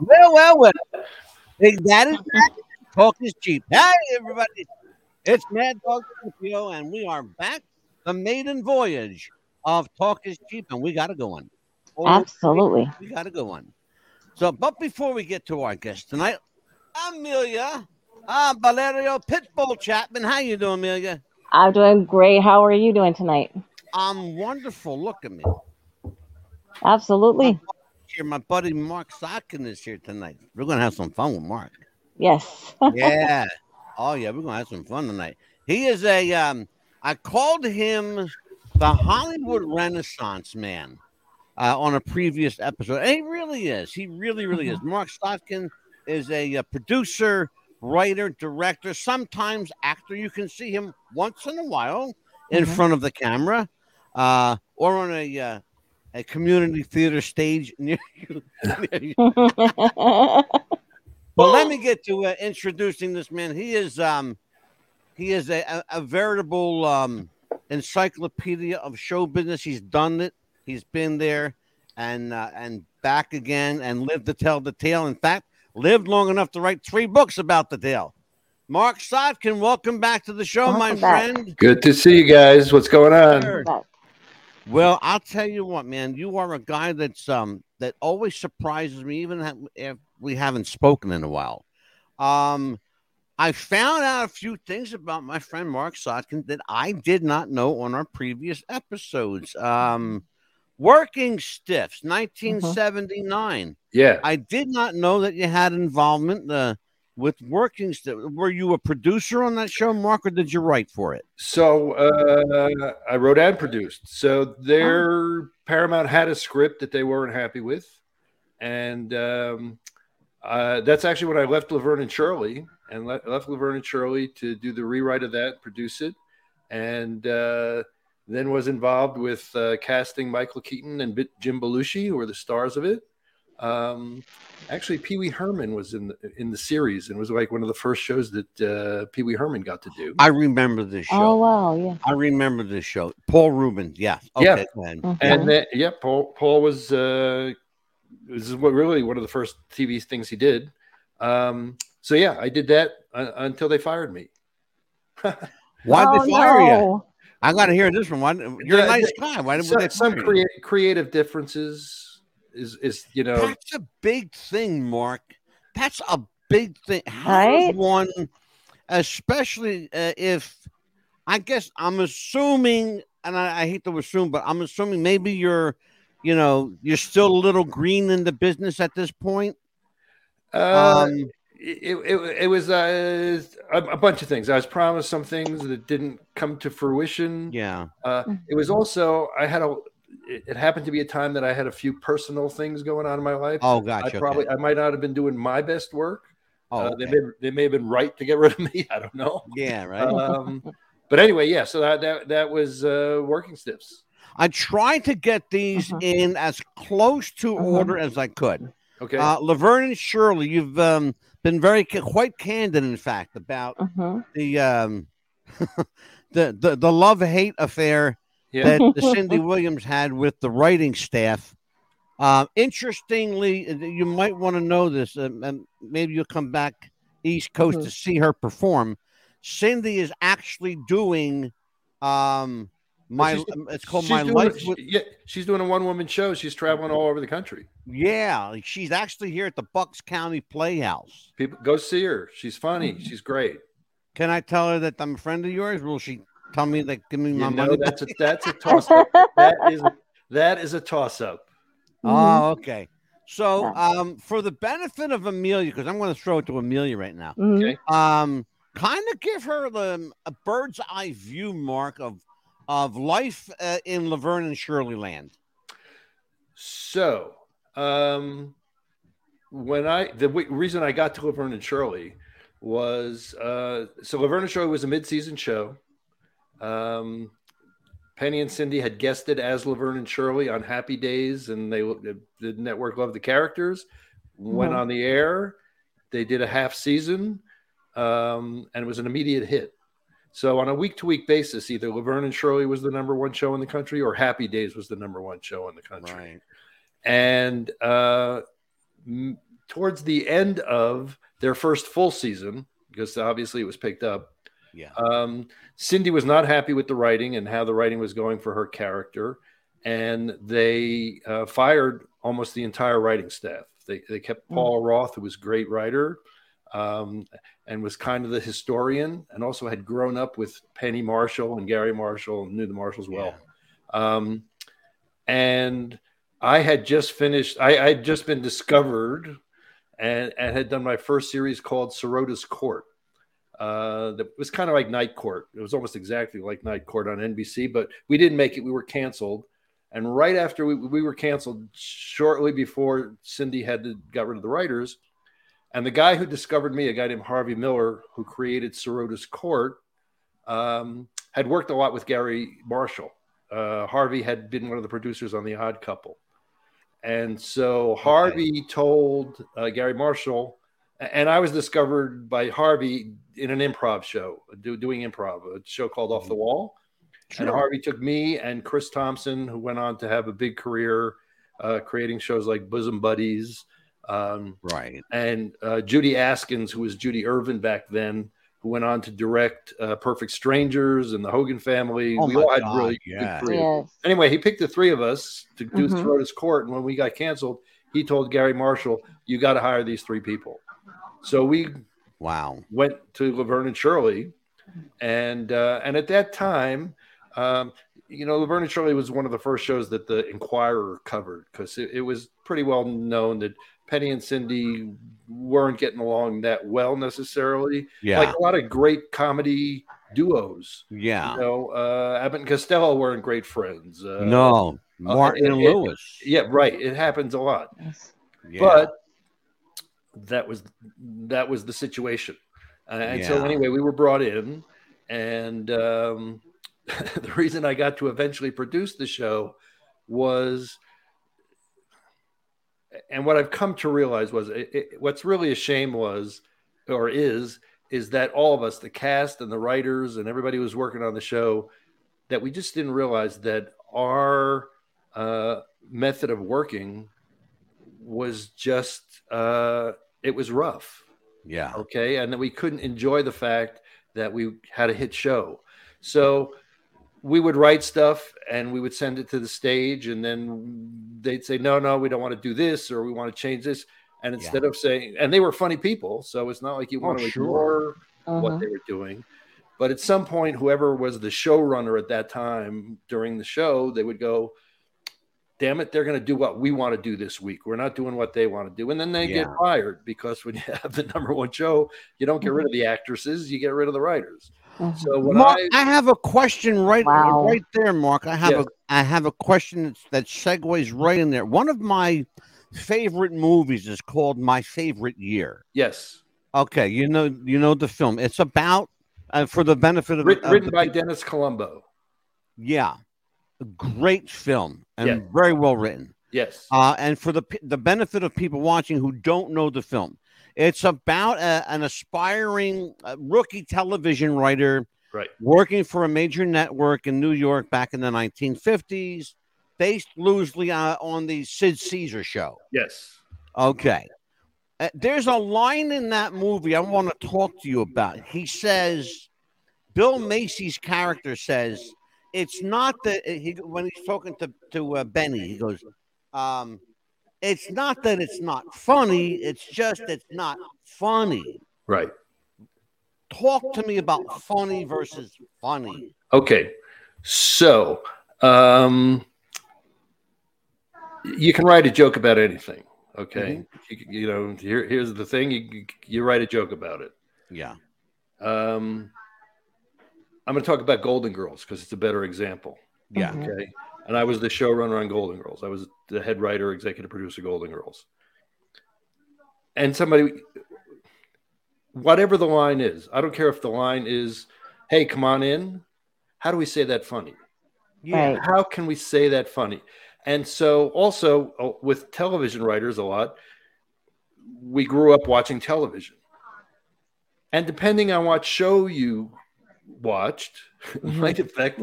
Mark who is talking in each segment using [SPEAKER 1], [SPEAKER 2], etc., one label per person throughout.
[SPEAKER 1] well, well. Hey, that is that. Talk is cheap. Hey, everybody. It's Mad Dog Pinocchio, and we are back. The maiden voyage of Talk is Cheap, and we got to go on.
[SPEAKER 2] Absolutely.
[SPEAKER 1] We got to go on. So, but before we get to our guest tonight, Amelia, ah, Valerio Pitbull Chapman. How you doing, Amelia?
[SPEAKER 2] I'm doing great. How are you doing tonight?
[SPEAKER 1] I'm wonderful. Look at me.
[SPEAKER 2] Absolutely.
[SPEAKER 1] Here, my buddy Mark Sotkin is here tonight. We're gonna have some fun with Mark.
[SPEAKER 2] Yes.
[SPEAKER 1] yeah. Oh yeah, we're gonna have some fun tonight. He is a um I called him the Hollywood Renaissance man uh, on a previous episode. And he really is. He really, really is. Mark Stotkin is a, uh producer, writer, director, sometimes actor. You can see him once in a while in
[SPEAKER 2] Mhm.
[SPEAKER 1] front of the camera uh, or on a uh, a community theater stage near you. near you. Well, let me get to uh, introducing this man. He is um, he is a, a, a veritable um, encyclopedia of show business. He's done it. He's been there and uh, and back again and lived to tell the tale. In fact, lived long enough to write three books about the tale. Mark Sotkin, welcome back to the show, my
[SPEAKER 2] Welcome back.
[SPEAKER 1] friend.
[SPEAKER 3] Good to see you guys. What's going on?
[SPEAKER 1] Sure. Well, I'll tell you what, man. You are a guy that's um that always surprises me, even ha- if we haven't spoken in a while. Um, I found out a few things about my friend Mark Sotkin that I did not know on our previous episodes. Um, Working Stiffs, 1979.
[SPEAKER 3] Yeah.
[SPEAKER 1] I did not know that you had involvement uh, with Working Stiffs. Were you a producer on that show, Mark, or did you write for it?
[SPEAKER 3] So uh, I wrote and produced. So their Paramount had a script that they weren't happy with, and um, uh, that's actually when I left Laverne and Shirley and le- left Laverne and Shirley to do the rewrite of that, produce it, and uh, then was involved with uh, casting Michael Keaton and Bit- Jim Belushi, who were the stars of it. Um, actually, Pee Wee Herman was in the, in the series and was like one of the first shows that uh, Pee Wee Herman got to do.
[SPEAKER 1] I remember this show.
[SPEAKER 2] Oh wow, yeah.
[SPEAKER 1] I remember this show. Paul Rubens, yeah.
[SPEAKER 3] Yeah.
[SPEAKER 1] Okay, go ahead.
[SPEAKER 2] Mhm.
[SPEAKER 3] And then, yeah, Paul Paul was uh, this is what really one of the first TV things he did. Um, so yeah, I did that uh, until they fired me.
[SPEAKER 1] Why'd
[SPEAKER 2] oh,
[SPEAKER 1] they fire you?
[SPEAKER 2] no.
[SPEAKER 1] I got to hear this one. Why, you're a
[SPEAKER 3] Yeah,
[SPEAKER 1] nice
[SPEAKER 3] they-
[SPEAKER 1] guy. Why didn't
[SPEAKER 3] So-
[SPEAKER 1] they
[SPEAKER 3] some
[SPEAKER 1] fire you?
[SPEAKER 3] crea- creative differences is is you know
[SPEAKER 1] That's a big thing, Mark. That's a big thing. How
[SPEAKER 2] Right?
[SPEAKER 1] does one, especially uh, if I guess I'm assuming, and I, I hate to assume, but I'm assuming maybe you're, you know, you're still a little green in the business at this point.
[SPEAKER 3] uh,
[SPEAKER 1] Um,
[SPEAKER 3] it, it, it was uh, a, a bunch of things. I was promised some things that didn't come to fruition.
[SPEAKER 1] yeah.
[SPEAKER 3] Uh, it was also I had a. It it happened to be a time that I had a few personal things going on in my life.
[SPEAKER 1] Oh,
[SPEAKER 3] I
[SPEAKER 1] gotcha.
[SPEAKER 3] probably
[SPEAKER 1] okay.
[SPEAKER 3] I might not have been doing my best work.
[SPEAKER 1] Oh,
[SPEAKER 3] Uh, they,
[SPEAKER 1] okay.
[SPEAKER 3] may, they may have been right to get rid of me. I don't know.
[SPEAKER 1] yeah, right.
[SPEAKER 3] Um, but anyway, yeah. So that that, that was uh, working stiffs.
[SPEAKER 1] I tried to get these
[SPEAKER 2] Uh-huh.
[SPEAKER 1] in as close to
[SPEAKER 2] Uh-huh.
[SPEAKER 1] order as I could.
[SPEAKER 3] Okay.
[SPEAKER 1] Uh, Laverne and Shirley, you've um, been very ca- quite candid, in fact, about
[SPEAKER 2] Mhm.
[SPEAKER 1] the um, the the, the love hate affair
[SPEAKER 3] yeah.
[SPEAKER 1] that Cindy Williams had with the writing staff. Um, interestingly, uh, you might want to know this, um, and maybe you'll come back East Coast to see her perform. Cindy is actually doing um, my.
[SPEAKER 3] she's-
[SPEAKER 1] um, it's called
[SPEAKER 3] she's
[SPEAKER 1] my
[SPEAKER 3] doing,
[SPEAKER 1] life.
[SPEAKER 3] she-
[SPEAKER 1] with,
[SPEAKER 3] yeah, she's doing a one-woman show. She's traveling all over the country.
[SPEAKER 1] yeah, like, she's actually here at the Bucks County Playhouse.
[SPEAKER 3] People go see her. She's funny. She's great.
[SPEAKER 1] Can I tell her that I'm a friend of yours? Will she tell me that? Give me
[SPEAKER 3] You
[SPEAKER 1] my
[SPEAKER 3] know,
[SPEAKER 1] money. back?
[SPEAKER 3] that's a that's a toss-up. that is that is a toss-up.
[SPEAKER 1] Oh,
[SPEAKER 2] Mm-hmm.
[SPEAKER 3] Mm-hmm.
[SPEAKER 1] okay. So,
[SPEAKER 2] Yeah.
[SPEAKER 1] um, for the benefit of Amelia, because I'm going to throw it to Amelia right now.
[SPEAKER 2] Mhm.
[SPEAKER 3] Okay.
[SPEAKER 1] Um, kind of give her the um, a bird's eye view, Mark, of of life uh, in Laverne and Shirley Land.
[SPEAKER 3] So, um, when I the w- reason I got to Laverne and Shirley was uh, so Laverne and Shirley was a mid-season show. Um, Penny and Cindy had guested as Laverne and Shirley on Happy Days, and they the, the network loved the characters. Went
[SPEAKER 2] Mhm.
[SPEAKER 3] on the air. They did a half season, um, and it was an immediate hit. So on a week-to-week basis, either Laverne and Shirley was the number one show in the country, or Happy Days was the number one show in the country and uh, m- towards the end of their first full season, because obviously it was picked up,
[SPEAKER 1] Yeah.
[SPEAKER 3] um, Cindy was not happy with the writing and how the writing was going for her character, and they uh, fired almost the entire writing staff. They they kept
[SPEAKER 2] Mm.
[SPEAKER 3] Paul Roth, who was a great writer, um, and was kind of the historian, and also had grown up with Penny Marshall and Gary Marshall, and knew the Marshalls well. Um, and I had just finished. I I had just been discovered, and and had done my first series called Sorota's Court uh, that was kind of like Night Court. It was almost exactly like Night Court on NBC, but we didn't make it. We were canceled, and right after we, we were canceled, shortly before Cindy had to, got rid of the writers, and the guy who discovered me, a guy named Harvey Miller, who created Sorota's Court, um, had worked a lot with Gary Marshall. Uh, Harvey had been one of the producers on The Odd Couple. And so Harvey told uh, Gary Marshall, and I was discovered by Harvey in an improv show, do, doing improv, a show called Off
[SPEAKER 1] Mm.
[SPEAKER 3] the Wall. And Harvey took me and Chris Thompson, who went on to have a big career uh, creating shows like Bosom Buddies, um,
[SPEAKER 1] Right.
[SPEAKER 3] and uh, Judy Askins, who was Judy Irvin back then, who went on to direct uh, Perfect Strangers and The Hogan Family.
[SPEAKER 1] Oh
[SPEAKER 3] we
[SPEAKER 1] my
[SPEAKER 3] all had
[SPEAKER 1] God,
[SPEAKER 3] really
[SPEAKER 1] yes. Mm-hmm.
[SPEAKER 3] good careers
[SPEAKER 2] Mm-hmm. Yes.
[SPEAKER 3] anyway, he picked the three of us to do
[SPEAKER 2] Mhm.
[SPEAKER 3] Sorota's court. And when we got canceled, he told Gary Marshall, "You got to hire these three people." So we
[SPEAKER 1] Wow.
[SPEAKER 3] went to Laverne and Shirley, and uh, and at that time, um, you know, Laverne and Shirley was one of the first shows that the Inquirer covered because it, it was pretty well known that Penny and Cindy weren't getting along that well necessarily.
[SPEAKER 1] Yeah.
[SPEAKER 3] Like a lot of great comedy duos.
[SPEAKER 1] yeah.
[SPEAKER 3] You know, uh, Abbott and Costello weren't great friends. Uh,
[SPEAKER 1] no. Martin and
[SPEAKER 3] it- it-
[SPEAKER 1] Lewis.
[SPEAKER 3] Yeah, right. It happens a lot.
[SPEAKER 2] yes.
[SPEAKER 1] Yeah.
[SPEAKER 3] But that was that was the situation. Uh, and so
[SPEAKER 1] Yeah.
[SPEAKER 3] anyway, we were brought in and um, the reason I got to eventually produce the show was and what I've come to realize was it, it- what's really a shame was or is is that all of us the cast and the writers and everybody who was working on the show that we just didn't realize that our uh, method of working was just uh, it was rough
[SPEAKER 1] yeah.
[SPEAKER 3] okay and that we couldn't enjoy the fact that we had a hit show so we would write stuff and we would send it to the stage and then they'd say no no we don't want to do this or we want to change this and
[SPEAKER 1] Yeah.
[SPEAKER 3] instead of saying and they were funny people so it's not like you
[SPEAKER 1] Oh,
[SPEAKER 3] want to
[SPEAKER 1] sure.
[SPEAKER 3] ignore what
[SPEAKER 1] Uh-huh.
[SPEAKER 2] Mhm.
[SPEAKER 3] they were doing but at some point whoever was the showrunner at that time during the show they would go damn it they're going to do what we want to do this week we're not doing what they want to do and then they get
[SPEAKER 1] Yeah.
[SPEAKER 3] fired because when you have the number one show you don't get rid of the actresses you get rid of the writers
[SPEAKER 2] Mhm.
[SPEAKER 3] so when
[SPEAKER 1] Mark,
[SPEAKER 3] i
[SPEAKER 1] I, have a question right
[SPEAKER 2] Wow.
[SPEAKER 1] right there, Mark. I have
[SPEAKER 3] Yes.
[SPEAKER 1] a I have a question that's- that segues right in there. One of my favorite movies is called My Favorite Year.
[SPEAKER 3] yes
[SPEAKER 1] Okay, you know you know the film. It's about uh, for the benefit of,
[SPEAKER 3] writ-
[SPEAKER 1] of
[SPEAKER 3] written
[SPEAKER 1] the
[SPEAKER 3] by
[SPEAKER 1] peop-
[SPEAKER 3] dennis colombo
[SPEAKER 1] yeah, a great film and
[SPEAKER 3] Yeah.
[SPEAKER 1] very well written.
[SPEAKER 3] yes
[SPEAKER 1] Uh, and for the pe- the benefit of people watching who don't know the film, it's about a, an aspiring uh, rookie television writer,
[SPEAKER 3] Right.
[SPEAKER 1] working for a major network in New York back in the 1950s, based loosely uh, on the Sid Caesar show.
[SPEAKER 3] yes
[SPEAKER 1] Okay. Uh, there's a line in that movie I want to talk to you about. He says, Bill Macy's character says, it's not that uh, he, when he's talking to, to uh, Benny, he goes, um, it's not that it's not funny, it's just it's not funny.
[SPEAKER 3] right
[SPEAKER 1] Talk to me about funny versus funny.
[SPEAKER 3] Okay. So, um, you can write a joke about anything. Okay. You, c- you know, here, here's the thing you, you- you write a joke about it.
[SPEAKER 1] Yeah.
[SPEAKER 3] Um, I'm going to talk about Golden Girls because it's a better example.
[SPEAKER 1] Mm-hmm. Yeah.
[SPEAKER 2] Mhm.
[SPEAKER 3] Okay. And I was the showrunner on Golden Girls. I was the head writer, executive producer, of Golden Girls. And somebody, whatever the line is, I don't care if the line is, hey, come on in. How do we say that funny?
[SPEAKER 1] Yeah.
[SPEAKER 2] Right.
[SPEAKER 3] How can we say that funny? And so, also uh, with television writers, a lot, we grew up watching television. And depending on what show you watched might affect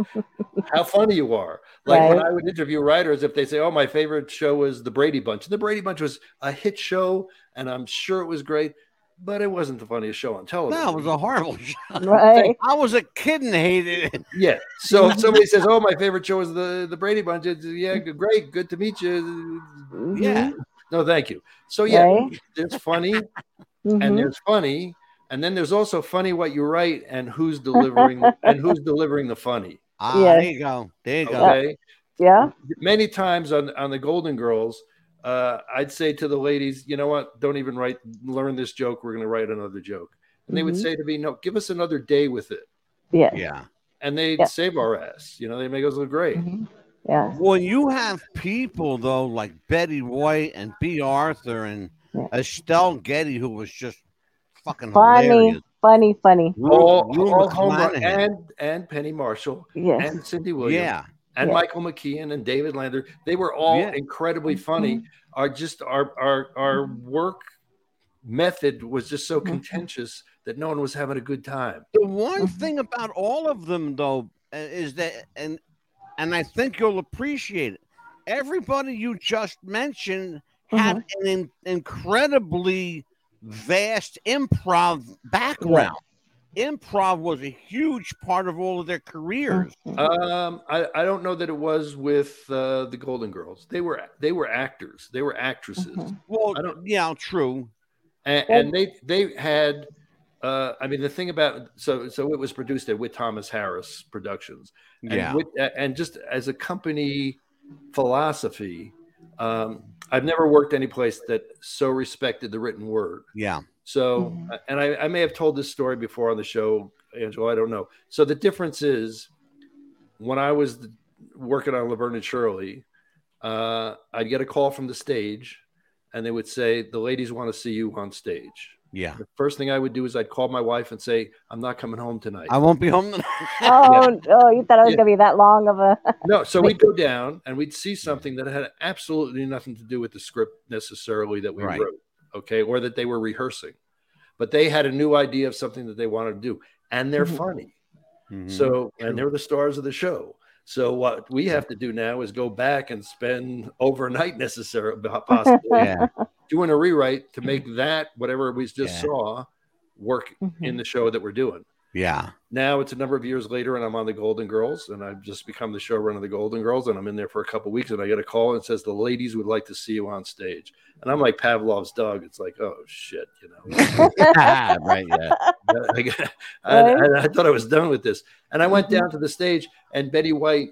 [SPEAKER 3] how funny you are. Like when
[SPEAKER 2] Mm-hmm. Right.
[SPEAKER 3] I would interview writers, if they say, "Oh, my favorite show was The Brady Bunch," and The Brady Bunch was a hit show, and I'm sure it was great, but it wasn't the funniest show on television.
[SPEAKER 1] No, it was a horrible show.
[SPEAKER 2] Right.
[SPEAKER 1] I was a kid and hated it.
[SPEAKER 3] Yeah. So if somebody says, "Oh, my favorite show is the the Brady Bunch," it's, yeah, good- great, good to meet you.
[SPEAKER 2] Mm-hmm.
[SPEAKER 1] Yeah.
[SPEAKER 3] No, thank you. So yeah,
[SPEAKER 2] Right.
[SPEAKER 3] there's funny
[SPEAKER 2] Mhm.
[SPEAKER 3] and there's funny, and then there's also funny what you write and who's delivering and who's delivering the funny.
[SPEAKER 1] Ah,
[SPEAKER 2] Yeah.
[SPEAKER 1] there you go. There you go.
[SPEAKER 3] Okay.
[SPEAKER 2] Yeah.
[SPEAKER 3] Many times on on the Golden Girls, uh, I'd say to the ladies, you know what? Don't even write. Learn this joke. We're going to write another joke. And they would
[SPEAKER 2] Mhm.
[SPEAKER 3] say to me, "No, give us another day with it."
[SPEAKER 2] Yes.
[SPEAKER 1] Yeah.
[SPEAKER 3] And they
[SPEAKER 2] Yeah.
[SPEAKER 3] would save our ass. You know, they make us look great.
[SPEAKER 2] Mhm. Yes.
[SPEAKER 1] When you have people though like Betty White and B. Arthur and
[SPEAKER 2] Yeah.
[SPEAKER 1] Estelle Getty, who was just fucking
[SPEAKER 2] Funny.
[SPEAKER 1] hilarious.
[SPEAKER 2] Funny, funny.
[SPEAKER 1] Ru-
[SPEAKER 3] all,
[SPEAKER 1] Ru
[SPEAKER 3] all home run-
[SPEAKER 1] McClanahan.
[SPEAKER 3] and and Penny Marshall
[SPEAKER 2] Yes.
[SPEAKER 3] and Cindy Williams
[SPEAKER 1] yeah,
[SPEAKER 3] and
[SPEAKER 2] Yeah.
[SPEAKER 3] Michael McKeon and David Lander. They were all
[SPEAKER 1] Yeah. Mm-hmm.
[SPEAKER 3] incredibly funny. Our just our our our work method was just so
[SPEAKER 1] Mm-hmm.
[SPEAKER 3] contentious that no one was having a good time.
[SPEAKER 1] the one
[SPEAKER 2] Mhm.
[SPEAKER 1] thing about all of them though uh, is that, and and I think you'll appreciate it. Everybody you just mentioned
[SPEAKER 2] Mm-hmm.
[SPEAKER 1] had an in- incredibly vast improv background. Improv was a huge part of all of their careers.
[SPEAKER 2] Mhm.
[SPEAKER 3] Um, I, I don't know that it was with uh, the Golden Girls. They were they were actors. They were actresses.
[SPEAKER 2] Mhm.
[SPEAKER 1] Well,
[SPEAKER 3] I don't-
[SPEAKER 1] yeah, true.
[SPEAKER 3] and, and they they had uh, I mean the thing about so so it was produced at Whit Thomas Harris Productions and
[SPEAKER 1] Yeah.
[SPEAKER 3] with, uh, and just as a company philosophy um, I've never worked any place that so respected the written word
[SPEAKER 1] yeah.
[SPEAKER 3] so
[SPEAKER 2] Mhm.
[SPEAKER 3] and I, I may have told this story before on the show Angela I don't know so the difference is when I was working on Laverne and Shirley uh, I'd get a call from the stage and they would say the ladies want to see you on stage
[SPEAKER 1] Yeah.
[SPEAKER 3] the first thing I would do is I'd call my wife and say, I'm not coming home tonight.
[SPEAKER 1] I won't be home tonight.
[SPEAKER 2] Oh, oh, you thought it was
[SPEAKER 3] Yeah.
[SPEAKER 2] gonna be that long of a
[SPEAKER 3] No, so we'd go down and we'd see something that had absolutely nothing to do with the script necessarily that we
[SPEAKER 1] Right.
[SPEAKER 3] wrote, okay, or that they were rehearsing. But they had a new idea of something that they wanted to do, and they're
[SPEAKER 1] Mm-hmm.
[SPEAKER 2] Mhm.
[SPEAKER 3] funny.
[SPEAKER 1] Mhm.
[SPEAKER 3] So, and they're the stars of the show. So, what we have to do now is go back and spend overnight, necessarily, possibly,
[SPEAKER 1] yeah,
[SPEAKER 3] doing a rewrite to make that, whatever we just
[SPEAKER 1] Yeah. Mm-hmm.
[SPEAKER 3] saw, work
[SPEAKER 2] Mm-hmm.
[SPEAKER 3] in the show that we're doing.
[SPEAKER 1] yeah.
[SPEAKER 3] now it's a number of years later and i'm on the golden girls and i've just become the showrunner of the golden girls and i'm in there for a couple of weeks and i get a call and it says the ladies would like to see you on stage and i'm like pavlov's dog it's like oh shit you know
[SPEAKER 1] right. Yeah.
[SPEAKER 3] I, I- I- I thought i was done with this and i went
[SPEAKER 2] Mm-hmm.
[SPEAKER 3] down to the stage and betty white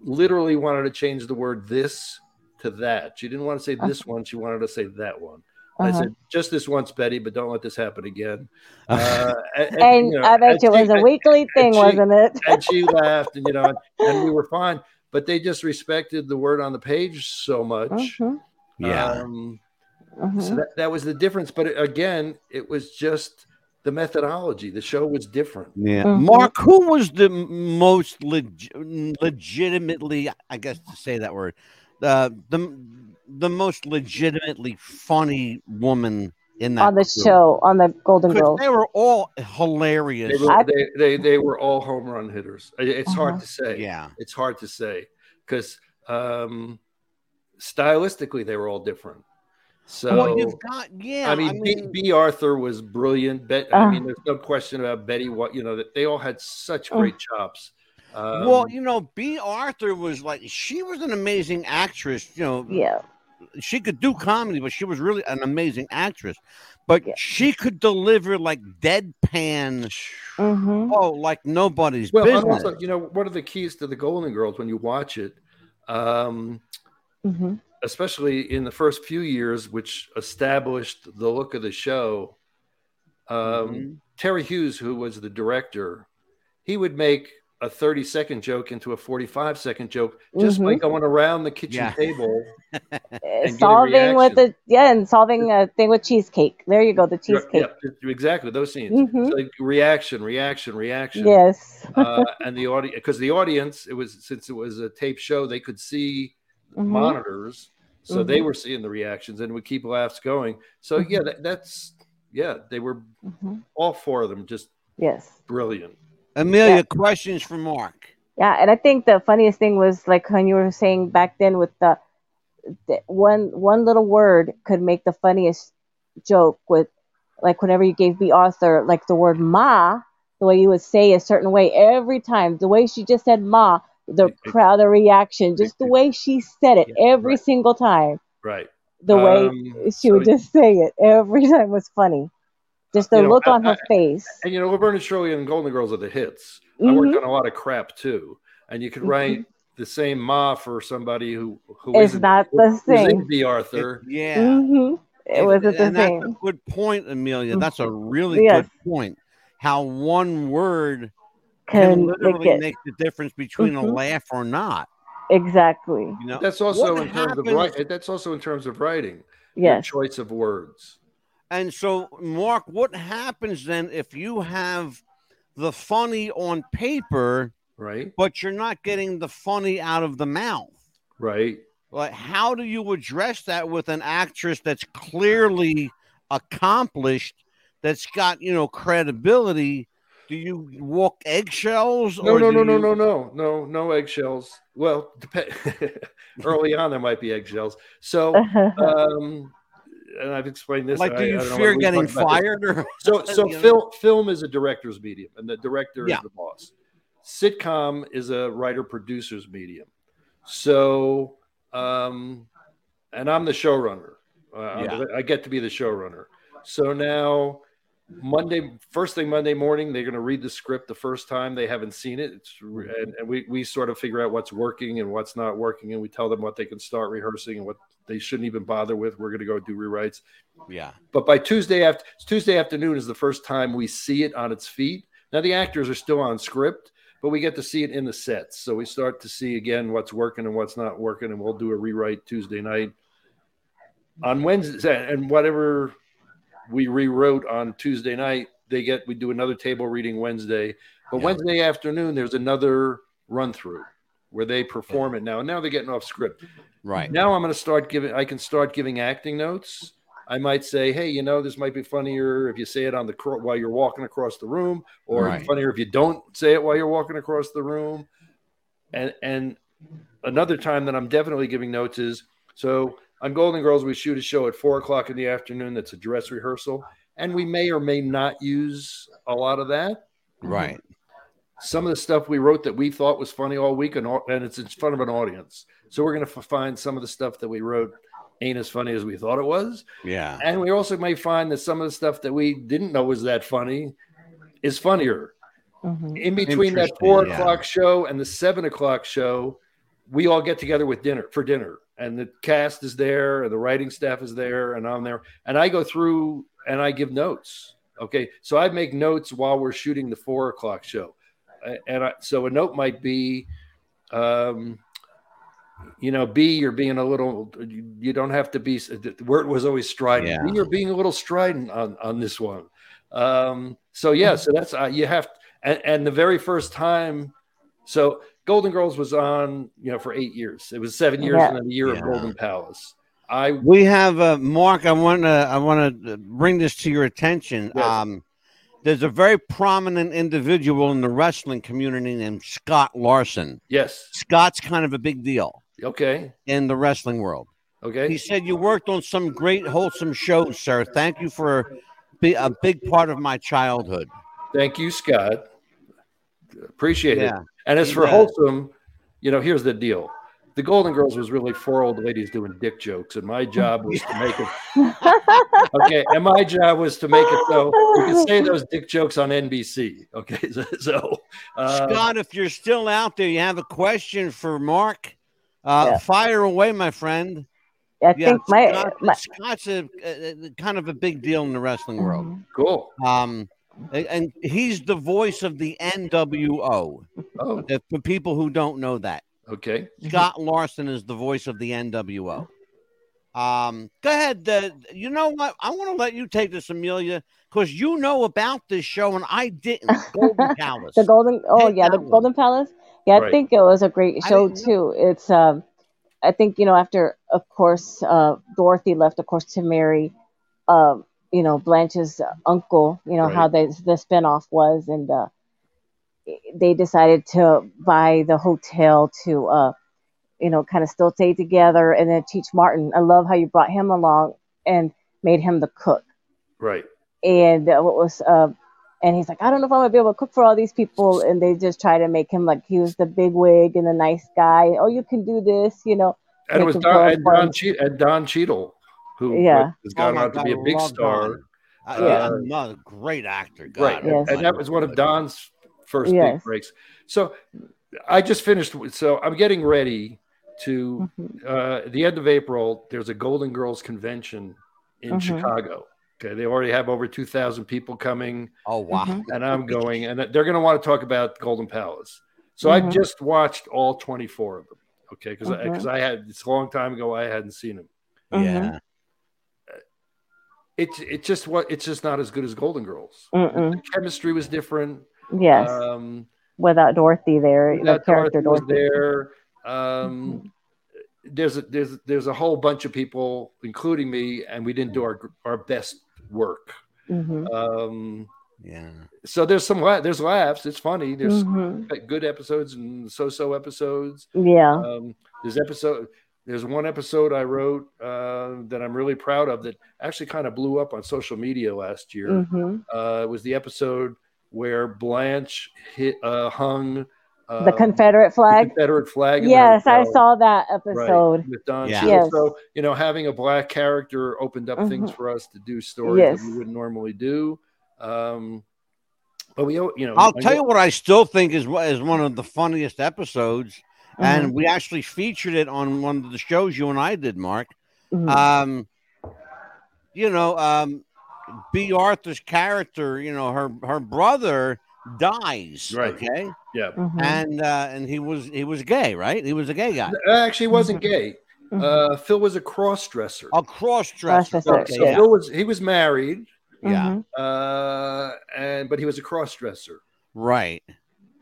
[SPEAKER 3] literally wanted to change the word this to that she didn't want to say this one she wanted to say that one And
[SPEAKER 2] Uh-huh.
[SPEAKER 3] i said just this once betty but don't let this happen again uh, and,
[SPEAKER 2] and
[SPEAKER 3] you know,
[SPEAKER 2] I bet
[SPEAKER 3] and
[SPEAKER 2] you it was
[SPEAKER 3] she-
[SPEAKER 2] a weekly thing,
[SPEAKER 3] she-
[SPEAKER 2] wasn't it?
[SPEAKER 3] and she laughed and you know and we were fine but they just respected the word on the page so much
[SPEAKER 2] Mhm,
[SPEAKER 1] Mm-hmm. yeah.
[SPEAKER 3] um,
[SPEAKER 2] mhm.
[SPEAKER 3] so that, that was the difference but it- again it was just the methodology the show was different
[SPEAKER 1] Yeah.
[SPEAKER 2] Mhm.
[SPEAKER 1] Mark, who was the m- most leg- legitimately, I guess to say that word, uh, the the most legitimately funny woman in that
[SPEAKER 2] on the
[SPEAKER 1] group?
[SPEAKER 2] show on the Golden
[SPEAKER 1] 'Cause
[SPEAKER 2] Girls.
[SPEAKER 1] They were all
[SPEAKER 3] they
[SPEAKER 1] hilarious.
[SPEAKER 3] were,
[SPEAKER 2] I-
[SPEAKER 3] they, they, they were all home run hitters I- it's hard
[SPEAKER 2] Uh-huh.
[SPEAKER 3] to say
[SPEAKER 1] yeah.
[SPEAKER 3] it's hard to say because um, stylistically they were all different so
[SPEAKER 1] well, you've got yeah.
[SPEAKER 3] I mean, B, B. Arthur was brilliant. Bet, I
[SPEAKER 2] Ah.
[SPEAKER 3] mean, there's no question about Betty. What you know that they all had such
[SPEAKER 2] Oh.
[SPEAKER 3] great chops. Um,
[SPEAKER 1] well, you know, B. Arthur was like she was an amazing actress. You know,
[SPEAKER 2] Yeah.
[SPEAKER 1] she could do comedy, but she was really an amazing actress. But
[SPEAKER 2] Yeah.
[SPEAKER 1] she could deliver like deadpan,
[SPEAKER 2] Mm-hmm.
[SPEAKER 1] oh, like nobody's
[SPEAKER 3] well, and
[SPEAKER 1] business.
[SPEAKER 3] also, you know, one of the keys to the Golden Girls when you watch it, um,
[SPEAKER 2] Mm-hmm.
[SPEAKER 3] especially in the first few years, which established the look of the show. Um,
[SPEAKER 1] Mhm.
[SPEAKER 3] Terry Hughes, who was the director, he would make a 30 second joke into a 45 second joke just by going around the kitchen
[SPEAKER 1] Yeah.
[SPEAKER 3] table get a
[SPEAKER 2] solving with
[SPEAKER 3] reaction.
[SPEAKER 2] the yeah, and solving a thing with cheesecake. There you go, the
[SPEAKER 3] Yeah,
[SPEAKER 2] cheesecake.
[SPEAKER 3] yeah, th- exactly. Those scenes.
[SPEAKER 2] Mhm.
[SPEAKER 3] So, like reaction, reaction, reaction.
[SPEAKER 2] Yes.
[SPEAKER 3] Uh, and the audience, because the audience, it was since it was a tape show, they could see
[SPEAKER 2] Mhm.
[SPEAKER 3] monitors, so they
[SPEAKER 2] Mhm.
[SPEAKER 3] were seeing the reactions and would keep laughs going. So
[SPEAKER 2] Mm-hmm.
[SPEAKER 3] yeah, that, that's yeah, they were
[SPEAKER 2] Mhm.
[SPEAKER 3] all four of them just
[SPEAKER 2] Yes.
[SPEAKER 3] brilliant.
[SPEAKER 1] Amelia,
[SPEAKER 2] Yeah.
[SPEAKER 1] questions for Mark.
[SPEAKER 2] Yeah, and I think the funniest thing was like when you were saying back then with the, the one one little word could make the funniest joke with like whenever you gave B author like the word ma, the way you would say a certain way every time, the way she just said ma, the
[SPEAKER 3] It- it-
[SPEAKER 2] crowd, the reaction, just the
[SPEAKER 3] it-
[SPEAKER 2] way she said it
[SPEAKER 3] Yeah,
[SPEAKER 2] every
[SPEAKER 3] right.
[SPEAKER 2] single time,
[SPEAKER 3] Right.
[SPEAKER 2] the way
[SPEAKER 3] Um,
[SPEAKER 2] she would
[SPEAKER 3] so-
[SPEAKER 2] just say it every time was funny. Just the
[SPEAKER 3] You know,
[SPEAKER 2] look
[SPEAKER 3] I-
[SPEAKER 2] on her face.
[SPEAKER 3] And you know, Laverne and Shirley and Golden Girls are the hits. I
[SPEAKER 2] Mhm.
[SPEAKER 3] worked on a lot of crap too, and you could
[SPEAKER 2] Mhm.
[SPEAKER 3] write the same ma for somebody who who
[SPEAKER 2] It's
[SPEAKER 3] isn't-
[SPEAKER 2] not the
[SPEAKER 3] who's
[SPEAKER 2] same.
[SPEAKER 3] in B. Arthur.
[SPEAKER 1] Yeah.
[SPEAKER 2] hmm It
[SPEAKER 1] And-
[SPEAKER 2] wasn't the
[SPEAKER 1] and that's
[SPEAKER 2] same. Mm-hmm.
[SPEAKER 1] a good point, Amelia. That's a really
[SPEAKER 2] Yes.
[SPEAKER 1] good point. How one word
[SPEAKER 2] Can
[SPEAKER 1] can
[SPEAKER 2] make
[SPEAKER 1] literally
[SPEAKER 2] it.
[SPEAKER 1] make the difference between a
[SPEAKER 2] Mhm.
[SPEAKER 1] laugh or not.
[SPEAKER 2] Exactly.
[SPEAKER 1] You know,
[SPEAKER 3] That's also
[SPEAKER 1] What
[SPEAKER 3] in terms of
[SPEAKER 1] happens-
[SPEAKER 3] writing. That's also in terms of writing. your
[SPEAKER 2] Yes.
[SPEAKER 3] choice of words.
[SPEAKER 1] and so Mark, what happens then if you have the funny on paper,
[SPEAKER 3] Right.
[SPEAKER 1] but you're not getting the funny out of the mouth?
[SPEAKER 3] Right.
[SPEAKER 1] Like, how do you address that with an actress that's clearly accomplished, that's got you know credibility? Do you walk eggshells?
[SPEAKER 3] No,
[SPEAKER 1] or
[SPEAKER 3] no,
[SPEAKER 1] do
[SPEAKER 3] no, no,
[SPEAKER 1] you-
[SPEAKER 3] no, no, no, no eggshells. Well, dep- early on there might be eggshells. So,
[SPEAKER 2] Mm-hmm.
[SPEAKER 3] um, and I've explained this.
[SPEAKER 1] Like,
[SPEAKER 3] and
[SPEAKER 1] do
[SPEAKER 3] I-
[SPEAKER 1] you
[SPEAKER 3] I don't know
[SPEAKER 1] fear
[SPEAKER 3] whether we
[SPEAKER 1] getting
[SPEAKER 3] talked about this.
[SPEAKER 1] fired or
[SPEAKER 3] So, so
[SPEAKER 1] You know?
[SPEAKER 3] film film is a director's medium, and the director
[SPEAKER 1] Yeah.
[SPEAKER 3] is the boss. Sitcom is a writer producer's medium. So, um, and I'm the showrunner. Uh, I'm the- I get to be the showrunner. So now, Monday, first thing Monday morning, they're going to read the script the first time they haven't seen it. It's, and, and we we sort of figure out what's working and what's not working, and we tell them what they can start rehearsing and what they shouldn't even bother with. We're going to go do rewrites
[SPEAKER 1] yeah,
[SPEAKER 3] but by Tuesday after Tuesday afternoon is the first time we see it on its feet. Now the actors are still on script, but we get to see it in the sets. So we start to see again what's working and what's not working, and we'll do a rewrite Tuesday night on Wednesday, and whatever we rewrote on Tuesday night, they get we do another table reading Wednesday. But
[SPEAKER 1] Yeah.
[SPEAKER 3] Wednesday afternoon, there's another run through where they perform it now. And now they're getting off script.
[SPEAKER 1] right?
[SPEAKER 3] Now I'm going to start giving. I can start giving acting notes. I might say, "Hey, you know, this might be funnier if you say it on the cro- while you're walking across the room, or
[SPEAKER 1] Right.
[SPEAKER 3] funnier if you don't say it while you're walking across the room." And and another time that I'm definitely giving notes is so on Golden Girls we shoot a show at four o'clock in the afternoon. That's a dress rehearsal, and we may or may not use a lot of that
[SPEAKER 1] Right.
[SPEAKER 3] some of the stuff we wrote that we thought was funny all week, and, all, and it's in front of an audience. So we're going to find some of the stuff that we wrote ain't as funny as we thought it was,
[SPEAKER 1] Yeah.
[SPEAKER 3] and we also may find that some of the stuff that we didn't know was that funny is funnier.
[SPEAKER 2] Mhm.
[SPEAKER 3] In between that
[SPEAKER 1] Interesting,
[SPEAKER 3] four
[SPEAKER 1] yeah.
[SPEAKER 3] o'clock show and the seven o'clock show, we all get together with dinner for dinner, and the cast is there, and the writing staff is there, and I'm there, and I go through and I give notes. Okay, so I make notes while we're shooting the four o'clock show, A- and I, so a note might be, um, you know, B, you're being a little, you you don't have to be. The word was always strident.
[SPEAKER 1] Yeah.
[SPEAKER 3] B, you're being a little strident on on this one. Um, so yeah, so that's uh, you have, and, and the very first time, so Golden Girls was on, you know, for eight years. It was seven years
[SPEAKER 2] Yeah.
[SPEAKER 3] and then a year
[SPEAKER 1] Yeah.
[SPEAKER 3] of Golden Palace. I
[SPEAKER 1] We have uh, Mark. I want to. I want to bring this to your attention.
[SPEAKER 3] Yes.
[SPEAKER 1] Um, there's a very prominent individual in the wrestling community named Scott Larson.
[SPEAKER 3] yes,
[SPEAKER 1] Scott's kind of a big deal
[SPEAKER 3] okay,
[SPEAKER 1] in the wrestling world.
[SPEAKER 3] okay,
[SPEAKER 1] He said, "You worked on some great, wholesome shows, sir. Thank you for be a big part of my childhood."
[SPEAKER 3] Thank you, Scott. Appreciate
[SPEAKER 1] Yeah.
[SPEAKER 3] it. And as for
[SPEAKER 1] Yeah.
[SPEAKER 3] Wholesome, you know, here's the deal. The Golden Girls was really four old ladies doing dick jokes, and my job was to make it. Okay, and my job was to make it so we could say those dick jokes on NBC. Okay, so, so, uh,
[SPEAKER 1] Scott, if you're still out there, you have a question for Mark. Uh,
[SPEAKER 2] Yeah.
[SPEAKER 1] Fire away, my friend.
[SPEAKER 2] I
[SPEAKER 1] Yeah,
[SPEAKER 2] think my,
[SPEAKER 1] Scott-
[SPEAKER 2] my
[SPEAKER 1] Scott's a, a- a- kind of a big deal in the wrestling world.
[SPEAKER 3] cool.
[SPEAKER 1] Um, a- and he's the voice of the NWO.
[SPEAKER 3] Oh,
[SPEAKER 1] If, for people who don't know that,
[SPEAKER 3] okay.
[SPEAKER 2] Mm-hmm.
[SPEAKER 1] Scott Larson is the voice of the NWO. Um, go ahead. Uh, you know what? I want to let you take this, Amelia, because you know about this show and I didn't. Golden Palace.
[SPEAKER 2] the golden oh
[SPEAKER 1] Take
[SPEAKER 2] yeah the
[SPEAKER 1] that one.
[SPEAKER 2] golden palace yeah
[SPEAKER 3] Right.
[SPEAKER 2] i think it was a great
[SPEAKER 1] I
[SPEAKER 2] show
[SPEAKER 1] didn't
[SPEAKER 2] too it's um i think you know after of course uh dorothy left of course to marry um you know blanche's uncle you know how the the spinoff was and uh they decided to buy the hotel to, uh, you know, kind of still stay together. And then Teach Martin, I love how you brought him along and made him the cook.
[SPEAKER 3] Right.
[SPEAKER 2] And uh, what was, uh, and he's like, I don't know if I'm gonna be able to cook for all these people. And they just try to make him like he was the big wig and the nice guy. Oh, you can do this, you know.
[SPEAKER 3] And it was
[SPEAKER 2] Make him
[SPEAKER 3] Don,
[SPEAKER 2] feel
[SPEAKER 3] and Don,
[SPEAKER 2] fun.
[SPEAKER 3] Che- and Don Cheadle, who
[SPEAKER 2] Yeah.
[SPEAKER 3] has gone
[SPEAKER 1] Oh my
[SPEAKER 3] on to be a
[SPEAKER 1] God,
[SPEAKER 3] big
[SPEAKER 1] love
[SPEAKER 3] star.
[SPEAKER 1] Don. Uh,
[SPEAKER 3] Uh,
[SPEAKER 1] yeah, another great actor. God,
[SPEAKER 3] Right.
[SPEAKER 2] Yes.
[SPEAKER 3] And that was one of Don's first big
[SPEAKER 2] Yes.
[SPEAKER 3] breaks. So I just finished. with- So I'm getting ready to,
[SPEAKER 2] Mm-hmm.
[SPEAKER 3] uh, at the end of April, there's a Golden Girls convention in
[SPEAKER 2] Mhm.
[SPEAKER 3] Chicago. Okay. They already have over 2,000 people coming,
[SPEAKER 1] Oh wow.
[SPEAKER 2] Mhm.
[SPEAKER 3] and I'm going, and they're going to want to talk about Golden Palace. So I
[SPEAKER 2] Mhm.
[SPEAKER 3] just watched all 24 of them. Okay. Because I,
[SPEAKER 2] Mhm.
[SPEAKER 3] 'cause I had, it's a long time ago, I hadn't seen them.
[SPEAKER 2] Mm-hmm.
[SPEAKER 1] Yeah.
[SPEAKER 3] It's, it's just what, it's just not as good as Golden Girls.
[SPEAKER 2] Mm-mm.
[SPEAKER 3] The chemistry was different.
[SPEAKER 2] Yes,
[SPEAKER 3] Um,
[SPEAKER 2] without Dorothy there, the
[SPEAKER 3] that
[SPEAKER 2] character Mm-hmm.
[SPEAKER 3] Dorothy was
[SPEAKER 2] Dorothy.
[SPEAKER 3] there. Um, there's a, there's there's a whole bunch of people, including me, and we didn't do our our best work.
[SPEAKER 2] Mhm.
[SPEAKER 3] Um,
[SPEAKER 1] Yeah.
[SPEAKER 3] so there's some la- there's laughs. It's funny. There's
[SPEAKER 2] Mhm.
[SPEAKER 3] good episodes and so-so episodes.
[SPEAKER 2] Yeah.
[SPEAKER 3] Um, there's episode. There's one episode I wrote uh, that I'm really proud of that actually kind of blew up on social media last year
[SPEAKER 2] hmm
[SPEAKER 3] uh, it was the episode where Blanche hit, uh, hung uh,
[SPEAKER 2] The Confederate
[SPEAKER 3] the
[SPEAKER 2] flag.
[SPEAKER 3] Confederate flag. in
[SPEAKER 2] Yes,
[SPEAKER 3] her
[SPEAKER 2] I
[SPEAKER 3] hotel,
[SPEAKER 2] saw that
[SPEAKER 3] right,
[SPEAKER 2] episode.
[SPEAKER 3] with Don
[SPEAKER 1] Yeah.
[SPEAKER 3] Cheadle.
[SPEAKER 2] Yes.
[SPEAKER 3] So you know, having a black character opened up things
[SPEAKER 2] Mhm.
[SPEAKER 3] for us to do stories
[SPEAKER 2] Yes.
[SPEAKER 3] that we wouldn't normally do. Um, but we, you know,
[SPEAKER 1] I'll
[SPEAKER 3] I
[SPEAKER 1] tell
[SPEAKER 3] know-
[SPEAKER 1] you what I still think is wha- is one of the funniest episodes,
[SPEAKER 2] Mm-hmm.
[SPEAKER 1] and we actually featured it on one of the shows you and I did, Mark.
[SPEAKER 2] Mhm.
[SPEAKER 1] Um, you know, um, B. Arthur's character, you know, her her brother dies,
[SPEAKER 3] Right.
[SPEAKER 1] okay,
[SPEAKER 3] yeah,
[SPEAKER 2] Mhm.
[SPEAKER 1] and uh, and he was he was gay, right? He was a gay guy,
[SPEAKER 3] Uh, actually, he wasn't gay.
[SPEAKER 2] Mhm.
[SPEAKER 3] Uh, Phil was a cross dresser.
[SPEAKER 1] a cross dresser.
[SPEAKER 2] Cross-dresser,
[SPEAKER 1] Okay,
[SPEAKER 3] so
[SPEAKER 1] yeah.
[SPEAKER 3] Phil was he was married,
[SPEAKER 1] yeah,
[SPEAKER 2] Mhm.
[SPEAKER 3] uh, and but he was a cross dresser.
[SPEAKER 1] right.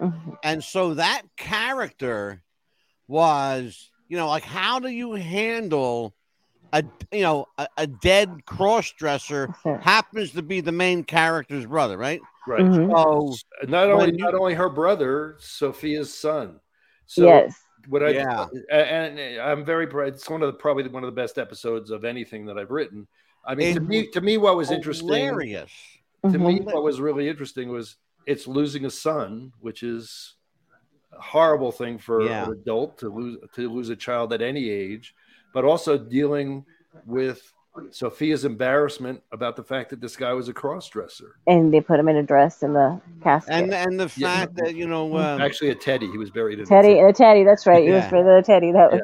[SPEAKER 2] Mhm.
[SPEAKER 1] And so that character was, you know, like how do you handle a you know a, a dead cross dresser happens to be the main character's brother, right?
[SPEAKER 3] Right.
[SPEAKER 2] Mhm.
[SPEAKER 1] So
[SPEAKER 3] And not only
[SPEAKER 1] When you-
[SPEAKER 3] not only her brother, Sophia's son. So
[SPEAKER 2] yes.
[SPEAKER 3] what I
[SPEAKER 1] Yeah.
[SPEAKER 3] and and I'm very proud. It's one of the probably one of the best episodes of anything that I've written. I mean, to
[SPEAKER 1] It
[SPEAKER 3] me, to me, what was interesting,
[SPEAKER 1] hilarious.
[SPEAKER 3] to me,
[SPEAKER 2] Mhm.
[SPEAKER 3] what was really interesting was it's losing a son, which is a horrible thing for
[SPEAKER 1] Yeah.
[SPEAKER 3] an adult to lose to lose a child at any age, but also dealing with Sophia's embarrassment about the fact that this guy was a crossdresser,
[SPEAKER 2] And they put him in a dress in the casket.
[SPEAKER 1] And and the
[SPEAKER 3] Yeah. Mm-hmm.
[SPEAKER 1] fact that you know um,
[SPEAKER 3] actually a teddy. He was buried in a
[SPEAKER 2] Teddy, the Teddy. That's right. It was
[SPEAKER 1] Yeah.
[SPEAKER 2] for the Teddy. That was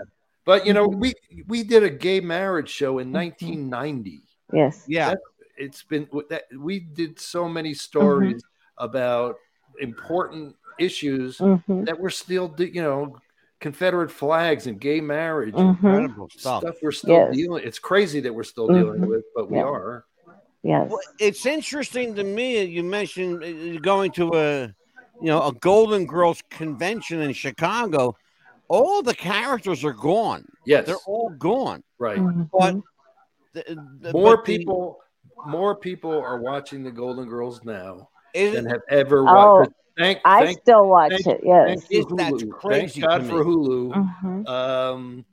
[SPEAKER 3] But you know,
[SPEAKER 2] Mhm.
[SPEAKER 3] we we did a gay marriage show
[SPEAKER 2] Mm-hmm.
[SPEAKER 3] in 1990.
[SPEAKER 2] yes.
[SPEAKER 1] yeah,
[SPEAKER 3] It's been that we did so
[SPEAKER 2] Mm-hmm.
[SPEAKER 3] many stories about important issues
[SPEAKER 2] Mhm.
[SPEAKER 3] that we're still, do- you know, Confederate flags and gay marriage and
[SPEAKER 2] Mhm.
[SPEAKER 1] incredible stuff.
[SPEAKER 3] stuff. We're still
[SPEAKER 2] Yes.
[SPEAKER 3] dealing. It's crazy that we're still dealing
[SPEAKER 2] Mhm.
[SPEAKER 3] with, but we
[SPEAKER 2] Yeah.
[SPEAKER 3] are.
[SPEAKER 2] Yes.
[SPEAKER 1] Well, it's interesting to me. You mentioned uh, going to a you know a Golden Girls convention in Chicago. All the characters are gone.
[SPEAKER 3] Yes,
[SPEAKER 1] They're all gone.
[SPEAKER 3] right.
[SPEAKER 1] But
[SPEAKER 2] Mhm.
[SPEAKER 1] the- uh, the-
[SPEAKER 3] More
[SPEAKER 1] but the-
[SPEAKER 3] people, more people are watching the Golden Girls now
[SPEAKER 1] is
[SPEAKER 3] than have ever
[SPEAKER 2] Oh,
[SPEAKER 3] watched. Thank,
[SPEAKER 2] I
[SPEAKER 3] thank,
[SPEAKER 2] still watch
[SPEAKER 3] thank-
[SPEAKER 2] it. Yes.
[SPEAKER 3] thank you,
[SPEAKER 1] Is- that's
[SPEAKER 3] Hulu.
[SPEAKER 1] crazy
[SPEAKER 3] Thank God
[SPEAKER 1] to
[SPEAKER 3] for
[SPEAKER 1] me.
[SPEAKER 3] Hulu.
[SPEAKER 2] Mhm.
[SPEAKER 3] Um,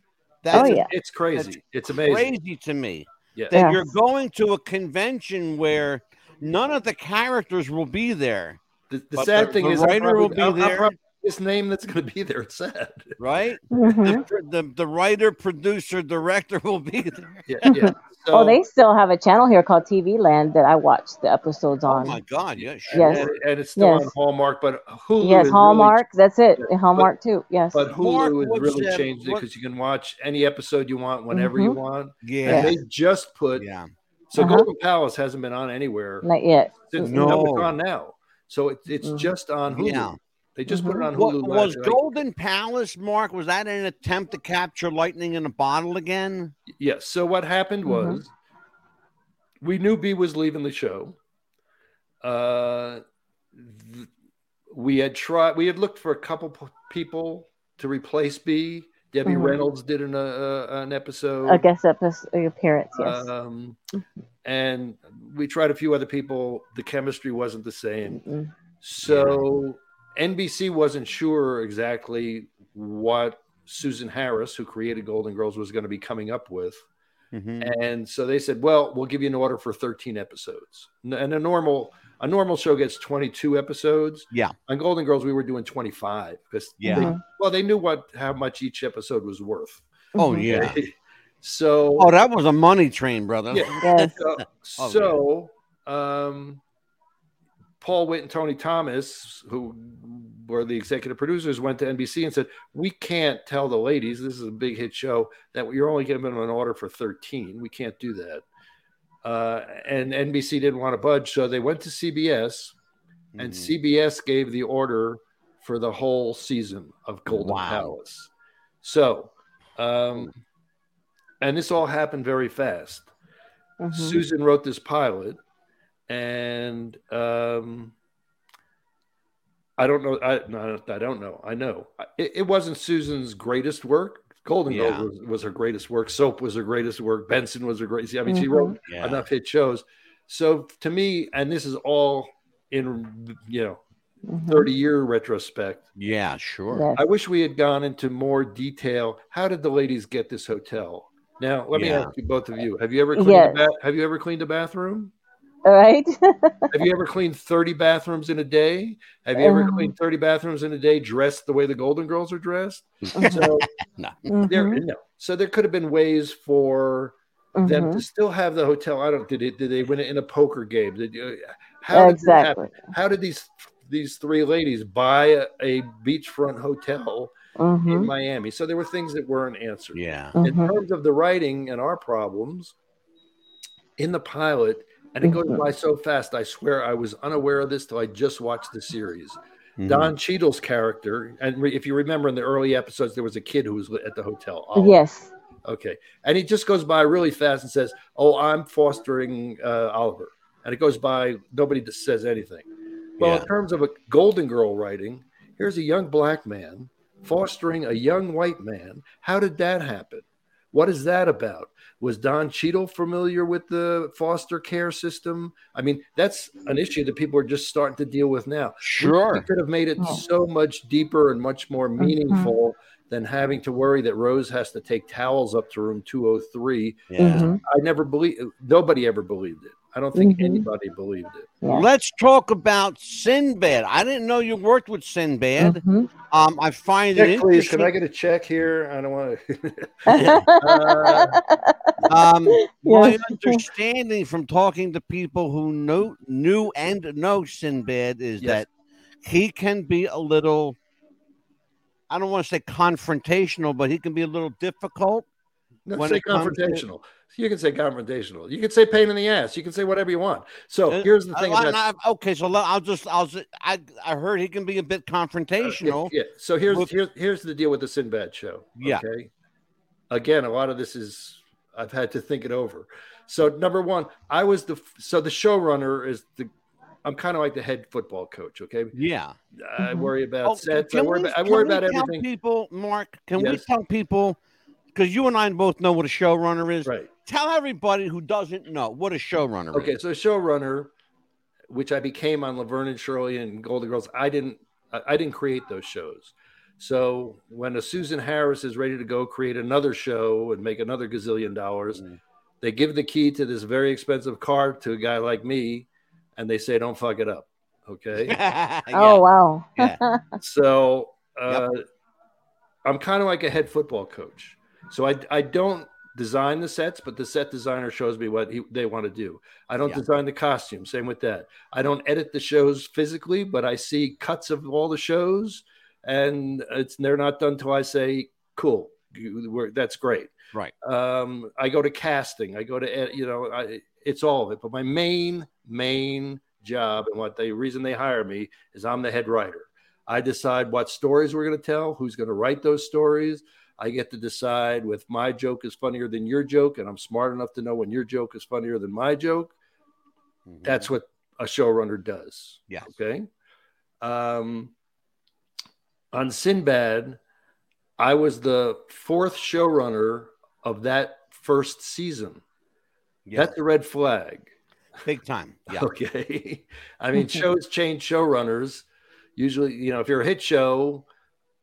[SPEAKER 1] that
[SPEAKER 2] Oh,
[SPEAKER 3] it's-
[SPEAKER 2] yeah.
[SPEAKER 3] it's crazy. it's amazing.
[SPEAKER 1] crazy to me
[SPEAKER 3] Yeah.
[SPEAKER 1] that
[SPEAKER 2] Yeah.
[SPEAKER 1] you're going to a convention where none of the characters will be there,
[SPEAKER 3] The, the
[SPEAKER 1] But
[SPEAKER 3] sad
[SPEAKER 1] the-
[SPEAKER 3] thing
[SPEAKER 1] the
[SPEAKER 3] is, I'm
[SPEAKER 1] writer
[SPEAKER 3] probably-
[SPEAKER 1] will be
[SPEAKER 3] I'm- I'm
[SPEAKER 1] there.
[SPEAKER 3] probably this name that's going to be there. It's sad.
[SPEAKER 1] right?
[SPEAKER 2] Mhm.
[SPEAKER 1] The, the, the writer, producer, director will be there.
[SPEAKER 3] Yeah, yeah. So,
[SPEAKER 2] Oh, they still have a channel here called TV Land that I watch the episodes
[SPEAKER 1] Oh
[SPEAKER 2] on.
[SPEAKER 1] my God! Yeah,
[SPEAKER 3] and,
[SPEAKER 1] sure.
[SPEAKER 2] Yes.
[SPEAKER 3] and it's still
[SPEAKER 2] Yes.
[SPEAKER 3] on Hallmark, but Hulu. is
[SPEAKER 2] yes,
[SPEAKER 3] really-
[SPEAKER 2] Hallmark. that's it.
[SPEAKER 3] Yeah,
[SPEAKER 2] Hallmark too. Yes.
[SPEAKER 3] but
[SPEAKER 1] Mark,
[SPEAKER 3] Hulu has
[SPEAKER 1] what's
[SPEAKER 3] really
[SPEAKER 1] that-
[SPEAKER 3] changed it
[SPEAKER 1] what-
[SPEAKER 3] because you can watch any episode you want whenever you
[SPEAKER 2] Mhm.
[SPEAKER 3] want.
[SPEAKER 1] Yeah,
[SPEAKER 3] And they just put
[SPEAKER 1] yeah.
[SPEAKER 3] so
[SPEAKER 2] Uh-huh.
[SPEAKER 3] Golden Palace hasn't been on anywhere
[SPEAKER 2] Not yet.
[SPEAKER 3] since
[SPEAKER 1] No.
[SPEAKER 3] no, it's on now. So it, it's
[SPEAKER 2] Mhm.
[SPEAKER 3] just on Hulu.
[SPEAKER 1] Yeah.
[SPEAKER 3] They just
[SPEAKER 2] Mm-hmm.
[SPEAKER 3] put it on
[SPEAKER 1] Wa-
[SPEAKER 3] Hulu.
[SPEAKER 1] was
[SPEAKER 3] last night.
[SPEAKER 1] Golden Palace, Mark? Was that an attempt to capture lightning in a bottle again?
[SPEAKER 3] Yeah. So what happened
[SPEAKER 2] Mhm.
[SPEAKER 3] was we knew B was leaving the show. Uh, th- we had tried. We had looked for a couple p- people to replace B. Debbie
[SPEAKER 2] Mhm.
[SPEAKER 3] Reynolds did an uh, an episode.
[SPEAKER 2] I guess that was the appearance. Yes.
[SPEAKER 3] Um, and
[SPEAKER 2] Mm-hmm.
[SPEAKER 3] we tried a few other people. The chemistry wasn't the same.
[SPEAKER 2] Mhm.
[SPEAKER 3] So NBC wasn't sure exactly what Susan Harris, who created Golden Girls, was going to be coming up with. Mm-hmm.
[SPEAKER 1] Mhm.
[SPEAKER 3] And so they said, "Well, we'll give you an order for 13 episodes." N- And a normal a normal show gets 22 episodes.
[SPEAKER 1] Yeah.
[SPEAKER 3] On Golden Girls, we were doing 25 because
[SPEAKER 1] Yeah.
[SPEAKER 3] they- well, they knew what how much each episode was worth.
[SPEAKER 1] Oh
[SPEAKER 2] Mhm.
[SPEAKER 1] yeah.
[SPEAKER 3] So
[SPEAKER 1] Oh, that was a money train, brother.
[SPEAKER 3] Yeah.
[SPEAKER 2] Mm-hmm. Yes.
[SPEAKER 3] so,
[SPEAKER 1] Oh,
[SPEAKER 3] so, um, Paul Witt and Tony Thomas, who were the executive producers, went to NBC and said, "We can't tell the ladies this is a big hit show that you're only giving them an order for 13. We can't do that." Uh, and NBC didn't want to budge, so they went to CBS, and
[SPEAKER 1] Mhm.
[SPEAKER 3] CBS gave the order for the whole season of Golden
[SPEAKER 1] Wow.
[SPEAKER 3] Palace. So, um, and this all happened very fast.
[SPEAKER 2] Mhm.
[SPEAKER 1] Mm-hmm.
[SPEAKER 3] Susan wrote this pilot, and um, I don't know. I no, I don't know. I know it, it wasn't Susan's greatest work. Golden
[SPEAKER 1] Yeah.
[SPEAKER 3] Girls was, was her greatest work. Soap was her greatest work. Benson was her greatest. I mean, she
[SPEAKER 2] Mhm.
[SPEAKER 3] wrote
[SPEAKER 1] Mm-hmm. Yeah.
[SPEAKER 3] enough hit shows. So to me, and this is all in you know
[SPEAKER 1] Mm-hmm.
[SPEAKER 2] Mhm.
[SPEAKER 3] thirty year retrospect.
[SPEAKER 1] Yeah, sure.
[SPEAKER 2] Yes.
[SPEAKER 3] I wish we had gone into more detail. How did the ladies get this hotel? Now, let me
[SPEAKER 1] Yeah.
[SPEAKER 3] ask you both of you: Have you ever cleaned
[SPEAKER 2] Yes.
[SPEAKER 3] a ba- Have you ever cleaned a bathroom?
[SPEAKER 2] All right.
[SPEAKER 3] Have you ever cleaned thirty bathrooms in a day? Have you ever
[SPEAKER 2] Um.
[SPEAKER 3] cleaned thirty bathrooms in a day, dressed the way the Golden Girls are dressed? So there,
[SPEAKER 2] Mhm.
[SPEAKER 3] no. So there could have been ways for them
[SPEAKER 2] Mhm.
[SPEAKER 3] to still have the hotel. I don't. Did it? Did they win it in a poker game? Did you? uh, How did it happen?
[SPEAKER 2] exactly.
[SPEAKER 3] How did these these three ladies buy a, a beachfront hotel in
[SPEAKER 2] Mhm.
[SPEAKER 3] Miami. So there were things that weren't answered.
[SPEAKER 1] Yeah.
[SPEAKER 3] In
[SPEAKER 2] Mhm.
[SPEAKER 3] terms of the writing and our problems in the pilot, and it goes
[SPEAKER 2] Mhm.
[SPEAKER 3] by so fast, I swear I was unaware of this till I just watched the series.
[SPEAKER 1] Mhm.
[SPEAKER 3] Don Cheadle's character, and re- if you remember in the early episodes, there was a kid who was at the hotel. Oliver.
[SPEAKER 2] Yes.
[SPEAKER 3] Okay. And he just goes by really fast and says, Oh, I'm fostering uh, Oliver. And it goes by, nobody just says anything. Well,
[SPEAKER 1] Mm-hmm. Yeah.
[SPEAKER 3] in terms of a golden girl writing, here's a young black man fostering a young white man. How did that happen? What is that about? Was Don Cheadle familiar with the foster care system? I mean, that's an issue that people are just starting to deal with now. We- We
[SPEAKER 1] Sure.
[SPEAKER 3] could have made it
[SPEAKER 2] Yeah.
[SPEAKER 3] so much deeper and much more meaningful than having to worry that Rose has to take towels up to room 203.
[SPEAKER 1] Yeah.
[SPEAKER 2] Mhm.
[SPEAKER 3] I never believe nobody ever believed it. I don't think
[SPEAKER 2] Mhm.
[SPEAKER 3] anybody believed it.
[SPEAKER 2] Yeah.
[SPEAKER 1] Let's talk about Sinbad. I didn't know you worked with Sinbad.
[SPEAKER 2] Mhm.
[SPEAKER 1] Um, I find it
[SPEAKER 3] Check, please. Can I
[SPEAKER 1] interesting.
[SPEAKER 3] get a check here? I don't want to.
[SPEAKER 1] Um, my
[SPEAKER 2] Yes.
[SPEAKER 1] understanding from talking to people who know, knew and know Sinbad is
[SPEAKER 3] Yes.
[SPEAKER 1] that he can be a little, I don't want to say confrontational, but he can be a little difficult.
[SPEAKER 3] No,
[SPEAKER 1] When
[SPEAKER 3] say
[SPEAKER 1] it comes to-
[SPEAKER 3] confrontational. you can say confrontational. You can say pain in the ass. You can say whatever you want. So
[SPEAKER 1] Uh,
[SPEAKER 3] here's the
[SPEAKER 1] I-
[SPEAKER 3] thing.
[SPEAKER 1] I-
[SPEAKER 3] about-
[SPEAKER 1] I- okay, so let- I'll just, I'll, s- I, I heard he can be a bit confrontational.
[SPEAKER 3] Yeah. So here's
[SPEAKER 1] Look-
[SPEAKER 3] here's here's the deal with the Sinbad show.
[SPEAKER 1] Yeah.
[SPEAKER 3] Okay. Again, a lot of this is I've had to think it over. So number one, I was the so the showrunner is the I'm kind of like the head football coach. Okay.
[SPEAKER 1] Yeah.
[SPEAKER 3] I
[SPEAKER 2] Mhm.
[SPEAKER 3] worry about
[SPEAKER 1] Oh,
[SPEAKER 3] sets. I
[SPEAKER 1] can
[SPEAKER 3] worry
[SPEAKER 1] we-
[SPEAKER 3] about, I
[SPEAKER 1] can
[SPEAKER 3] worry
[SPEAKER 1] we
[SPEAKER 3] about
[SPEAKER 1] tell
[SPEAKER 3] everything.
[SPEAKER 1] People, Mark, can we
[SPEAKER 3] Yes.
[SPEAKER 1] tell people? Because you and I both know what a showrunner is.
[SPEAKER 3] Right.
[SPEAKER 1] Tell everybody who doesn't know what a showrunner is.
[SPEAKER 3] Okay. So showrunner, which I became on Laverne and Shirley and Golden Girls, I didn't I, I didn't create those shows. So when a Susan Harris is ready to go create another show and make another gazillion dollars,
[SPEAKER 1] Mm.
[SPEAKER 3] they give the key to this very expensive car to a guy like me, and they say, "Don't fuck it up." Okay.
[SPEAKER 1] Yeah.
[SPEAKER 2] Oh wow.
[SPEAKER 1] Yeah.
[SPEAKER 3] So uh, I'm kind of like a head football coach. So I, I don't design the sets, but the set designer shows me what he, they want to do. I don't
[SPEAKER 1] Yeah.
[SPEAKER 3] design the costume. Same with that. I don't edit the shows physically, but I see cuts of all the shows, and it's they're not done till I say cool. you- we're- that's great.
[SPEAKER 1] Right.
[SPEAKER 3] Um, I go to casting. I go to ed- you know. I, it's all of it. But my main main job and what the reason they hire me is I'm the head writer. I decide what stories we're going to tell, who's going to write those stories. I get to decide with my joke is funnier than your joke, and I'm smart enough to know when your joke is funnier than my joke.
[SPEAKER 1] Mm-hmm.
[SPEAKER 3] That's what a showrunner does.
[SPEAKER 1] Yeah.
[SPEAKER 3] Okay. Um, on Sinbad, I was the fourth showrunner of that first season.
[SPEAKER 1] yeah,
[SPEAKER 3] That's a red flag.
[SPEAKER 1] big time. Yeah.
[SPEAKER 3] Okay. I mean, shows change showrunners. Usually, you know, if you're a hit show,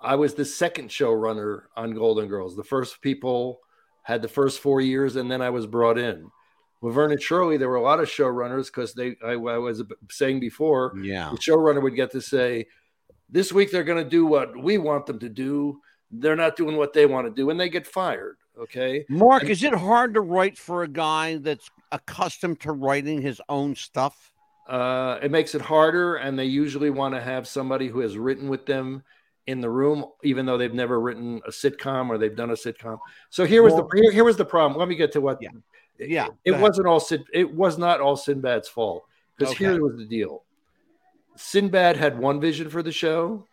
[SPEAKER 3] I was the second show runner on Golden Girls. The first people had the first four years, and then I was brought in. With Vernon Shirley, there were a lot of showrunners because they, I, I was saying before,
[SPEAKER 1] Yeah.
[SPEAKER 3] the showrunner would get to say, "This week they're going to do what we want them to do. They're not doing what they want to do," and they get fired. Okay,
[SPEAKER 1] Mark, is it hard to write for a guy that's accustomed to writing his own stuff?
[SPEAKER 3] uh, it makes it harder, and they usually want to have somebody who has written with them in the room, even though they've never written a sitcom or they've done a sitcom. So here was
[SPEAKER 1] Well-
[SPEAKER 3] the here, here was the problem. Let me get to what.
[SPEAKER 1] Yeah. Yeah,
[SPEAKER 3] it,
[SPEAKER 1] go ahead.
[SPEAKER 3] wasn't all Sin. It was not all Sinbad's fault because
[SPEAKER 1] Okay.
[SPEAKER 3] here was the deal. Sinbad had one vision for the show.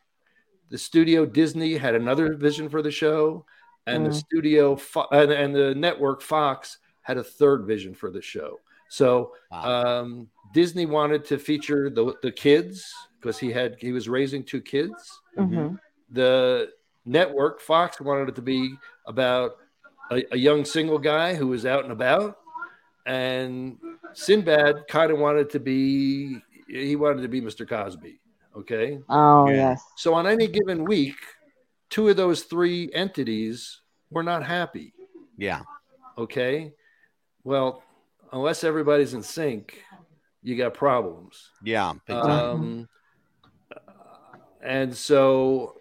[SPEAKER 3] The studio Disney had another vision for the show, and the
[SPEAKER 2] Mm.
[SPEAKER 3] studio Fo- and, and the network Fox had a third vision for the show. So
[SPEAKER 1] Uh,
[SPEAKER 3] um, Disney wanted to feature the the kids because he had he was raising two kids
[SPEAKER 2] Mm-hmm.
[SPEAKER 3] the network Fox wanted it to be about a, a young single guy who was out and about, and Sinbad kind of wanted to be he wanted to be Mr. Cosby. Okay,
[SPEAKER 2] Oh
[SPEAKER 1] Yeah.
[SPEAKER 2] yes.
[SPEAKER 3] so on any given week, two of those three entities were not happy.
[SPEAKER 1] yeah,
[SPEAKER 3] Okay, well, unless everybody's in sync, you got problems.
[SPEAKER 1] yeah. big time.
[SPEAKER 3] Um, and so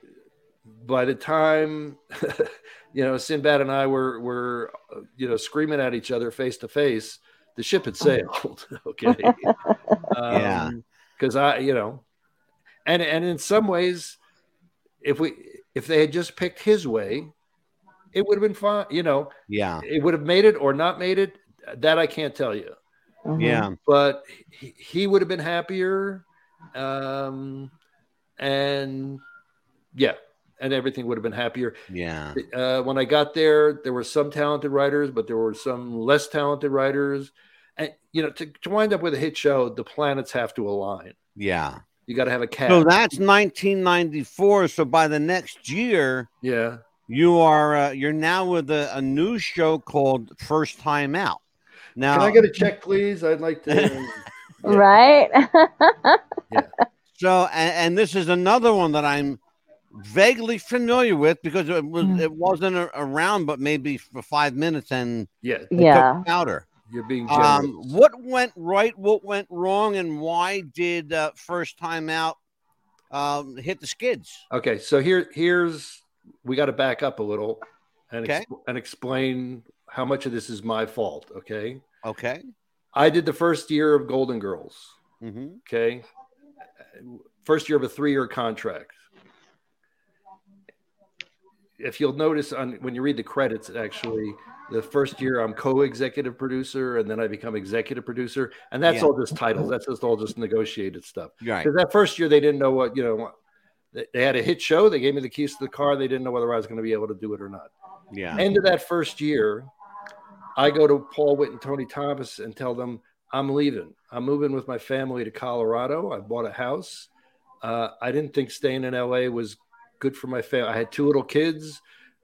[SPEAKER 3] by the time you know Sinbad and I were were uh, you know screaming at each other face to face, the ship had sailed. okay,
[SPEAKER 1] Yeah.
[SPEAKER 3] because I you know, and and in some ways, if we if they had just picked his way, it would have been fine. You know,
[SPEAKER 1] yeah,
[SPEAKER 3] it would have made it or not made it. That I can't tell you Mm-hmm.
[SPEAKER 2] Mhm.
[SPEAKER 1] yeah,
[SPEAKER 3] but he, he would have been happier um and yeah and everything would have been happier
[SPEAKER 1] yeah,
[SPEAKER 3] uh, when i got there there were some talented writers but there were some less talented writers and you know to, to wind up with a hit show the planets have to align
[SPEAKER 1] yeah.
[SPEAKER 3] you got to have a cat
[SPEAKER 1] So that's 1994. So by the next year,
[SPEAKER 3] yeah
[SPEAKER 1] you are uh, you're now with a, a new show called First Time Out. Now,
[SPEAKER 3] can i get a check please i'd like to Yeah.
[SPEAKER 2] Right.
[SPEAKER 1] So, and, and this is another one that I'm vaguely familiar with because it was
[SPEAKER 2] Mm.
[SPEAKER 1] it wasn't a, around, but maybe for five minutes and
[SPEAKER 3] yeah
[SPEAKER 1] it
[SPEAKER 2] yeah.
[SPEAKER 1] took powder.
[SPEAKER 3] you're being
[SPEAKER 1] Um,
[SPEAKER 3] generous
[SPEAKER 1] what went right? What went wrong? And why did uh, first time out um, hit the skids?
[SPEAKER 3] Okay, so here here's we got to back up a little and ex- and explain how much of this is my fault, okay?
[SPEAKER 1] Okay.
[SPEAKER 3] I did the first year of Golden Girls,
[SPEAKER 1] Mm-hmm.
[SPEAKER 3] okay? First year of a 3-year contract. If you'll notice on when you read the credits actually the first year I'm co-executive producer and then I become executive producer and that's
[SPEAKER 1] Yeah.
[SPEAKER 3] all just titles that's just all just negotiated stuff.
[SPEAKER 1] Right.
[SPEAKER 3] Because that first year they didn't know what you know. They, they had a hit show. They gave me the keys to the car. They didn't know whether I was going to be able to do it or not.
[SPEAKER 1] Yeah.
[SPEAKER 3] End of that first year, I go to Paul Witt and Tony Thomas and tell them I'm leaving. I'm moving with my family to Colorado. I bought a house. Uh, I didn't think staying in LA was good for my family. I had two little kids.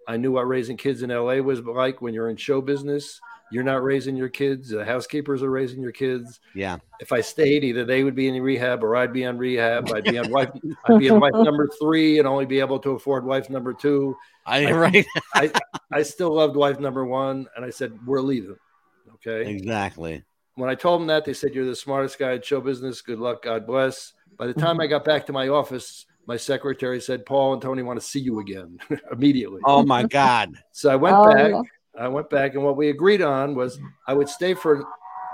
[SPEAKER 3] I knew what raising kids in LA was like when you're in show business. You're not raising your kids. The housekeepers are raising your kids
[SPEAKER 1] Yeah.
[SPEAKER 3] if I stayed, either they would be in rehab or I'd be on rehab. I'd be on wife, I'd be on wife number three and only be able to afford wife number two.
[SPEAKER 1] I right.
[SPEAKER 3] I still loved wife number one, and I said, We're leaving. Okay.
[SPEAKER 1] exactly.
[SPEAKER 3] When I told them that, they said, You're the smartest guy in show business. Good luck. God bless. By the time
[SPEAKER 2] Mm-hmm.
[SPEAKER 3] I got back to my office, my secretary said, Paul and Tony want to see you again immediately.
[SPEAKER 1] Oh my God.
[SPEAKER 3] So I went
[SPEAKER 2] Oh,
[SPEAKER 3] back.
[SPEAKER 2] yeah.
[SPEAKER 3] I went back, and what we agreed on was I would stay for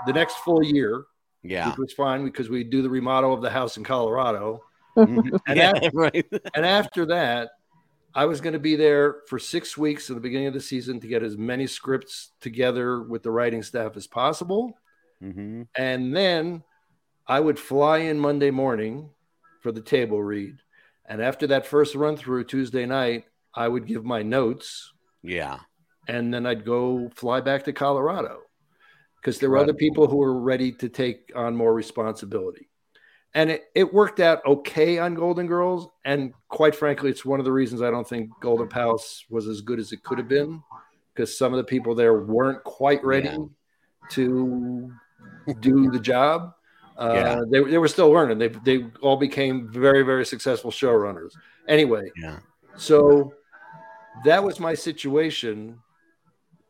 [SPEAKER 3] the next full year,
[SPEAKER 1] Yeah.
[SPEAKER 3] which was fine because we do the remodel of the house in Colorado.
[SPEAKER 1] Mhm.
[SPEAKER 3] And
[SPEAKER 1] yeah.
[SPEAKER 3] that-
[SPEAKER 1] Right.
[SPEAKER 3] and after that, I was going to be there for six weeks at the beginning of the season to get as many scripts together with the writing staff as possible.
[SPEAKER 1] hmm
[SPEAKER 3] And then I would fly in Monday morning for the table read. And after that first run through Tuesday night, I would give my notes
[SPEAKER 1] Yeah.
[SPEAKER 3] and then I'd go fly back to Colorado because there were other
[SPEAKER 1] Incredible.
[SPEAKER 3] people who were ready to take on more responsibility. And it, it worked out okay on Golden Girls. And quite frankly, it's one of the reasons I don't think Golden Palace was as good as it could have been because some of the people there weren't quite ready
[SPEAKER 1] Yeah.
[SPEAKER 3] to do the job. Uh,
[SPEAKER 1] Yeah.
[SPEAKER 3] they, they were still learning. They, they all became very, very successful showrunners. Anyway,
[SPEAKER 1] Yeah.
[SPEAKER 3] so that was my situation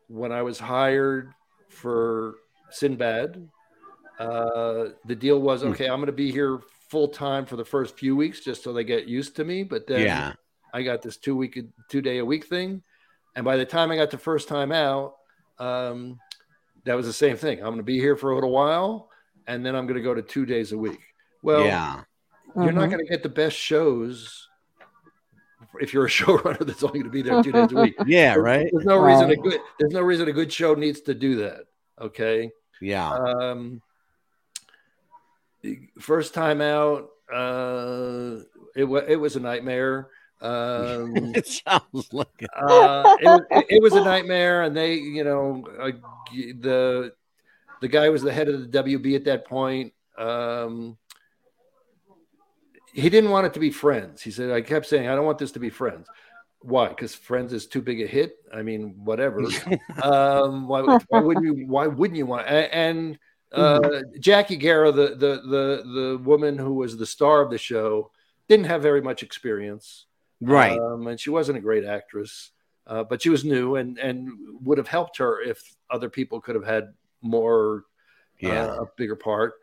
[SPEAKER 3] when I was hired for Sinbad. Uh, the deal was
[SPEAKER 1] Hmm.
[SPEAKER 3] okay, I'm going to be here full time for the first few weeks just so they get used to me. But then
[SPEAKER 1] yeah.
[SPEAKER 3] I got this two week, two day a week thing. And by the time I got the first time out, um, that was the same thing. I'm going to be here for a little while and then I'm going to go to two days a week. Well,
[SPEAKER 1] yeah.
[SPEAKER 3] you're not
[SPEAKER 2] Mhm.
[SPEAKER 3] going to get the best shows if you're a showrunner that's only going to be there two days a week.
[SPEAKER 1] Yeah. Right.
[SPEAKER 3] There's no reason a
[SPEAKER 2] Right.
[SPEAKER 3] good there's no reason a good show needs to do that. Okay.
[SPEAKER 1] Yeah.
[SPEAKER 3] Um, first time out, uh, it was it was a nightmare. Um,
[SPEAKER 1] It sounds like it.
[SPEAKER 3] uh, it, was- it was a nightmare, and they, you know, uh, g- the the guy was the head of the WB at that point. Um, he didn't want it to be Friends. He said, "I kept saying I don't want this to be Friends. Why? Because Friends is too big a hit. I mean, whatever. um, why, why wouldn't you? Why wouldn't you want?" a- And uh, Jackie Guerra, the, the the the woman who was the star of the show, didn't have very much experience.
[SPEAKER 1] right.
[SPEAKER 3] Um, and she wasn't a great actress, uh, but she was new and and would have helped her if other people could have had more,
[SPEAKER 1] yeah.
[SPEAKER 3] uh, a bigger part.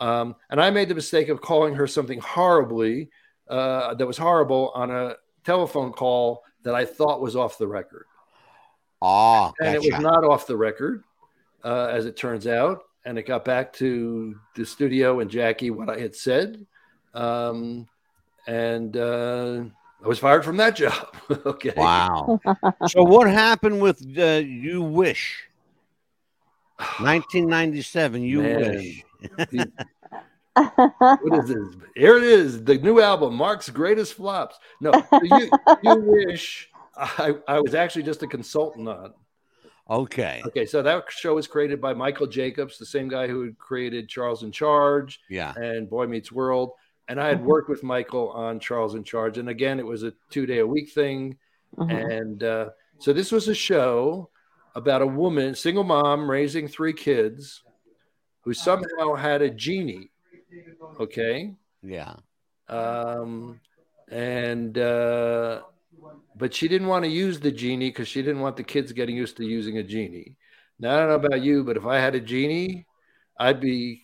[SPEAKER 3] Um, and I made the mistake of calling her something horribly uh, that was horrible on a telephone call that I thought was off the record,
[SPEAKER 1] Ah.
[SPEAKER 3] and it
[SPEAKER 1] gotcha.
[SPEAKER 3] was not off the record, uh, as it turns out. And it got back to the studio and Jackie what I had said, um, and uh, I was fired from that job. okay.
[SPEAKER 1] Wow. so what happened with uh, You Wish? 1997. You
[SPEAKER 3] Man.
[SPEAKER 1] Wish.
[SPEAKER 2] Mm-hmm.
[SPEAKER 3] what is this? Here it is, the new album, Mark's greatest flops. No, you, you wish. I, I was actually just a consultant on.
[SPEAKER 1] Okay.
[SPEAKER 3] Okay, so that show was created by Michael Jacobs, the same guy who had created Charles in Charge
[SPEAKER 1] Yeah.
[SPEAKER 3] and Boy Meets World. And I had
[SPEAKER 2] Mhm.
[SPEAKER 3] worked with Michael on Charles in Charge. And again, it was a two day a week thing.
[SPEAKER 2] Mhm.
[SPEAKER 3] And uh, so this was a show about a woman, single mom, raising three kids who somehow had a genie. Okay.
[SPEAKER 1] Yeah.
[SPEAKER 3] Um, and, uh, but she didn't want to use the genie because she didn't want the kids getting used to using a genie. Now, I don't know about you, but if I had a genie, I'd be.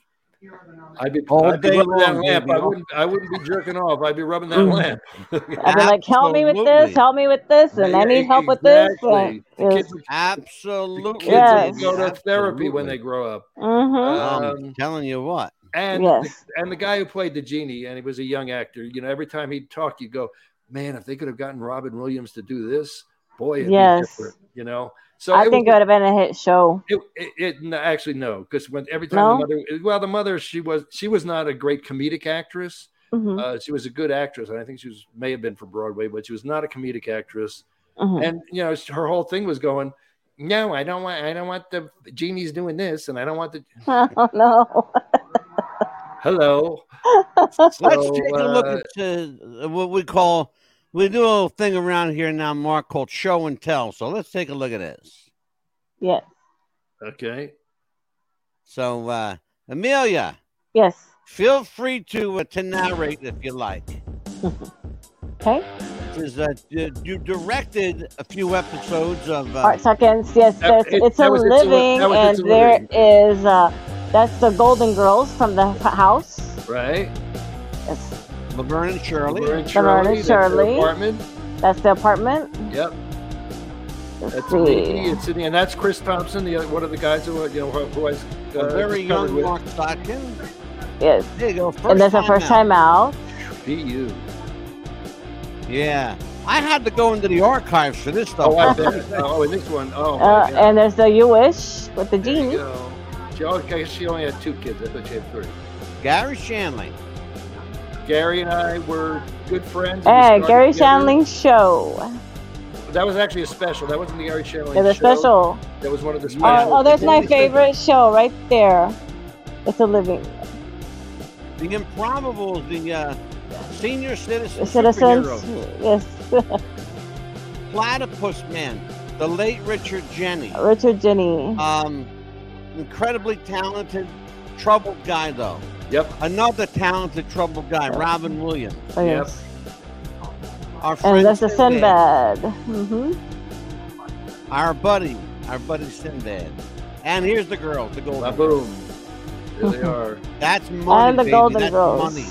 [SPEAKER 3] I'd be,
[SPEAKER 1] All
[SPEAKER 3] I'd be
[SPEAKER 1] day
[SPEAKER 3] rubbing that
[SPEAKER 1] long,
[SPEAKER 3] lamp.
[SPEAKER 1] baby.
[SPEAKER 3] I wouldn't, I wouldn't be jerking off. I'd be rubbing that
[SPEAKER 2] Mm.
[SPEAKER 3] lamp.
[SPEAKER 2] I'd be like, help me with
[SPEAKER 1] Absolutely.
[SPEAKER 2] this, help me with this, and I
[SPEAKER 3] Yeah,
[SPEAKER 2] need help with this. uh,
[SPEAKER 3] exactly. The kids, the
[SPEAKER 1] Absolutely.
[SPEAKER 3] kids
[SPEAKER 2] Yes.
[SPEAKER 3] will go to therapy when they
[SPEAKER 1] Absolutely.
[SPEAKER 3] grow up.
[SPEAKER 2] Mm-hmm.
[SPEAKER 1] Um,
[SPEAKER 3] Um,
[SPEAKER 1] telling you what.
[SPEAKER 3] And
[SPEAKER 2] Yes.
[SPEAKER 3] and the guy who played the genie, and he was a young actor. You know, every time he'd talk, you'd go, "Man, if they could have gotten Robin Williams to do this, boy, it'd
[SPEAKER 2] Yes.
[SPEAKER 3] be different." You know, so
[SPEAKER 2] I
[SPEAKER 3] it
[SPEAKER 2] think it
[SPEAKER 3] was,
[SPEAKER 2] would have been a hit show.
[SPEAKER 3] it, it, it- no, actually no, because when every time
[SPEAKER 2] No?
[SPEAKER 3] the mother, well, the mother, she was she was not a great comedic actress.
[SPEAKER 2] hmm
[SPEAKER 3] Uh, she was a good actress, and I think she was may have been from Broadway, but she was not a comedic actress
[SPEAKER 2] hmm
[SPEAKER 3] and you know her whole thing was going no i don't want i don't want the genies doing this and i don't want the
[SPEAKER 2] oh no.
[SPEAKER 3] hello
[SPEAKER 1] Let's
[SPEAKER 3] So,
[SPEAKER 1] take a look
[SPEAKER 3] uh,
[SPEAKER 1] at uh, what we call, we do a little thing around here now, Mark, called show and tell. So let's take a look at this.
[SPEAKER 2] Yes.
[SPEAKER 3] okay
[SPEAKER 1] So, uh, Amelia,
[SPEAKER 2] Yes.
[SPEAKER 1] feel free to uh, to narrate if you like.
[SPEAKER 2] Okay.
[SPEAKER 1] This is uh, you, you directed a few episodes of uh,
[SPEAKER 2] Art Seconds. Yes.
[SPEAKER 3] That-
[SPEAKER 2] that's
[SPEAKER 3] it-
[SPEAKER 2] it's
[SPEAKER 3] that
[SPEAKER 2] a
[SPEAKER 3] was its own-
[SPEAKER 2] living,
[SPEAKER 3] that was
[SPEAKER 2] and
[SPEAKER 3] its own
[SPEAKER 2] there
[SPEAKER 3] living.
[SPEAKER 2] is uh, that's the Golden Girls from the h- house.
[SPEAKER 3] right
[SPEAKER 2] Yes.
[SPEAKER 1] Laverne and Shirley.
[SPEAKER 3] We're in
[SPEAKER 2] Come on,
[SPEAKER 3] Shirley,
[SPEAKER 2] it's
[SPEAKER 3] that's her
[SPEAKER 2] Shirley.
[SPEAKER 3] apartment
[SPEAKER 2] That's the apartment.
[SPEAKER 3] yep
[SPEAKER 2] Let's
[SPEAKER 3] that's me
[SPEAKER 2] see.
[SPEAKER 3] it's in, and that's chris thompson the other- one of the guys who uh, you know who, who i was
[SPEAKER 1] A
[SPEAKER 3] uh,
[SPEAKER 1] very
[SPEAKER 3] discovered
[SPEAKER 1] young
[SPEAKER 3] with.
[SPEAKER 1] Mark Stockton.
[SPEAKER 2] Yes.
[SPEAKER 1] There you go. First
[SPEAKER 2] and that's her first
[SPEAKER 1] out.
[SPEAKER 2] time out.
[SPEAKER 3] bu
[SPEAKER 1] Yeah, I had to go into the archives for this stuff.
[SPEAKER 3] oh i bet oh and this one oh my
[SPEAKER 2] Uh,
[SPEAKER 3] God.
[SPEAKER 2] and there's the You Wish with the
[SPEAKER 3] There you
[SPEAKER 2] genie.
[SPEAKER 3] go. she, okay, she only had two kids i thought she had three
[SPEAKER 1] Gary Shanley.
[SPEAKER 3] gary and i were good friends We
[SPEAKER 2] Hey,
[SPEAKER 3] started
[SPEAKER 2] Eh, Gary
[SPEAKER 3] together.
[SPEAKER 2] Shanling's show.
[SPEAKER 3] that was actually a special that wasn't the gary shanley
[SPEAKER 2] There's a
[SPEAKER 3] show.
[SPEAKER 2] special.
[SPEAKER 3] That was one of the
[SPEAKER 1] Oh,
[SPEAKER 3] specials.
[SPEAKER 2] Oh, oh, there's my
[SPEAKER 3] Yeah.
[SPEAKER 2] favorite show right there. It's a living.
[SPEAKER 1] The Improbables, the uh, senior citizen,
[SPEAKER 2] Citizens.
[SPEAKER 1] superhero,
[SPEAKER 2] Yes.
[SPEAKER 1] Platypus Man, the late Richard Jenny.
[SPEAKER 2] Richard Jenny.
[SPEAKER 1] Um, incredibly talented, troubled guy though.
[SPEAKER 3] Yep.
[SPEAKER 1] Another talented trouble guy, Robin Williams.
[SPEAKER 2] Oh,
[SPEAKER 3] Uh, Yep.
[SPEAKER 2] yes.
[SPEAKER 1] Our
[SPEAKER 2] And
[SPEAKER 1] friend
[SPEAKER 2] that's the
[SPEAKER 1] Sinbad,
[SPEAKER 2] Sinbad. hmm
[SPEAKER 1] Our buddy, our buddy Sinbad. And here's the girl, the golden.
[SPEAKER 3] Ba
[SPEAKER 1] girl.
[SPEAKER 3] boom. There they are.
[SPEAKER 1] That's money.
[SPEAKER 2] And the
[SPEAKER 1] baby.
[SPEAKER 2] Golden
[SPEAKER 1] That's
[SPEAKER 2] Girls.
[SPEAKER 1] Money,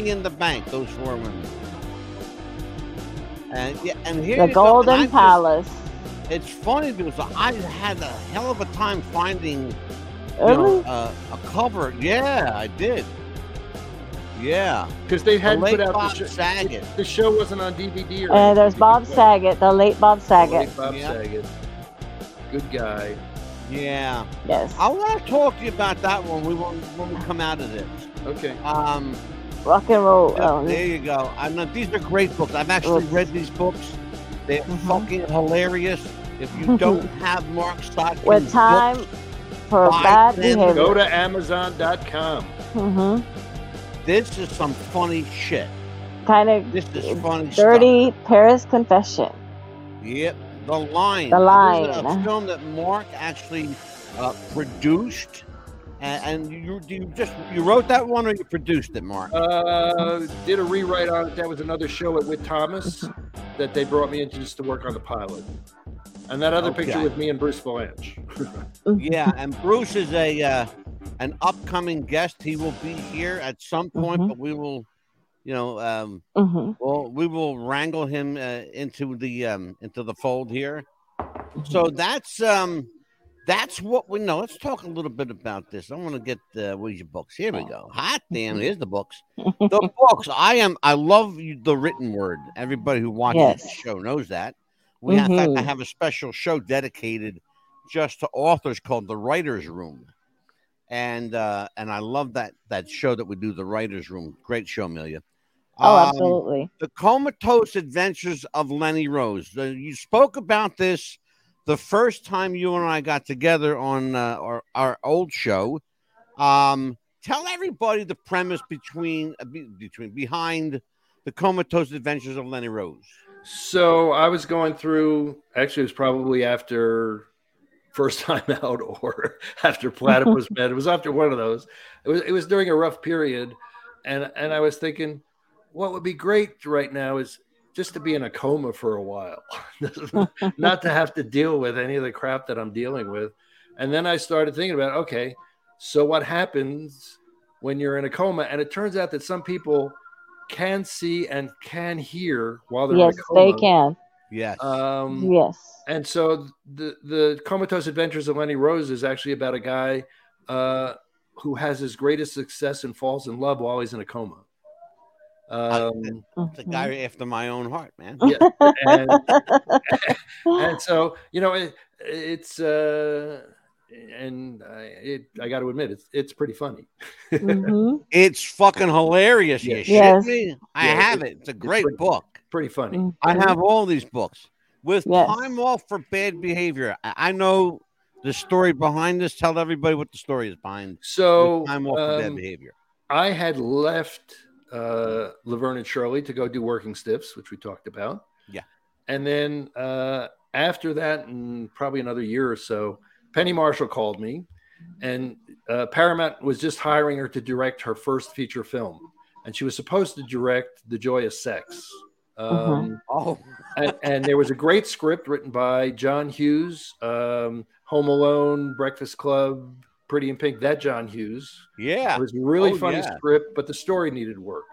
[SPEAKER 1] money in the bank. Those four women. And yeah, and here
[SPEAKER 2] The
[SPEAKER 1] you go, and I
[SPEAKER 2] Golden
[SPEAKER 1] just-
[SPEAKER 2] Palace.
[SPEAKER 1] It's funny because I had a hell of a time finding you know,
[SPEAKER 2] Really?
[SPEAKER 1] uh, a cover. Yeah, I did. Yeah,
[SPEAKER 3] Because they
[SPEAKER 1] the
[SPEAKER 3] hadn't
[SPEAKER 1] late
[SPEAKER 3] put out
[SPEAKER 1] Bob
[SPEAKER 3] the show.
[SPEAKER 1] Saget.
[SPEAKER 3] The show wasn't on DVD. Or
[SPEAKER 2] And there's
[SPEAKER 3] anything.
[SPEAKER 2] Bob Saget, the late Bob
[SPEAKER 3] The late
[SPEAKER 2] Saget.
[SPEAKER 3] Bob
[SPEAKER 1] Yeah.
[SPEAKER 3] Saget. Good guy.
[SPEAKER 1] Yeah,
[SPEAKER 2] Yes.
[SPEAKER 1] I want to talk to you about that one. We will when we come out of this.
[SPEAKER 3] Okay.
[SPEAKER 1] Um,
[SPEAKER 2] Rock and roll.
[SPEAKER 1] yeah,
[SPEAKER 2] Oh,
[SPEAKER 1] there you go. I know these are great books. I've actually
[SPEAKER 2] Oops.
[SPEAKER 1] read these books. They're
[SPEAKER 2] Mhm.
[SPEAKER 1] fucking hilarious. If you don't have Mark Stockton's
[SPEAKER 3] Mm.
[SPEAKER 2] with time
[SPEAKER 1] books,
[SPEAKER 2] for
[SPEAKER 1] Buy
[SPEAKER 2] bad
[SPEAKER 1] them.
[SPEAKER 3] Go
[SPEAKER 2] behavior.
[SPEAKER 3] to Amazon.com.
[SPEAKER 2] hmm
[SPEAKER 1] this is some funny shit.
[SPEAKER 2] Kind of
[SPEAKER 1] This is funny stuff.
[SPEAKER 2] dirty Paris confession.
[SPEAKER 1] Yep, The Lion.
[SPEAKER 2] The
[SPEAKER 1] This is a
[SPEAKER 2] Lion.
[SPEAKER 1] film that Mark actually uh, produced, and, and you, you just you wrote that one or you produced it, Mark?
[SPEAKER 3] Uh, did a rewrite on it. That was another show at With Thomas that they brought me into just to work on the pilot. And that other
[SPEAKER 1] Okay.
[SPEAKER 3] picture with me and Bruce Valanche.
[SPEAKER 1] yeah, and Bruce is a uh, an upcoming guest. He will be here at some point,
[SPEAKER 2] Mhm.
[SPEAKER 1] but we will, you know, um,
[SPEAKER 2] hmm
[SPEAKER 1] well, we will wrangle him uh, into the um, into the fold here. So
[SPEAKER 2] Mm-hmm.
[SPEAKER 1] that's um, that's what we know. Let's talk a little bit about this. I want to get uh, where's your books? Here we go. Hot damn,
[SPEAKER 2] Mm-hmm.
[SPEAKER 1] here's the books. The books. I am. I love you- the written word. Everybody who watches
[SPEAKER 2] Yes.
[SPEAKER 1] the show knows that. We have, in fact, I
[SPEAKER 2] Mhm.
[SPEAKER 1] have a special show dedicated just to authors called the Writers Room, and uh, and I love that that show that we do, the Writers Room. Great show, Amelia.
[SPEAKER 2] Oh,
[SPEAKER 1] Um,
[SPEAKER 2] absolutely.
[SPEAKER 1] the comatose adventures of Lenny Rose. The- you spoke about this the first time you and I got together on uh, our, our old show. Um, tell everybody the premise between uh, be- between behind the comatose adventures of Lenny Rose.
[SPEAKER 3] So I was going through, actually, it was probably after First Time Out or after Platypus Man. It was after one of those. It was, it was during a rough period. And, and I was thinking, what would be great right now is just to be in a coma for a while, not to have to deal with any of the crap that I'm dealing with. And then I started thinking about, okay, so what happens when you're in a coma? And it turns out that some people can see and can hear while they're
[SPEAKER 2] Yes,
[SPEAKER 3] in a
[SPEAKER 2] they
[SPEAKER 3] coma.
[SPEAKER 2] can.
[SPEAKER 1] Yes.
[SPEAKER 3] Um,
[SPEAKER 2] Yes.
[SPEAKER 3] and so the the comatose adventures of lenny rose is actually about a guy uh, who has his greatest success and falls in love while he's in a coma um,
[SPEAKER 1] the guy after my own heart, man.
[SPEAKER 3] Yeah. and,
[SPEAKER 2] Mhm.
[SPEAKER 3] and so you know it, it's uh, and I, it, I got to admit it's it's pretty funny
[SPEAKER 2] Mhm.
[SPEAKER 1] It's fucking hilarious. You
[SPEAKER 3] Yes.
[SPEAKER 1] shit
[SPEAKER 2] Yes.
[SPEAKER 1] me? I
[SPEAKER 3] Yeah,
[SPEAKER 1] have
[SPEAKER 3] it-
[SPEAKER 1] it. It's a great
[SPEAKER 3] pretty-
[SPEAKER 1] book.
[SPEAKER 3] pretty funny
[SPEAKER 2] Mm-hmm.
[SPEAKER 1] I have all these books with
[SPEAKER 2] Yes.
[SPEAKER 1] time off for bad behavior. I, I know the story behind this. Tell everybody what the story is behind.
[SPEAKER 3] so
[SPEAKER 1] with time off for bad
[SPEAKER 3] um,
[SPEAKER 1] behavior.
[SPEAKER 3] I had left uh, Laverne and Shirley to go do working stiffs, which we talked about.
[SPEAKER 1] Yeah.
[SPEAKER 3] And then uh, after that, and probably another year or so, Penny Marshall called me, and uh, Paramount was just hiring her to direct her first feature film, and she was supposed to direct The Joyous Sex. Um,
[SPEAKER 2] Mhm.
[SPEAKER 1] Oh,
[SPEAKER 3] and, and there was a great script written by John Hughes, um, Home Alone, Breakfast Club, Pretty in Pink. That John Hughes,
[SPEAKER 1] yeah.
[SPEAKER 3] it was a really
[SPEAKER 1] Oh,
[SPEAKER 3] funny
[SPEAKER 1] yeah.
[SPEAKER 3] script, but the story needed work.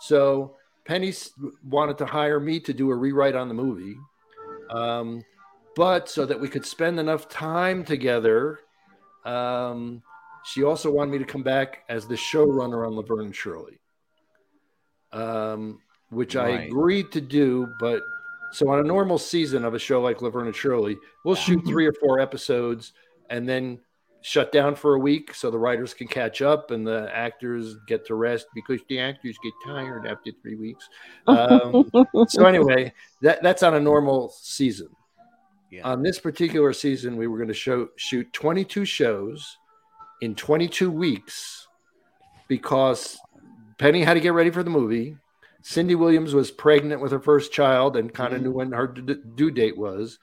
[SPEAKER 3] So Penny s- wanted to hire me to do a rewrite on the movie, um, but so that we could spend enough time together, um, she also wanted me to come back as the showrunner on Laverne and Shirley, um, which I
[SPEAKER 1] Right.
[SPEAKER 3] agreed to do. But so on a normal season of a show like Laverne and Shirley, we'll shoot three or four episodes and then shut down for a week so the writers can catch up and the actors get to rest because the actors get tired after three weeks. Um, so anyway, that, that's on a normal season.
[SPEAKER 1] Yeah.
[SPEAKER 3] On this particular season, we were going to show shoot 22 shows in 22 weeks because Penny had to get ready for the movie. Cindy Williams was pregnant with her first child and kind of
[SPEAKER 1] Mhm.
[SPEAKER 3] knew when her d- due date was.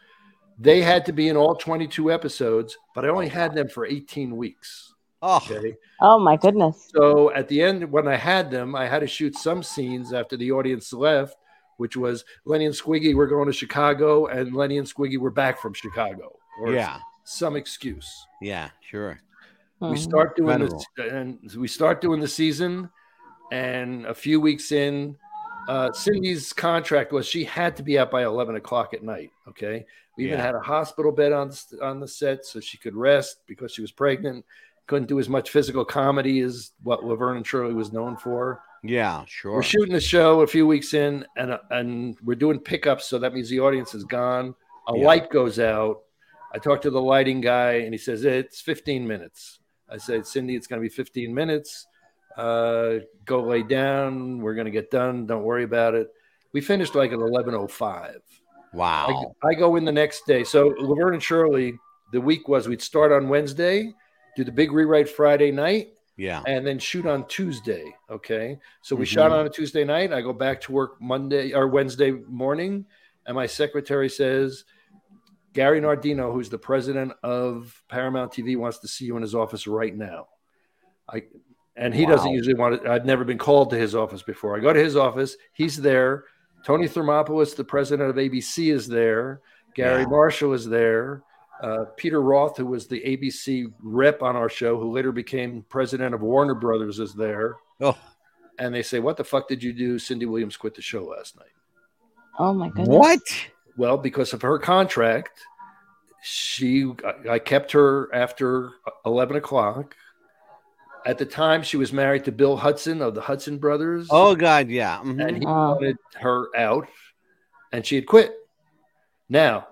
[SPEAKER 3] They had to be in all 22 episodes, but I only had them for 18 weeks.
[SPEAKER 1] Oh,
[SPEAKER 3] Okay.
[SPEAKER 2] Oh my goodness.
[SPEAKER 3] So at the end, when I had them, I had to shoot some scenes after the audience left, which was Lenny and Squiggy were going to Chicago, and Lenny and Squiggy were back from Chicago, or
[SPEAKER 1] yeah,
[SPEAKER 3] some excuse.
[SPEAKER 1] yeah, sure.
[SPEAKER 3] We
[SPEAKER 2] Mhm.
[SPEAKER 3] start doing
[SPEAKER 1] Incredible.
[SPEAKER 3] this, and we start doing the season, and a few weeks in, uh, Cindy's contract was she had to be out by eleven o'clock at night. Okay, we even
[SPEAKER 1] Yeah.
[SPEAKER 3] had a hospital bed on s- on the set so she could rest because she was pregnant. Couldn't do as much physical comedy as what Laverne and Shirley was known for.
[SPEAKER 1] Yeah, sure.
[SPEAKER 3] We're shooting the show a few weeks in, and uh, and we're doing pickups, so that means the audience is gone. A
[SPEAKER 1] Yeah.
[SPEAKER 3] light goes out. I talk to the lighting guy, and he says it's 15 minutes. I said, Cindy, it's going to be 15 minutes. Uh, go lay down. We're going to get done. Don't worry about it. We finished like at 11:05. I,
[SPEAKER 1] Wow.
[SPEAKER 3] I go in the next day. So Laverne and Shirley, the week was we'd start on Wednesday, do the big rewrite Friday night,
[SPEAKER 1] Yeah,
[SPEAKER 3] and then shoot on Tuesday. Okay. So we shot
[SPEAKER 1] Mhm.
[SPEAKER 3] on a Tuesday night. I go back to work Monday or Wednesday morning. And my secretary says, Gary Nardino, who's the president of Paramount TV, wants to see you in his office right now. I and he doesn't
[SPEAKER 1] Wow.
[SPEAKER 3] usually want to. I'd never been called to his office before. I go to his office, he's there. Tony Thermopoulos, the president of ABC, is there. Gary
[SPEAKER 1] Yeah.
[SPEAKER 3] Marshall is there. Uh, Peter Roth, who was the ABC rep on our show, who later became president of Warner Brothers, is there.
[SPEAKER 1] Oh.
[SPEAKER 3] And they say, What the fuck did you do? Cindy Williams quit the show last night.
[SPEAKER 2] Oh my goodness.
[SPEAKER 1] what?
[SPEAKER 3] Well, because of her contract, she I- I kept her after eleven o'clock. At the time, she was married to Bill Hudson of the Hudson Brothers,
[SPEAKER 1] Oh God, yeah. mhm.
[SPEAKER 3] Mm-hmm. and he
[SPEAKER 2] Oh.
[SPEAKER 3] wanted her out, and she had quit. Now,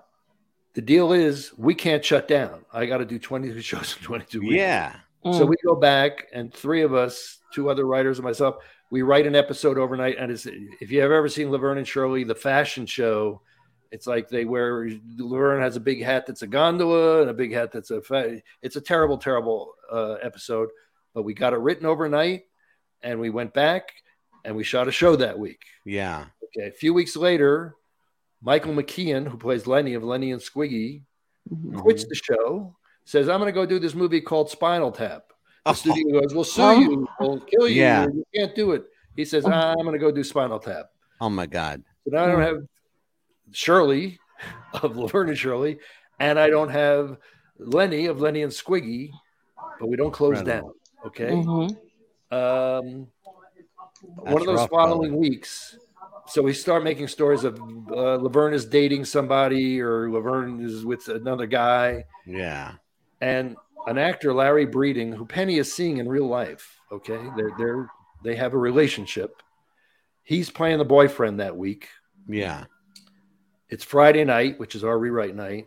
[SPEAKER 3] the deal is we can't shut down. I got to do twenty-two shows in twenty-two weeks.
[SPEAKER 1] yeah,
[SPEAKER 2] Mm.
[SPEAKER 3] So we go back, and three of us, two other writers and myself, we write an episode overnight. And it's, if you have ever seen Laverne and Shirley, the fashion show, it's like they wear Laverne has a big hat that's a gondola and a big hat that's a. Fa- it's a terrible, terrible uh, episode, but we got it written overnight, and we went back and we shot a show that week.
[SPEAKER 1] yeah.
[SPEAKER 3] Okay, a few weeks later, Michael McKeon, who plays Lenny of Lenny and Squiggy,
[SPEAKER 2] Mhm.
[SPEAKER 3] quits the show, says, I'm going to go do this movie called Spinal Tap. The
[SPEAKER 1] Oh,
[SPEAKER 3] studio goes, We'll
[SPEAKER 2] Oh.
[SPEAKER 3] sue you, we'll kill you,
[SPEAKER 1] Yeah.
[SPEAKER 3] you can't do it. He says, I'm going to go do Spinal Tap.
[SPEAKER 1] oh my God.
[SPEAKER 3] So now I
[SPEAKER 1] Hmm.
[SPEAKER 3] don't have Shirley of Laverne and Shirley, and I don't have Lenny of Lenny and Squiggy, but we don't close
[SPEAKER 1] Incredible.
[SPEAKER 3] down. Okay.
[SPEAKER 2] Mhm.
[SPEAKER 3] Um, one
[SPEAKER 1] Mm-hmm. That's
[SPEAKER 3] of those
[SPEAKER 1] rough,
[SPEAKER 3] following
[SPEAKER 1] brother.
[SPEAKER 3] weeks. So we start making stories of uh, Laverne is dating somebody, or Laverne is with another guy
[SPEAKER 1] Yeah,
[SPEAKER 3] and an actor, Larry Breeding, who Penny is seeing in real life. Okay, they're they're they have a relationship. He's playing the boyfriend that week.
[SPEAKER 1] yeah.
[SPEAKER 3] It's Friday night, which is our rewrite night.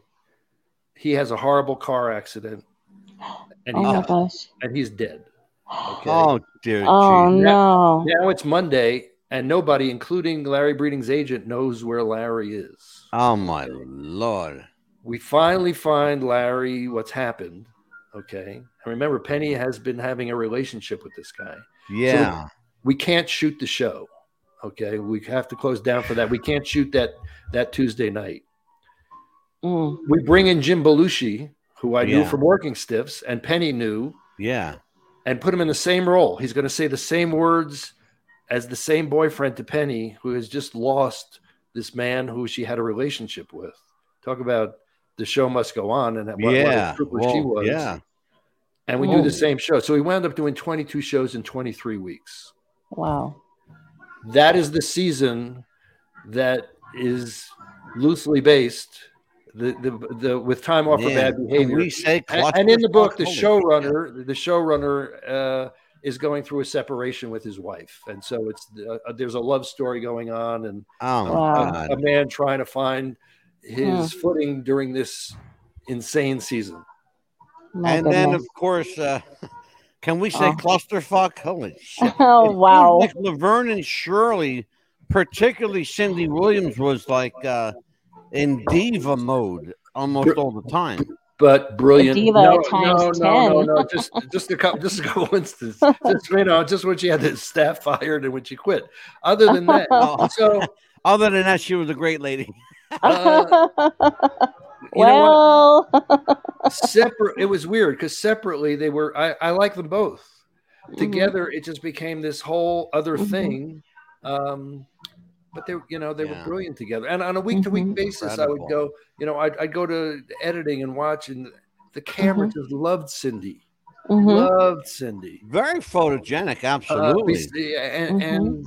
[SPEAKER 3] He has a horrible car accident, and
[SPEAKER 2] Oh
[SPEAKER 3] he's
[SPEAKER 2] my gosh.
[SPEAKER 3] and he's dead. Okay.
[SPEAKER 1] Oh, dude.
[SPEAKER 2] Oh
[SPEAKER 1] geez.
[SPEAKER 2] no.
[SPEAKER 3] Now it's Monday, and nobody, including Larry Breeding's agent, knows where Larry is.
[SPEAKER 1] Oh my Lord.
[SPEAKER 3] we finally find Larry what's happened. Okay. And remember, Penny has been having a relationship with this guy.
[SPEAKER 1] Yeah.
[SPEAKER 3] We can't shoot the show. Okay. We have to close down for that. We can't shoot that that Tuesday night.
[SPEAKER 2] Mm.
[SPEAKER 3] We bring in Jim Belushi, who I knew
[SPEAKER 1] Yeah.
[SPEAKER 3] from working stiffs, and Penny knew,
[SPEAKER 1] yeah.
[SPEAKER 3] and put him in the same role. He's going to say the same words as the same boyfriend to Penny, who has just lost this man who she had a relationship with. Talk about the show must go on and that what,
[SPEAKER 1] yeah.
[SPEAKER 3] what a trooper
[SPEAKER 1] Well,
[SPEAKER 3] she was.
[SPEAKER 1] yeah.
[SPEAKER 3] And we do
[SPEAKER 2] Oh.
[SPEAKER 3] the same show. So we wound up doing 22 shows in 23 weeks.
[SPEAKER 2] Wow.
[SPEAKER 3] That is the season that is loosely based the, the, the with time off for
[SPEAKER 1] Man,
[SPEAKER 3] bad
[SPEAKER 1] can
[SPEAKER 3] behavior.
[SPEAKER 1] We say
[SPEAKER 3] and,
[SPEAKER 1] cluster
[SPEAKER 3] and in the book, the
[SPEAKER 1] fuck? Holy
[SPEAKER 3] showrunner, the showrunner uh, is going through a separation with his wife, and so it's uh, there's a love story going on, and
[SPEAKER 1] Oh, my
[SPEAKER 2] Wow.
[SPEAKER 1] God.
[SPEAKER 3] a man trying to find his footing during this insane season.
[SPEAKER 2] My
[SPEAKER 1] and
[SPEAKER 2] Oh, goodness.
[SPEAKER 1] then, of course, uh, can we say
[SPEAKER 2] Oh.
[SPEAKER 1] clusterfuck? Holy shit. It
[SPEAKER 2] oh
[SPEAKER 1] seems
[SPEAKER 2] wow.
[SPEAKER 1] Like Laverne and Shirley, particularly Cindy Williams, was like uh, in diva mode almost all the time.
[SPEAKER 3] But brilliant.
[SPEAKER 2] diva
[SPEAKER 3] no,
[SPEAKER 2] times
[SPEAKER 3] no, no,
[SPEAKER 2] 10.
[SPEAKER 3] no, no. Just, just a couple, just a couple instances. Just you know, just when she had the staff fired and when she quit. Other than that,
[SPEAKER 1] Oh,
[SPEAKER 3] so
[SPEAKER 1] other than that, she was a great lady.
[SPEAKER 3] uh, You know uh, what?
[SPEAKER 2] well,
[SPEAKER 3] separate it was weird because separately they were I, I like them both
[SPEAKER 2] Mm-hmm.
[SPEAKER 3] together it just became this whole other
[SPEAKER 2] Mhm.
[SPEAKER 3] thing um but they you know they
[SPEAKER 1] Yeah.
[SPEAKER 3] were brilliant together and on a week to week
[SPEAKER 2] Mhm.
[SPEAKER 3] basis i
[SPEAKER 1] Incredible.
[SPEAKER 3] would go you know I'd, I'd go to editing and watch and the camera
[SPEAKER 2] Mm-hmm.
[SPEAKER 3] just loved cindy
[SPEAKER 2] Mhm.
[SPEAKER 3] loved cindy
[SPEAKER 1] Very photogenic,
[SPEAKER 3] Uh,
[SPEAKER 1] absolutely.
[SPEAKER 3] bes- and,
[SPEAKER 2] Mhm.
[SPEAKER 3] and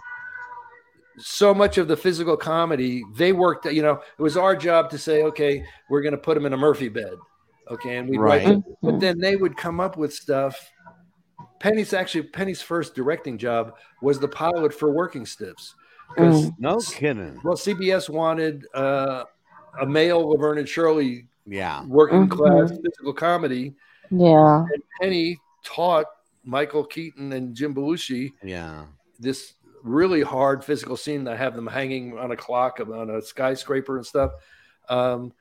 [SPEAKER 3] so much of the physical comedy they worked you know it was our job to say okay we're going to put him in a murphy bed okay and we
[SPEAKER 1] Right.
[SPEAKER 3] write but then they would come up with stuff. Penny's actually Penny's first directing job was the pilot for Working Stiffs. 'Cause,
[SPEAKER 1] no kidding.
[SPEAKER 3] Well, CBS wanted uh, a male Laverne and Shirley
[SPEAKER 1] Yeah.
[SPEAKER 3] working
[SPEAKER 2] Mhm.
[SPEAKER 3] class physical comedy.
[SPEAKER 2] yeah.
[SPEAKER 3] Penny taught Michael Keaton and Jim Belushi
[SPEAKER 1] Yeah.
[SPEAKER 3] this really hard physical scene that have them hanging on a clock on a skyscraper and stuff. Um,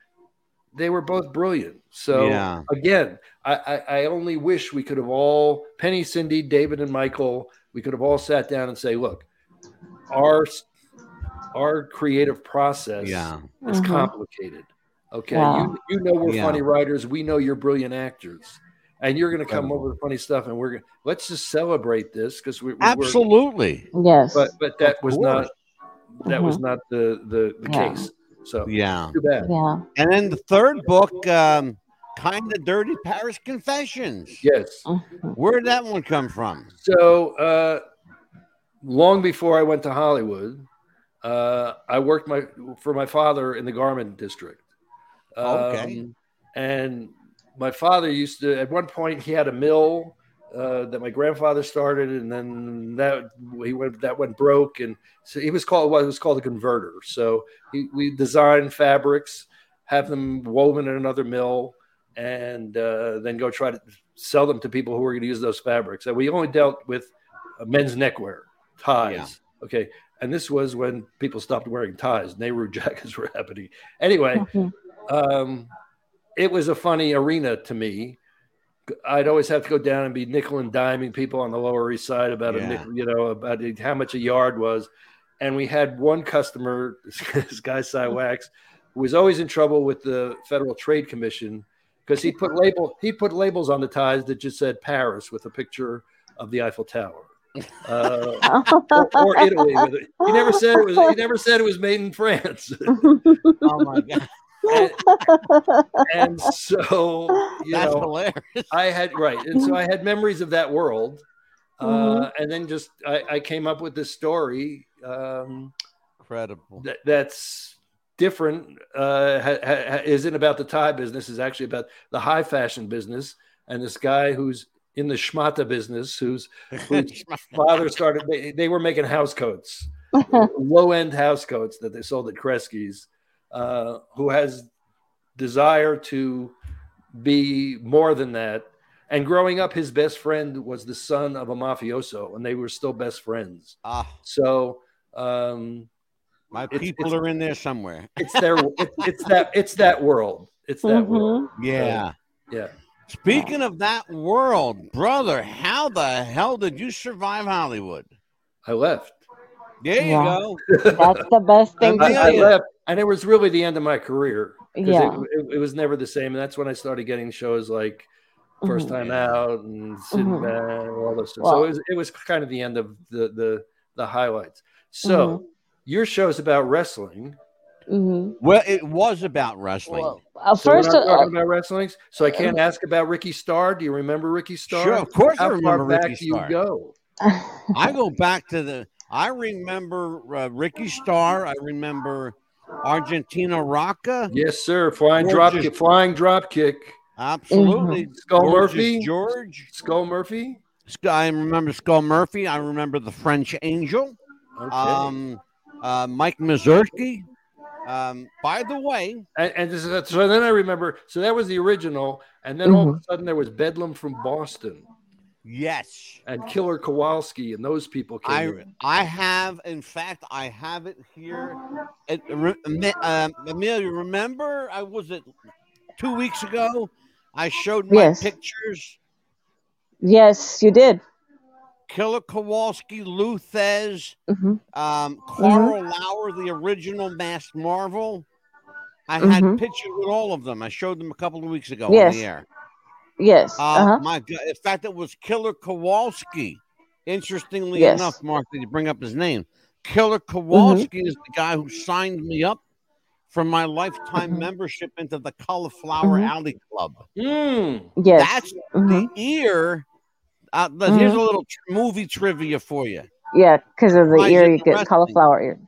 [SPEAKER 3] they were both brilliant. So
[SPEAKER 1] Yeah.
[SPEAKER 3] again, I, I, I only wish we could have all Penny, Cindy, David, and Michael. We could have all sat down and say, look, our our creative process
[SPEAKER 1] Yeah.
[SPEAKER 3] is
[SPEAKER 2] Mhm.
[SPEAKER 3] complicated. Okay,
[SPEAKER 2] Yeah.
[SPEAKER 3] you, you know we're
[SPEAKER 1] Yeah.
[SPEAKER 3] funny writers. We know you're brilliant actors, and you're going to come up
[SPEAKER 1] Incredible.
[SPEAKER 3] with funny stuff. And we're gonna, let's just celebrate this because we, we we're
[SPEAKER 1] Absolutely.
[SPEAKER 2] Yes.
[SPEAKER 3] but but that was
[SPEAKER 1] course. Mm-hmm.
[SPEAKER 3] not that was not the the, the
[SPEAKER 2] Yeah.
[SPEAKER 3] case. So
[SPEAKER 1] Yeah.
[SPEAKER 3] too bad.
[SPEAKER 2] yeah.
[SPEAKER 1] And then the third book, um, Kind of Dirty Paris Confessions.
[SPEAKER 3] Yes.
[SPEAKER 2] Mhm.
[SPEAKER 1] Where did that one come from?
[SPEAKER 3] So uh, long before I went to Hollywood, uh, I worked my for my father in the garment district. Um,
[SPEAKER 1] Okay.
[SPEAKER 3] And my father used to at one point he had a mill. Uh, that my grandfather started, and then that he went that went broke, and so he was called what it was called a converter. So he, we design fabrics, have them woven in another mill, and uh, then go try to sell them to people who are going to use those fabrics. And we only dealt with uh, men's neckwear, ties. Okay. And this was when people stopped wearing ties. Nehru jackets were happening. Anyway,
[SPEAKER 2] Mhm.
[SPEAKER 3] um, it was a funny arena to me. I'd always have to go down and be nickel and diming people on the Lower East Side about
[SPEAKER 1] Yeah.
[SPEAKER 3] a nickel, you know about it- how much a yard was, and we had one customer, this guy Cy Wax, who was always in trouble with the Federal Trade Commission because he put label he put labels on the ties that just said Paris with a picture of the Eiffel Tower. Uh, or, or Italy. with it. He never said it was. He never said it was made in France.
[SPEAKER 1] Oh my god,
[SPEAKER 3] and, and so you
[SPEAKER 1] that's
[SPEAKER 3] know,
[SPEAKER 1] hilarious.
[SPEAKER 3] I had right, and so I had memories of that world, uh, and then just I, I came up with this story um,
[SPEAKER 1] Incredible.
[SPEAKER 3] that, that's different. Uh, ha, ha, ha- isn't about the tie business; is actually about the high fashion business, and this guy who's in the schmata business, whose father started. They, they were making house coats, low end house coats that they sold at Kresge's, uh, who has desire to be more than that. And growing up, his best friend was the son of a mafioso, and they were still best friends.
[SPEAKER 1] Ah,
[SPEAKER 3] So um,
[SPEAKER 1] my
[SPEAKER 3] It's-
[SPEAKER 1] people
[SPEAKER 3] it's-
[SPEAKER 1] are in there somewhere.
[SPEAKER 3] it's their, it, it's that, it's that world. It's that world.
[SPEAKER 2] Mhm.
[SPEAKER 1] Yeah.
[SPEAKER 3] Yeah.
[SPEAKER 1] Speaking of that world, brother, how the hell did you survive Hollywood?
[SPEAKER 3] I left.
[SPEAKER 1] There you
[SPEAKER 2] Yeah.
[SPEAKER 1] go.
[SPEAKER 2] That's the best thing
[SPEAKER 3] I, I
[SPEAKER 1] Yeah.
[SPEAKER 2] to do.
[SPEAKER 3] left, and it was really the end of my career. 'cause
[SPEAKER 2] Yeah.
[SPEAKER 3] It, it, it was never the same, and that's when I started getting shows like First
[SPEAKER 2] Mhm.
[SPEAKER 3] Time Out and
[SPEAKER 1] Mm-hmm.
[SPEAKER 3] Sinbad and all those. Stuff. So
[SPEAKER 2] Well-
[SPEAKER 3] it was, it was kind of the end of the the, the highlights. So
[SPEAKER 1] Mm-hmm.
[SPEAKER 3] your show's about wrestling.
[SPEAKER 2] Mhm.
[SPEAKER 1] Well, it was about wrestling.
[SPEAKER 2] Well, uh,
[SPEAKER 3] So First,
[SPEAKER 2] first,
[SPEAKER 3] we're not
[SPEAKER 2] uh,
[SPEAKER 3] talking about wrestling, so I can't ask about Ricky Starr. Do you remember Ricky Starr?
[SPEAKER 1] uh, Sure, of course I
[SPEAKER 3] How far
[SPEAKER 1] remember
[SPEAKER 3] back
[SPEAKER 1] Ricky
[SPEAKER 3] do you
[SPEAKER 1] Starr.
[SPEAKER 3] go?
[SPEAKER 1] I go back to the. I remember uh, Ricky Starr. I remember Argentina Rocca.
[SPEAKER 3] Yes, sir. Flying
[SPEAKER 1] Gorgeous.
[SPEAKER 3] drop kick, flying drop kick.
[SPEAKER 1] Absolutely.
[SPEAKER 3] Skull
[SPEAKER 1] Gorgeous
[SPEAKER 3] Murphy.
[SPEAKER 1] George.
[SPEAKER 3] Skull Murphy.
[SPEAKER 1] Sc- I remember Skull Murphy. I remember the French Angel.
[SPEAKER 3] Okay.
[SPEAKER 1] Um, uh, Mike Mazursky. Um, by the way,
[SPEAKER 3] And, and this is, so then I remember. So that was the original, and then
[SPEAKER 1] Mm-hmm.
[SPEAKER 3] all of a sudden there was Bedlam from Boston
[SPEAKER 1] yes,
[SPEAKER 3] and Killer Kowalski, and those people came.
[SPEAKER 1] I
[SPEAKER 3] in.
[SPEAKER 1] I have. In fact, I have it here. It, re- Ami- um, Amelia, remember? I was it two weeks ago. I showed my
[SPEAKER 2] Yes.
[SPEAKER 1] pictures.
[SPEAKER 2] yes, you did.
[SPEAKER 1] Killer Kowalski, Luthez,
[SPEAKER 2] Mhm.
[SPEAKER 1] um, Carl Lauer, the original Masked Marvel. I had
[SPEAKER 2] Mhm.
[SPEAKER 1] pictures with all of them. I showed them a couple of weeks ago
[SPEAKER 2] Yes.
[SPEAKER 1] on the air.
[SPEAKER 2] Yes.
[SPEAKER 1] Uh,
[SPEAKER 3] Um,
[SPEAKER 2] Uh-huh.
[SPEAKER 1] My God. In fact, it was Killer Kowalski. Interestingly
[SPEAKER 2] Yes. Mm-hmm.
[SPEAKER 1] enough, Mark, did you bring up his name? Killer Kowalski is the guy who signed me up for my lifetime
[SPEAKER 2] Mhm.
[SPEAKER 1] membership into the Cauliflower
[SPEAKER 2] Mhm.
[SPEAKER 1] Alley Club.
[SPEAKER 3] Mm.
[SPEAKER 2] Yes. Mm-hmm.
[SPEAKER 1] That's
[SPEAKER 2] Mhm.
[SPEAKER 1] the ear. Uh, the- Here's a little tr- movie trivia for you.
[SPEAKER 2] Yeah, because of the
[SPEAKER 1] Why is
[SPEAKER 2] ear
[SPEAKER 1] it
[SPEAKER 2] you get
[SPEAKER 1] wrestling?
[SPEAKER 2] cauliflower ear.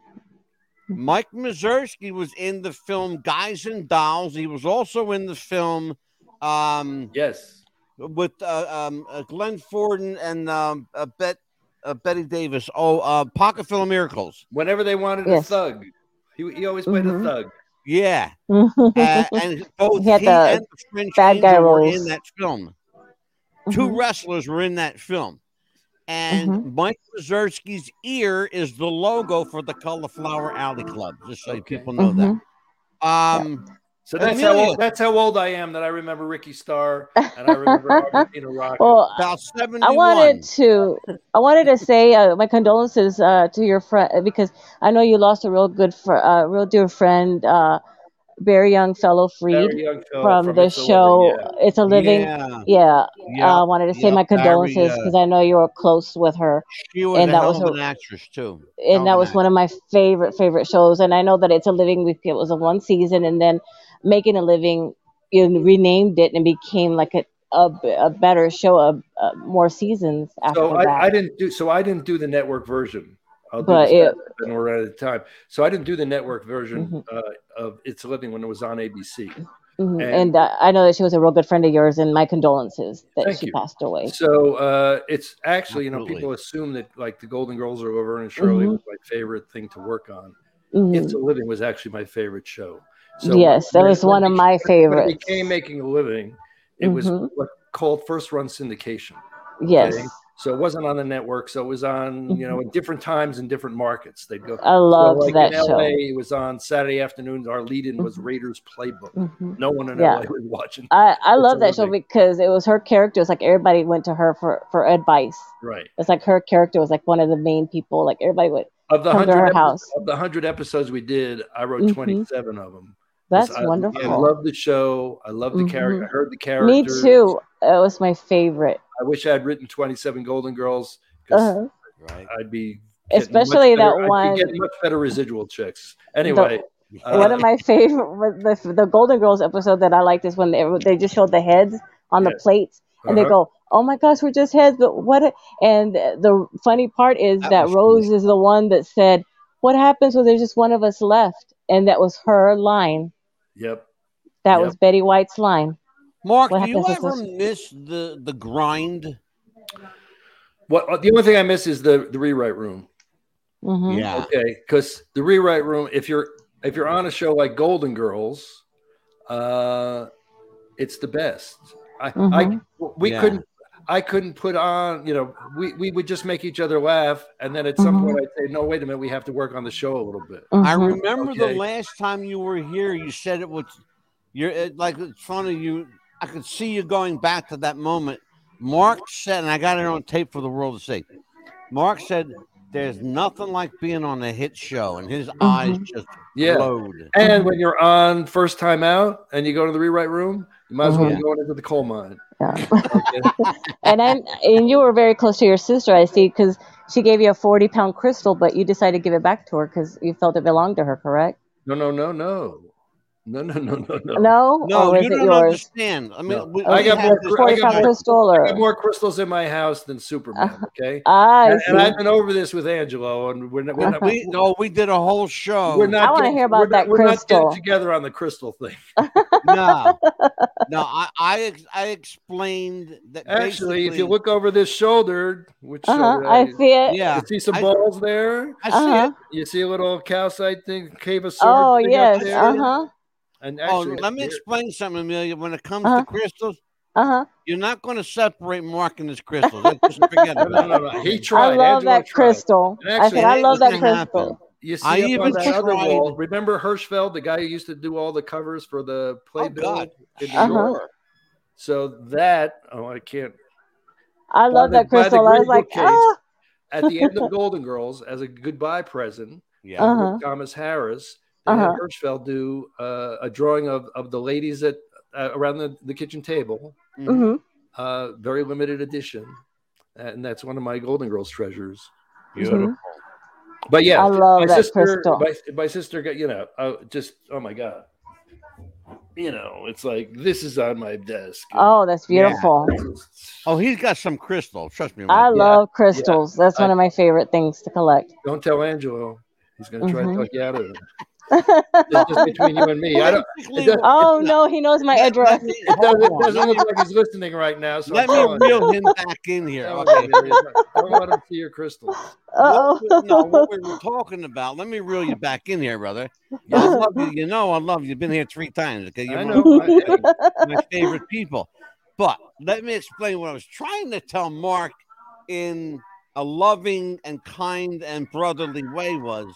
[SPEAKER 1] Mike Mazursky was in the film Guys and Dolls. He was also in the film um,
[SPEAKER 3] Yes.
[SPEAKER 1] with uh, um, uh, Glenn Forden and um, uh, Bet, uh, Betty Davis. Oh, uh, Pocket Full of Miracles.
[SPEAKER 3] Whenever they wanted
[SPEAKER 2] Yes.
[SPEAKER 3] a thug, he, he always played
[SPEAKER 2] Mhm.
[SPEAKER 3] a thug.
[SPEAKER 1] Yeah, uh, and both
[SPEAKER 2] He
[SPEAKER 1] he,
[SPEAKER 2] had the
[SPEAKER 1] and the French
[SPEAKER 2] bad guy
[SPEAKER 1] Angel were
[SPEAKER 2] roles. Mm-hmm.
[SPEAKER 1] in that film. Two wrestlers were in that film. And
[SPEAKER 2] Mm-hmm.
[SPEAKER 1] Mike Mazursky's ear is the logo for the Cauliflower Alley Club, just so
[SPEAKER 3] Okay.
[SPEAKER 1] people know
[SPEAKER 2] Mhm.
[SPEAKER 1] that.
[SPEAKER 2] Mm-hmm.
[SPEAKER 1] Um,
[SPEAKER 3] So
[SPEAKER 1] And
[SPEAKER 3] that's how
[SPEAKER 1] Amelia.
[SPEAKER 3] old, that's how old I am that I remember Ricky Starr and I remember Argentina Rock.
[SPEAKER 2] Well,
[SPEAKER 1] about 71.
[SPEAKER 2] I wanted to I wanted to say uh, my condolences uh, to your friend because I know you lost a real good fr- uh, real dear friend uh, Barry Youngfellow Freed
[SPEAKER 3] Very young fellow
[SPEAKER 2] from, the
[SPEAKER 3] Oh, It's a Living,
[SPEAKER 2] show
[SPEAKER 3] yeah.
[SPEAKER 2] It's a Living. Yeah, Uh,
[SPEAKER 1] Yeah,
[SPEAKER 2] I
[SPEAKER 1] yeah.
[SPEAKER 2] wanted to
[SPEAKER 1] yeah,
[SPEAKER 2] say my
[SPEAKER 1] Barry,
[SPEAKER 2] condolences
[SPEAKER 1] uh,
[SPEAKER 2] because I know you were close with her,
[SPEAKER 1] She was
[SPEAKER 2] and
[SPEAKER 1] a
[SPEAKER 2] that
[SPEAKER 1] hell
[SPEAKER 2] was
[SPEAKER 1] of
[SPEAKER 2] her-
[SPEAKER 1] an actress, too. Hell of
[SPEAKER 2] and that
[SPEAKER 1] an
[SPEAKER 2] was
[SPEAKER 1] actress.
[SPEAKER 2] one of my favorite favorite shows. And I know that It's a Living we it was a one season, and then Making a Living you know, renamed it and became like a a, a better show, a, a more seasons after
[SPEAKER 3] So
[SPEAKER 2] that.
[SPEAKER 3] I, I didn't do so I didn't do the network version. I'll do
[SPEAKER 2] But
[SPEAKER 3] the
[SPEAKER 2] it-
[SPEAKER 3] separate and we're out of time. So I didn't do the network version
[SPEAKER 2] Mhm.
[SPEAKER 3] uh, of It's a Living when it was on ABC.
[SPEAKER 2] Mhm.
[SPEAKER 3] And-
[SPEAKER 2] And uh, I know that she was a real good friend of yours, and my condolences that
[SPEAKER 3] Thank
[SPEAKER 2] she
[SPEAKER 3] you.
[SPEAKER 2] passed away.
[SPEAKER 3] So uh, it's actually, you know,
[SPEAKER 1] Absolutely.
[SPEAKER 3] people assume that like the Golden Girls are over and Shirley
[SPEAKER 2] Mhm.
[SPEAKER 3] was my favorite thing to work on.
[SPEAKER 2] Mhm.
[SPEAKER 3] It's a Living was actually my favorite show.
[SPEAKER 2] yes, that
[SPEAKER 3] when-
[SPEAKER 2] was
[SPEAKER 3] when
[SPEAKER 2] one of
[SPEAKER 3] it-
[SPEAKER 2] my
[SPEAKER 3] When it
[SPEAKER 2] favorites.
[SPEAKER 3] became Making a Living, it
[SPEAKER 2] Mhm.
[SPEAKER 3] was what called first run syndication.
[SPEAKER 2] yes,
[SPEAKER 3] okay? So it wasn't on the network. So it was on, you know, at different times in different markets. They'd go.
[SPEAKER 2] Mm-hmm. I
[SPEAKER 3] So,
[SPEAKER 2] loved
[SPEAKER 3] like,
[SPEAKER 2] that
[SPEAKER 3] in
[SPEAKER 2] show.
[SPEAKER 3] LA, it was on Saturday afternoons. Our lead in was
[SPEAKER 2] Mhm.
[SPEAKER 3] Raiders Playbook.
[SPEAKER 2] Mhm.
[SPEAKER 3] No one in
[SPEAKER 2] Yeah.
[SPEAKER 3] LA was watching.
[SPEAKER 2] I, I
[SPEAKER 3] It's
[SPEAKER 2] love
[SPEAKER 3] a
[SPEAKER 2] that show
[SPEAKER 3] living.
[SPEAKER 2] because it was her character. It's like everybody went to her for, for advice.
[SPEAKER 3] Right.
[SPEAKER 2] It's like her character was like one of the main people. Like everybody would.
[SPEAKER 3] Of the
[SPEAKER 2] Come to her
[SPEAKER 3] hundred
[SPEAKER 2] house.
[SPEAKER 3] of the hundred episodes we did, I wrote
[SPEAKER 2] Mhm.
[SPEAKER 3] twenty-seven of them.
[SPEAKER 2] That's
[SPEAKER 3] I-
[SPEAKER 2] wonderful.
[SPEAKER 3] I love the show. I love the character. I heard the character.
[SPEAKER 2] Mm-hmm. Me too. It was my favorite.
[SPEAKER 3] I wish I had written twenty-seven Golden Girls because
[SPEAKER 2] Uh-huh.
[SPEAKER 1] Right.
[SPEAKER 3] I'd be getting much
[SPEAKER 2] Especially that
[SPEAKER 3] better- I'd be
[SPEAKER 2] one-
[SPEAKER 3] getting much better residual checks. Anyway, uh,
[SPEAKER 2] one of my favorite the, the Golden Girls episode that I liked is when they, they just showed the heads on the
[SPEAKER 3] Yes.
[SPEAKER 2] plates and they
[SPEAKER 3] uh-huh.
[SPEAKER 2] go, "Oh my gosh, we're just heads." But what? a-" And the funny part is
[SPEAKER 1] That
[SPEAKER 2] that,
[SPEAKER 1] was
[SPEAKER 2] Rose is the one that said, "What happens when there's just one of us left?" And that was her line.
[SPEAKER 3] Yep.
[SPEAKER 2] That
[SPEAKER 3] Yep.
[SPEAKER 2] was Betty White's line.
[SPEAKER 1] Mark,
[SPEAKER 2] What
[SPEAKER 1] do you
[SPEAKER 2] happens
[SPEAKER 1] ever
[SPEAKER 2] is
[SPEAKER 1] miss the, the grind?
[SPEAKER 3] What uh, the only thing I miss is the the rewrite room.
[SPEAKER 2] hmm
[SPEAKER 1] Yeah.
[SPEAKER 3] Okay, because the rewrite room, if you're if you're on a show like Golden Girls, uh, it's the best. I, I
[SPEAKER 2] Mhm.
[SPEAKER 3] we
[SPEAKER 1] Yeah.
[SPEAKER 3] couldn't I couldn't put on. You know, we we would just make each other laugh, and then at some
[SPEAKER 2] Mhm.
[SPEAKER 3] point I'd say, no, wait a minute, we have to work on the show a little bit.
[SPEAKER 2] Mm-hmm.
[SPEAKER 1] I remember the
[SPEAKER 3] Okay.
[SPEAKER 1] last time you were here, you said it was you're it, like it's funny. You, I could see you going back to that moment. Mark said, and I got it on tape for the world to see. Mark said, "There's nothing like being on a hit show," and
[SPEAKER 2] Mm-hmm.
[SPEAKER 1] his eyes just
[SPEAKER 3] Yeah.
[SPEAKER 1] glowed.
[SPEAKER 3] And when you're on first time out and you go to the rewrite room, you might as well
[SPEAKER 1] Mhm.
[SPEAKER 3] be going into the coal mine.
[SPEAKER 2] Mm-hmm. Yeah.
[SPEAKER 3] Okay?
[SPEAKER 2] and I and you were very close to your sister, I see, because she gave you a forty pound crystal, but you decided to give it back to her because you felt it belonged to her, correct?
[SPEAKER 3] no, no, no, no, no, no, no, no, no.
[SPEAKER 2] No,
[SPEAKER 1] No,
[SPEAKER 2] or is
[SPEAKER 1] you
[SPEAKER 2] it
[SPEAKER 1] don't
[SPEAKER 2] yours? Oh,
[SPEAKER 1] understand. I mean,
[SPEAKER 3] No.
[SPEAKER 1] we,
[SPEAKER 3] I
[SPEAKER 1] we
[SPEAKER 3] got
[SPEAKER 1] had
[SPEAKER 3] more-
[SPEAKER 1] this-
[SPEAKER 3] I
[SPEAKER 2] forty
[SPEAKER 3] got
[SPEAKER 2] pound
[SPEAKER 3] more-
[SPEAKER 2] crystal
[SPEAKER 3] I have
[SPEAKER 2] or
[SPEAKER 3] more crystals in my house than Superman. Okay.
[SPEAKER 2] ah, I
[SPEAKER 3] And, and
[SPEAKER 2] see. Uh-huh.
[SPEAKER 3] I've been over this with Angelo, and we're not, we're not,
[SPEAKER 1] we no, we did a whole show.
[SPEAKER 3] we're not
[SPEAKER 2] I wanna
[SPEAKER 3] getting-
[SPEAKER 2] hear about
[SPEAKER 3] we're not-
[SPEAKER 2] that
[SPEAKER 3] we're not getting
[SPEAKER 2] crystal.
[SPEAKER 3] together on the crystal thing.
[SPEAKER 1] no, no. I I, ex- I explained that.
[SPEAKER 3] Actually, if you
[SPEAKER 1] basically-
[SPEAKER 3] look over this shoulder, which
[SPEAKER 2] Uh-huh,
[SPEAKER 3] shoulder
[SPEAKER 2] I see it.
[SPEAKER 1] yeah,
[SPEAKER 3] you see some
[SPEAKER 1] I-
[SPEAKER 3] balls there.
[SPEAKER 1] I see
[SPEAKER 2] Uh-huh.
[SPEAKER 1] it.
[SPEAKER 3] You see a little calcite thing, cave of silver.
[SPEAKER 2] Oh
[SPEAKER 3] thing up
[SPEAKER 2] yes.
[SPEAKER 3] there.
[SPEAKER 2] Uh huh.
[SPEAKER 3] And
[SPEAKER 1] Oh,
[SPEAKER 3] actually,
[SPEAKER 1] let me explain something, Amelia. When it comes
[SPEAKER 2] Uh-huh.
[SPEAKER 1] to crystals.
[SPEAKER 2] Uh huh.
[SPEAKER 1] You're not going to separate Mark and his crystals. Let's just forget
[SPEAKER 3] no,
[SPEAKER 1] about
[SPEAKER 3] no,
[SPEAKER 1] it.
[SPEAKER 3] no, no. He tried.
[SPEAKER 2] I love
[SPEAKER 3] Angelo
[SPEAKER 2] that
[SPEAKER 3] tried.
[SPEAKER 2] crystal.
[SPEAKER 3] And
[SPEAKER 2] I
[SPEAKER 3] actually,
[SPEAKER 2] said I
[SPEAKER 3] it
[SPEAKER 2] love that
[SPEAKER 1] doesn't happen.
[SPEAKER 2] crystal.
[SPEAKER 3] You
[SPEAKER 1] I
[SPEAKER 3] see, up on
[SPEAKER 1] even
[SPEAKER 3] that other
[SPEAKER 1] tried-
[SPEAKER 3] wall. Remember Hirschfeld, the guy who used to do all the covers for the playbill?
[SPEAKER 1] Oh, God.
[SPEAKER 3] in New
[SPEAKER 2] Uh-huh.
[SPEAKER 3] York? So that oh, I can't.
[SPEAKER 2] I love
[SPEAKER 3] By the-
[SPEAKER 2] that
[SPEAKER 3] by the
[SPEAKER 2] crystal. I was
[SPEAKER 3] Grindel
[SPEAKER 2] like,
[SPEAKER 3] case.
[SPEAKER 2] ah.
[SPEAKER 3] At the end of Golden Girls, as a goodbye present,
[SPEAKER 1] Yeah.
[SPEAKER 2] Uh-huh.
[SPEAKER 3] Thomas Harris they had
[SPEAKER 2] Uh-huh.
[SPEAKER 3] Hirschfeld do uh, a drawing of, of the ladies at uh, around the, the kitchen table.
[SPEAKER 1] Mhm.
[SPEAKER 2] Mm-hmm.
[SPEAKER 3] Uh, very limited edition, and that's one of my Golden Girls treasures.
[SPEAKER 1] Beautiful.
[SPEAKER 3] But yeah,
[SPEAKER 2] I love
[SPEAKER 3] my
[SPEAKER 2] that
[SPEAKER 3] sister,
[SPEAKER 2] crystal.
[SPEAKER 3] my, my sister got you know, uh, just oh my god, you know, it's like this is on my desk.
[SPEAKER 2] Oh, that's
[SPEAKER 1] Yeah.
[SPEAKER 2] beautiful.
[SPEAKER 1] Oh, he's got some crystal. Trust me.
[SPEAKER 2] I
[SPEAKER 1] Ron.
[SPEAKER 2] love crystals. That's one of my favorite things to collect.
[SPEAKER 3] Don't tell Angelo. He's going to try
[SPEAKER 2] Mhm.
[SPEAKER 3] to talk you out of it. It's just
[SPEAKER 2] oh
[SPEAKER 3] between you and me. I don't.
[SPEAKER 1] Basically,
[SPEAKER 3] it
[SPEAKER 2] no, he knows my
[SPEAKER 1] let- let
[SPEAKER 2] address.
[SPEAKER 1] me-
[SPEAKER 3] It doesn't, it
[SPEAKER 1] hold on.
[SPEAKER 3] doesn't look like he's listening right now. So
[SPEAKER 1] Let
[SPEAKER 3] I'm
[SPEAKER 1] me
[SPEAKER 3] telling you.
[SPEAKER 1] reel him back in here.
[SPEAKER 3] Don't
[SPEAKER 1] Okay.
[SPEAKER 3] let him see your crystals.
[SPEAKER 2] Oh,
[SPEAKER 1] What we- no, what we were talking about. Let me reel you back in here, brother. I love you. You know I love you. You've been here three times. Okay, you're
[SPEAKER 3] I
[SPEAKER 1] one
[SPEAKER 3] know.
[SPEAKER 1] of
[SPEAKER 3] I- I-
[SPEAKER 1] my favorite people. But let me explain what I was trying to tell Mark in a loving and kind and brotherly way was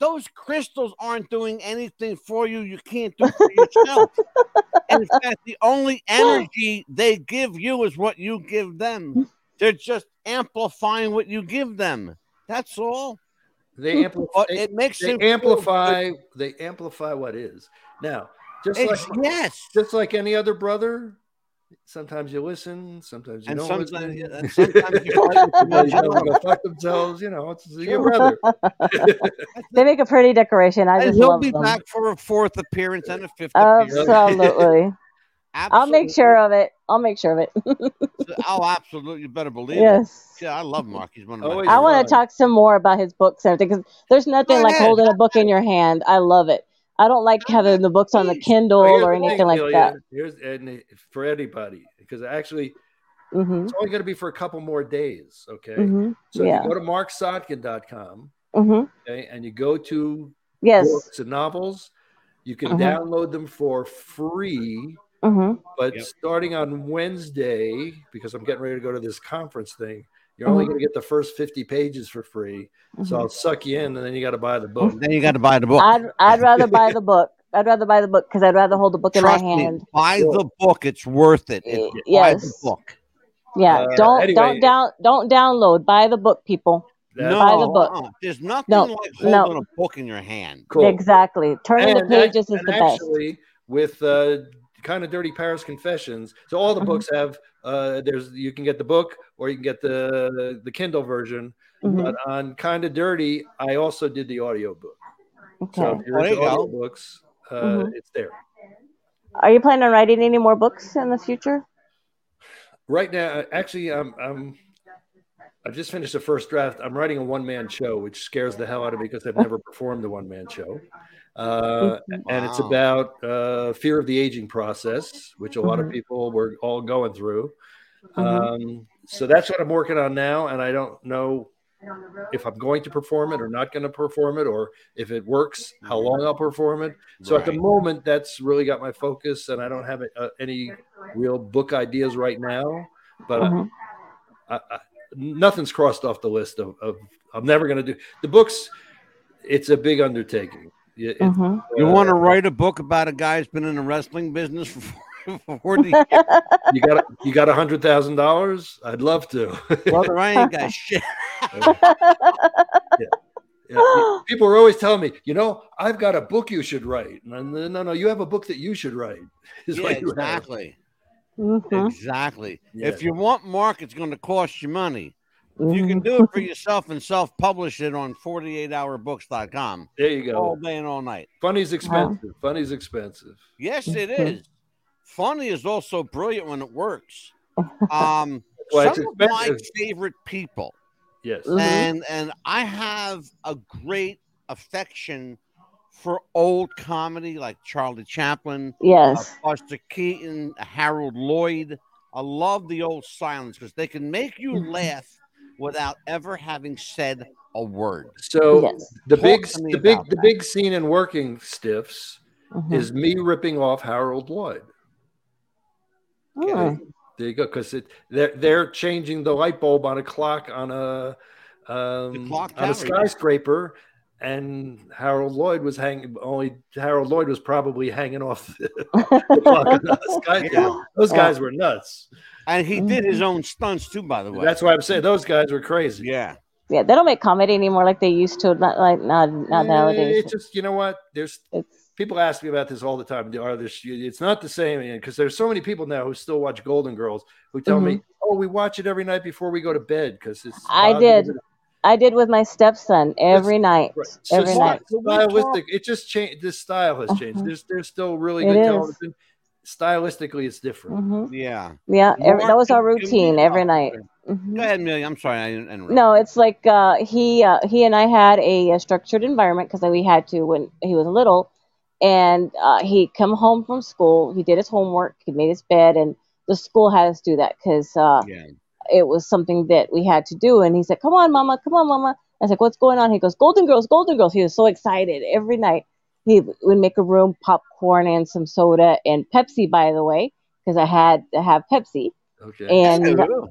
[SPEAKER 1] those crystals aren't doing anything for you you can't do for yourself. and in fact, the only energy they give you is what you give them. They're just amplifying what you give them. That's all.
[SPEAKER 3] they amplify.
[SPEAKER 1] But it makes
[SPEAKER 3] They
[SPEAKER 1] them feel good.
[SPEAKER 3] amplify. They amplify what is now. Just
[SPEAKER 1] It's-
[SPEAKER 3] like
[SPEAKER 1] yes.
[SPEAKER 3] just like any other brother, sometimes you listen, sometimes you
[SPEAKER 1] And
[SPEAKER 3] don't
[SPEAKER 1] sometimes,
[SPEAKER 3] listen.
[SPEAKER 1] and sometimes you
[SPEAKER 3] Somebody tell them
[SPEAKER 1] fight
[SPEAKER 3] to fuck themselves, you know. It's your
[SPEAKER 1] Sure.
[SPEAKER 3] brother.
[SPEAKER 2] they make a pretty decoration. I
[SPEAKER 1] And
[SPEAKER 2] just
[SPEAKER 1] he'll
[SPEAKER 2] love
[SPEAKER 1] be
[SPEAKER 2] them.
[SPEAKER 1] back for a fourth appearance and a fifth appearance.
[SPEAKER 2] Absolutely. I'll make sure of it. I'll make sure of it.
[SPEAKER 1] Absolutely. Oh, absolutely. You better believe it.
[SPEAKER 2] yes.
[SPEAKER 1] Yeah, I love Mark. He's one of my.
[SPEAKER 3] Always-
[SPEAKER 2] I want
[SPEAKER 3] Right.
[SPEAKER 2] to talk some more about his books and everything because there's nothing
[SPEAKER 1] Go
[SPEAKER 2] like
[SPEAKER 1] ahead.
[SPEAKER 2] holding a book in your hand. I love it. I don't like having the books on the
[SPEAKER 1] Please. Oh,
[SPEAKER 2] Kindle
[SPEAKER 3] Here's
[SPEAKER 2] or
[SPEAKER 3] the thing,
[SPEAKER 2] anything like
[SPEAKER 3] Delia,
[SPEAKER 2] that.
[SPEAKER 3] Here's and for anybody, because actually
[SPEAKER 2] hmm
[SPEAKER 3] it's only going to be for a couple more days. Okay,
[SPEAKER 2] hmm
[SPEAKER 3] so if
[SPEAKER 2] yeah.
[SPEAKER 3] you go to marksotkin.com
[SPEAKER 2] hmm
[SPEAKER 3] okay, and you go to
[SPEAKER 2] Yes.
[SPEAKER 3] books and novels, you can
[SPEAKER 2] Mhm.
[SPEAKER 3] download them for free.
[SPEAKER 2] hmm
[SPEAKER 3] But
[SPEAKER 1] Yep.
[SPEAKER 3] starting on Wednesday, because I'm getting ready to go to this conference thing, you're only
[SPEAKER 2] Mhm.
[SPEAKER 3] going to get the first 50 pages for free.
[SPEAKER 2] Mm-hmm.
[SPEAKER 3] So I'll suck you in, and then you got to buy the book.
[SPEAKER 2] Oh,
[SPEAKER 1] Then you got to buy the book.
[SPEAKER 2] I'd I'd rather buy the book. I'd rather buy the book because I'd rather hold the book in
[SPEAKER 1] Trust
[SPEAKER 2] my
[SPEAKER 1] me,
[SPEAKER 2] hand.
[SPEAKER 1] buy
[SPEAKER 3] Sure.
[SPEAKER 1] the book. It's worth it. It's
[SPEAKER 2] Y-
[SPEAKER 1] buy the
[SPEAKER 2] Yes.
[SPEAKER 1] book.
[SPEAKER 2] Yeah.
[SPEAKER 3] Uh,
[SPEAKER 2] don't
[SPEAKER 3] anyway.
[SPEAKER 2] don't down don't download. Buy the book, people.
[SPEAKER 3] That's
[SPEAKER 1] no,
[SPEAKER 2] Buy the book.
[SPEAKER 1] uh-uh. there's nothing
[SPEAKER 2] No,
[SPEAKER 1] like
[SPEAKER 2] no.
[SPEAKER 1] holding a book in your hand.
[SPEAKER 3] cool.
[SPEAKER 2] Exactly. Turning the
[SPEAKER 3] And act-
[SPEAKER 2] pages is
[SPEAKER 3] and
[SPEAKER 2] the best.
[SPEAKER 3] actually, with uh, kind of dirty Paris confessions, so all the
[SPEAKER 2] Mhm.
[SPEAKER 3] books have uh, there's you can get the book or you can get the the Kindle version.
[SPEAKER 2] Mhm.
[SPEAKER 3] But on kind of dirty, I also did the audiobook.
[SPEAKER 2] Okay.
[SPEAKER 3] uh, So if you're
[SPEAKER 1] There
[SPEAKER 3] into
[SPEAKER 1] you go.
[SPEAKER 3] audiobooks, uh,
[SPEAKER 2] Mhm.
[SPEAKER 3] it's there.
[SPEAKER 2] Are you planning on writing any more books in the future?
[SPEAKER 3] right now uh, actually i'm i'm i've just finished the first draft i'm writing a one-man show which scares the hell out of me because i've never performed a one-man show uh, and it's
[SPEAKER 1] Wow.
[SPEAKER 3] about uh, fear of the aging process which a lot of
[SPEAKER 1] Mm-hmm.
[SPEAKER 2] Mhm.
[SPEAKER 3] people were all going through
[SPEAKER 2] Mhm.
[SPEAKER 3] um, so that's what i'm working on now and i don't know if i'm going to perform it or not going to perform it or if it works how long i'll perform it so at the
[SPEAKER 1] Mm-hmm. Right.
[SPEAKER 3] moment that's really got my focus and i don't have uh, any real book ideas right now but I-
[SPEAKER 1] Mm-hmm.
[SPEAKER 2] Mhm.
[SPEAKER 3] I, I, nothing's crossed off the list of, of I'm never going to do the books. It's a big undertaking. Yeah, it's,
[SPEAKER 2] Mhm.
[SPEAKER 1] Oh, you
[SPEAKER 3] uh,
[SPEAKER 1] want to write a book about a guy who's been in the wrestling business for, for 40 years?
[SPEAKER 3] you got you got a hundred thousand dollars? I'd love to.
[SPEAKER 1] Brother, I ain't got shit.
[SPEAKER 3] Yeah, People are always telling me, you know, I've got a book you should write. And I'm, no, no, you have a book that you should write. Is
[SPEAKER 1] Yeah,
[SPEAKER 3] what you have.
[SPEAKER 1] exactly.
[SPEAKER 2] Mhm.
[SPEAKER 1] Exactly.
[SPEAKER 3] Yeah.
[SPEAKER 1] If you want Mark, it's going to cost you money. You can
[SPEAKER 2] Mhm.
[SPEAKER 1] do it for
[SPEAKER 3] Mm-hmm.
[SPEAKER 1] yourself and self publish it on 48hourbooks.com
[SPEAKER 3] There you
[SPEAKER 1] all
[SPEAKER 3] go.
[SPEAKER 1] day and all night.
[SPEAKER 3] Funny's expensive. Funny's expensive.
[SPEAKER 1] Yes, it
[SPEAKER 3] Mm-hmm.
[SPEAKER 2] Mhm.
[SPEAKER 1] is. Funny is also brilliant when it works. Um,
[SPEAKER 3] Well, it's
[SPEAKER 1] some of my
[SPEAKER 3] expensive. Mm-hmm.
[SPEAKER 1] favorite people,
[SPEAKER 3] Yes.
[SPEAKER 2] Mhm.
[SPEAKER 1] and and I have a great affection for old comedy like Charlie Chaplin, uh,
[SPEAKER 2] Yes.
[SPEAKER 1] Buster Keaton, Harold Lloyd. I love the old silence because they can make you
[SPEAKER 3] Mm-hmm.
[SPEAKER 2] Mhm.
[SPEAKER 1] laugh without ever having said a word.
[SPEAKER 3] So
[SPEAKER 2] yes.
[SPEAKER 3] the
[SPEAKER 1] Talk
[SPEAKER 3] big
[SPEAKER 1] to me
[SPEAKER 3] the big
[SPEAKER 1] about
[SPEAKER 3] the
[SPEAKER 1] that. Hmm.
[SPEAKER 3] big scene in working stiffs
[SPEAKER 2] Mhm.
[SPEAKER 3] is me ripping off Harold Lloyd.
[SPEAKER 2] Mm.
[SPEAKER 3] There you go, because it they're they're changing the light bulb on a clock on a
[SPEAKER 1] The
[SPEAKER 3] um,
[SPEAKER 1] clock
[SPEAKER 3] on
[SPEAKER 1] tower, yeah.
[SPEAKER 3] a skyscraper, and Harold Lloyd was hanging. Only Harold Lloyd was probably hanging off the clock on the skyscraper.
[SPEAKER 1] Yeah.
[SPEAKER 3] Those guys were nuts.
[SPEAKER 2] Mm-hmm.
[SPEAKER 1] And he did his own stunts too, by the way.
[SPEAKER 3] That's why I'm saying those guys were crazy.
[SPEAKER 1] yeah.
[SPEAKER 2] yeah, they don't make comedy anymore like they used to. Not like not not
[SPEAKER 3] Eh,
[SPEAKER 2] nowadays.
[SPEAKER 3] It's just you know what? There's
[SPEAKER 2] It's
[SPEAKER 3] people ask me about this all the time. Are there? It's not the same because there's so many people now who still watch Golden Girls who tell me, "Oh, we watch it every night before we go to bed because it's."
[SPEAKER 2] Mm-hmm. I
[SPEAKER 3] positive."
[SPEAKER 2] did. I did with my stepson every night.
[SPEAKER 3] Right. So
[SPEAKER 2] Every
[SPEAKER 3] it's
[SPEAKER 2] night.
[SPEAKER 3] not
[SPEAKER 1] So we
[SPEAKER 3] stylistic. It just changed. This style has changed.
[SPEAKER 2] Uh-huh.
[SPEAKER 3] There's there's still really
[SPEAKER 2] It
[SPEAKER 3] good
[SPEAKER 2] is.
[SPEAKER 3] television. Stylistically, it's different.
[SPEAKER 2] hmm
[SPEAKER 1] Yeah.
[SPEAKER 2] Yeah,
[SPEAKER 1] You
[SPEAKER 2] every,
[SPEAKER 1] are
[SPEAKER 2] that was our
[SPEAKER 1] giving me
[SPEAKER 2] routine every night.
[SPEAKER 1] confidence.
[SPEAKER 2] Mhm.
[SPEAKER 1] Go ahead, Amelia. I'm sorry. I interrupted.
[SPEAKER 2] No, it's like uh, he uh, he and I had a, uh structured environment because we had to when he was little, and uh, he'd come home from school. He did his homework. He made his bed, and the school had us do that because uh,
[SPEAKER 1] Yeah.
[SPEAKER 2] it was something that we had to do. And he said, "Come on, mama! Come on, mama!" I was like, "What's going on?" He goes, "Golden Girls, Golden Girls." He was so excited every night. He would make a room, popcorn, and some soda and Pepsi. By the way, because I had to have Pepsi,
[SPEAKER 3] Okay.
[SPEAKER 2] Mm-hmm. and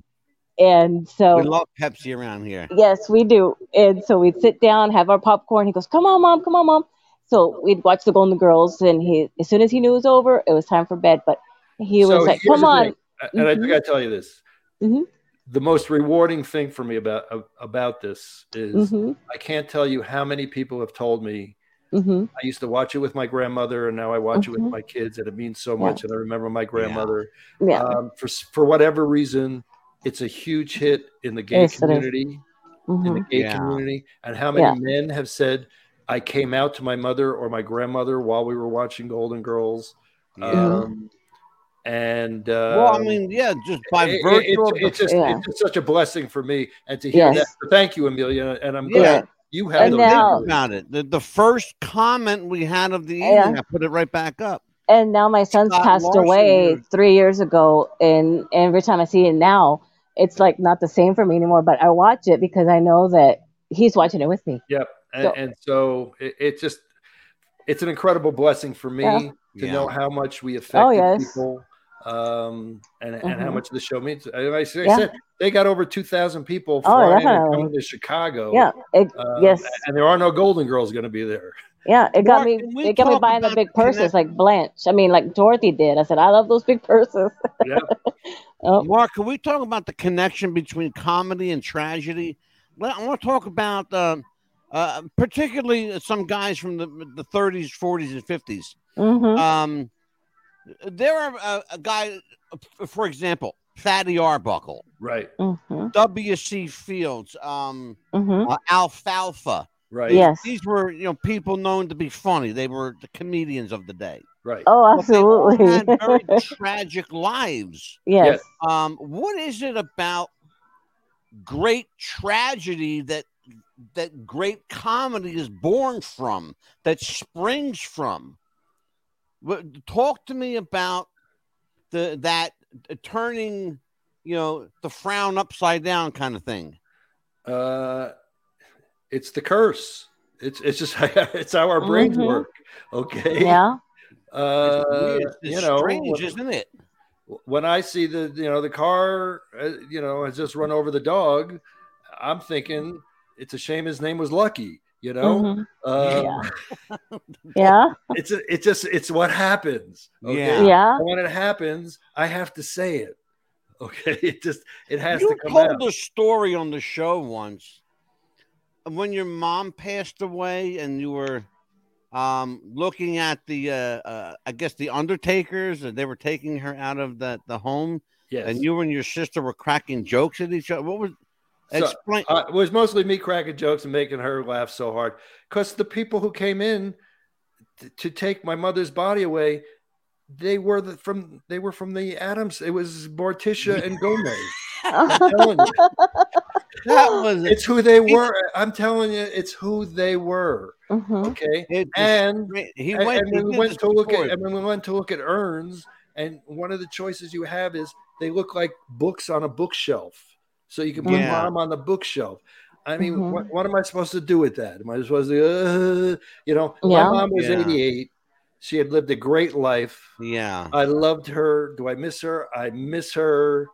[SPEAKER 2] and so
[SPEAKER 1] we love Pepsi around here.
[SPEAKER 2] Yes, we do. And so we'd sit down, have our popcorn. He goes, "Come on, mom, come on, mom." So we'd watch the Golden Girls, and he, as soon as he knew it was over, it was time for bed. But he
[SPEAKER 3] So
[SPEAKER 2] was like, "Come
[SPEAKER 3] here's the
[SPEAKER 2] on." Mm-hmm.
[SPEAKER 3] thing, and I think I tell you this.
[SPEAKER 2] Mhm.
[SPEAKER 3] The most rewarding thing for me about about this is
[SPEAKER 2] hmm
[SPEAKER 3] I can't tell you how many people have told me
[SPEAKER 2] hmm
[SPEAKER 3] I used to watch it with my grandmother, and now I watch it
[SPEAKER 2] Mhm.
[SPEAKER 3] with my kids, and it means so much. And I remember my grandmother.
[SPEAKER 2] Yeah.
[SPEAKER 3] Um, for s- for whatever reason, it's a huge hit in the gay
[SPEAKER 2] Yes, it is.
[SPEAKER 3] community, in
[SPEAKER 2] hmm
[SPEAKER 3] the gay
[SPEAKER 1] Yeah.
[SPEAKER 3] community, and how many
[SPEAKER 2] Yeah.
[SPEAKER 3] men have said, "I came out to my mother or my grandmother while we were watching Golden Girls,"
[SPEAKER 1] Yeah.
[SPEAKER 3] um, and uh,
[SPEAKER 1] well, I mean, yeah, just by
[SPEAKER 3] it- it-
[SPEAKER 1] virtue
[SPEAKER 3] it's-
[SPEAKER 1] of the
[SPEAKER 3] it's, just,
[SPEAKER 2] Yeah.
[SPEAKER 3] it's just such a blessing for me, and to hear
[SPEAKER 2] Yes.
[SPEAKER 3] that. So thank you, Amelia, and I'm
[SPEAKER 1] Yeah.
[SPEAKER 3] glad you have
[SPEAKER 2] And
[SPEAKER 3] those
[SPEAKER 2] now-
[SPEAKER 1] Think
[SPEAKER 3] memories.
[SPEAKER 1] about it. The, the first comment we had of the evening,
[SPEAKER 2] Yeah.
[SPEAKER 1] I put it right back up.
[SPEAKER 2] And now my son's
[SPEAKER 1] Scott
[SPEAKER 2] passed
[SPEAKER 1] Larson
[SPEAKER 2] away
[SPEAKER 1] was-
[SPEAKER 2] three years ago, and every time I see it now, it's like not the same for me anymore. But I watch it because I know that he's watching it with me.
[SPEAKER 3] and
[SPEAKER 2] So-
[SPEAKER 3] so, and so it, it just it's an incredible blessing for me
[SPEAKER 2] Yeah. Oh,
[SPEAKER 3] to
[SPEAKER 1] Yeah.
[SPEAKER 3] know how much we affected
[SPEAKER 2] yes.
[SPEAKER 3] people um and, and how
[SPEAKER 2] Mhm.
[SPEAKER 3] much the show means and like i said,
[SPEAKER 2] Yeah.
[SPEAKER 3] they got over 2000 people
[SPEAKER 2] Oh,
[SPEAKER 3] flying and
[SPEAKER 2] definitely.
[SPEAKER 3] coming to chicago
[SPEAKER 2] Yeah. It,
[SPEAKER 3] um,
[SPEAKER 2] yes.
[SPEAKER 3] and there are no golden girls going to be there
[SPEAKER 2] Yeah, it got
[SPEAKER 1] Mark,
[SPEAKER 2] me.
[SPEAKER 1] can we
[SPEAKER 2] It got me
[SPEAKER 1] talk
[SPEAKER 2] buying the
[SPEAKER 1] about
[SPEAKER 2] big
[SPEAKER 1] the
[SPEAKER 2] purses
[SPEAKER 1] connect-
[SPEAKER 2] like Blanche. I mean, like Dorothy did. I said, I love those big purses.
[SPEAKER 3] Yeah.
[SPEAKER 2] oh,
[SPEAKER 1] Mark, can we talk about the connection between comedy and tragedy? Let- I want to talk about uh, uh, particularly some guys from the, the 30s, 40s, and 50s.
[SPEAKER 2] mm-hmm.
[SPEAKER 1] Um, there are a, a guy, for example, Fatty Arbuckle,
[SPEAKER 3] right
[SPEAKER 2] Mm-hmm.
[SPEAKER 1] W.C. Fields, um,
[SPEAKER 2] Mm-hmm.
[SPEAKER 1] uh, Alfalfa.
[SPEAKER 3] right
[SPEAKER 2] Yes.
[SPEAKER 1] These were, you know, people known to be funny. They were the comedians of the day.
[SPEAKER 3] right
[SPEAKER 2] Oh,
[SPEAKER 1] But they all
[SPEAKER 2] absolutely.
[SPEAKER 1] had very tragic lives.
[SPEAKER 2] yes.
[SPEAKER 1] Um, what is it about great tragedy that that great comedy is born from, that springs from? What- Talk to me about the that turning, you know, the frown upside down kind of thing.
[SPEAKER 2] Oh.
[SPEAKER 3] uh it's the curse it's it's just it's how our brains
[SPEAKER 2] Mhm.
[SPEAKER 3] work okay
[SPEAKER 2] Yeah.
[SPEAKER 3] uh
[SPEAKER 1] it's weird. It's
[SPEAKER 3] you know
[SPEAKER 1] strange, isn't it?
[SPEAKER 3] when I see the you know the car uh, you know has just run over the dog, I'm thinking it's a shame his name was Lucky. You know,
[SPEAKER 2] Mhm.
[SPEAKER 3] Um,
[SPEAKER 2] Yeah.
[SPEAKER 3] it's a, it's just it's what happens.
[SPEAKER 1] Yeah.
[SPEAKER 2] Yeah.
[SPEAKER 3] And when it happens, I have to say it. Okay, it just it has
[SPEAKER 1] you
[SPEAKER 3] to come
[SPEAKER 1] told
[SPEAKER 3] out.
[SPEAKER 1] a story on the show once of when your mom passed away and you were um looking at the uh, uh i guess the undertakers and they were taking her out of the the home
[SPEAKER 3] Yes,
[SPEAKER 1] and you and your sister were cracking jokes at each other what was
[SPEAKER 3] So,
[SPEAKER 1] explain
[SPEAKER 3] uh, it was mostly me cracking jokes and making her laugh so hard because the people who came in t- to take my mother's body away they were the, from they were from the adams it was morticia and gomez I'm telling you,
[SPEAKER 1] that was
[SPEAKER 3] it's who they were i'm telling you it's who they were
[SPEAKER 2] Mhm.
[SPEAKER 3] okay
[SPEAKER 1] it was
[SPEAKER 3] and
[SPEAKER 1] great. he
[SPEAKER 3] and,
[SPEAKER 1] went,
[SPEAKER 3] and
[SPEAKER 1] he
[SPEAKER 3] when we
[SPEAKER 1] did
[SPEAKER 3] went
[SPEAKER 1] this
[SPEAKER 3] to look
[SPEAKER 1] before.
[SPEAKER 3] at and when we went to look at urns and one of the choices you have is they look like books on a bookshelf so you can put
[SPEAKER 1] Yeah.
[SPEAKER 3] mom on the bookshelf i mean
[SPEAKER 2] Mhm.
[SPEAKER 3] what, what am i supposed to do with that am i supposed to uh, you know
[SPEAKER 2] Yeah.
[SPEAKER 3] my mom was
[SPEAKER 1] Yeah.
[SPEAKER 3] 88 she had lived a great life
[SPEAKER 1] yeah
[SPEAKER 3] i loved her do i miss her i miss her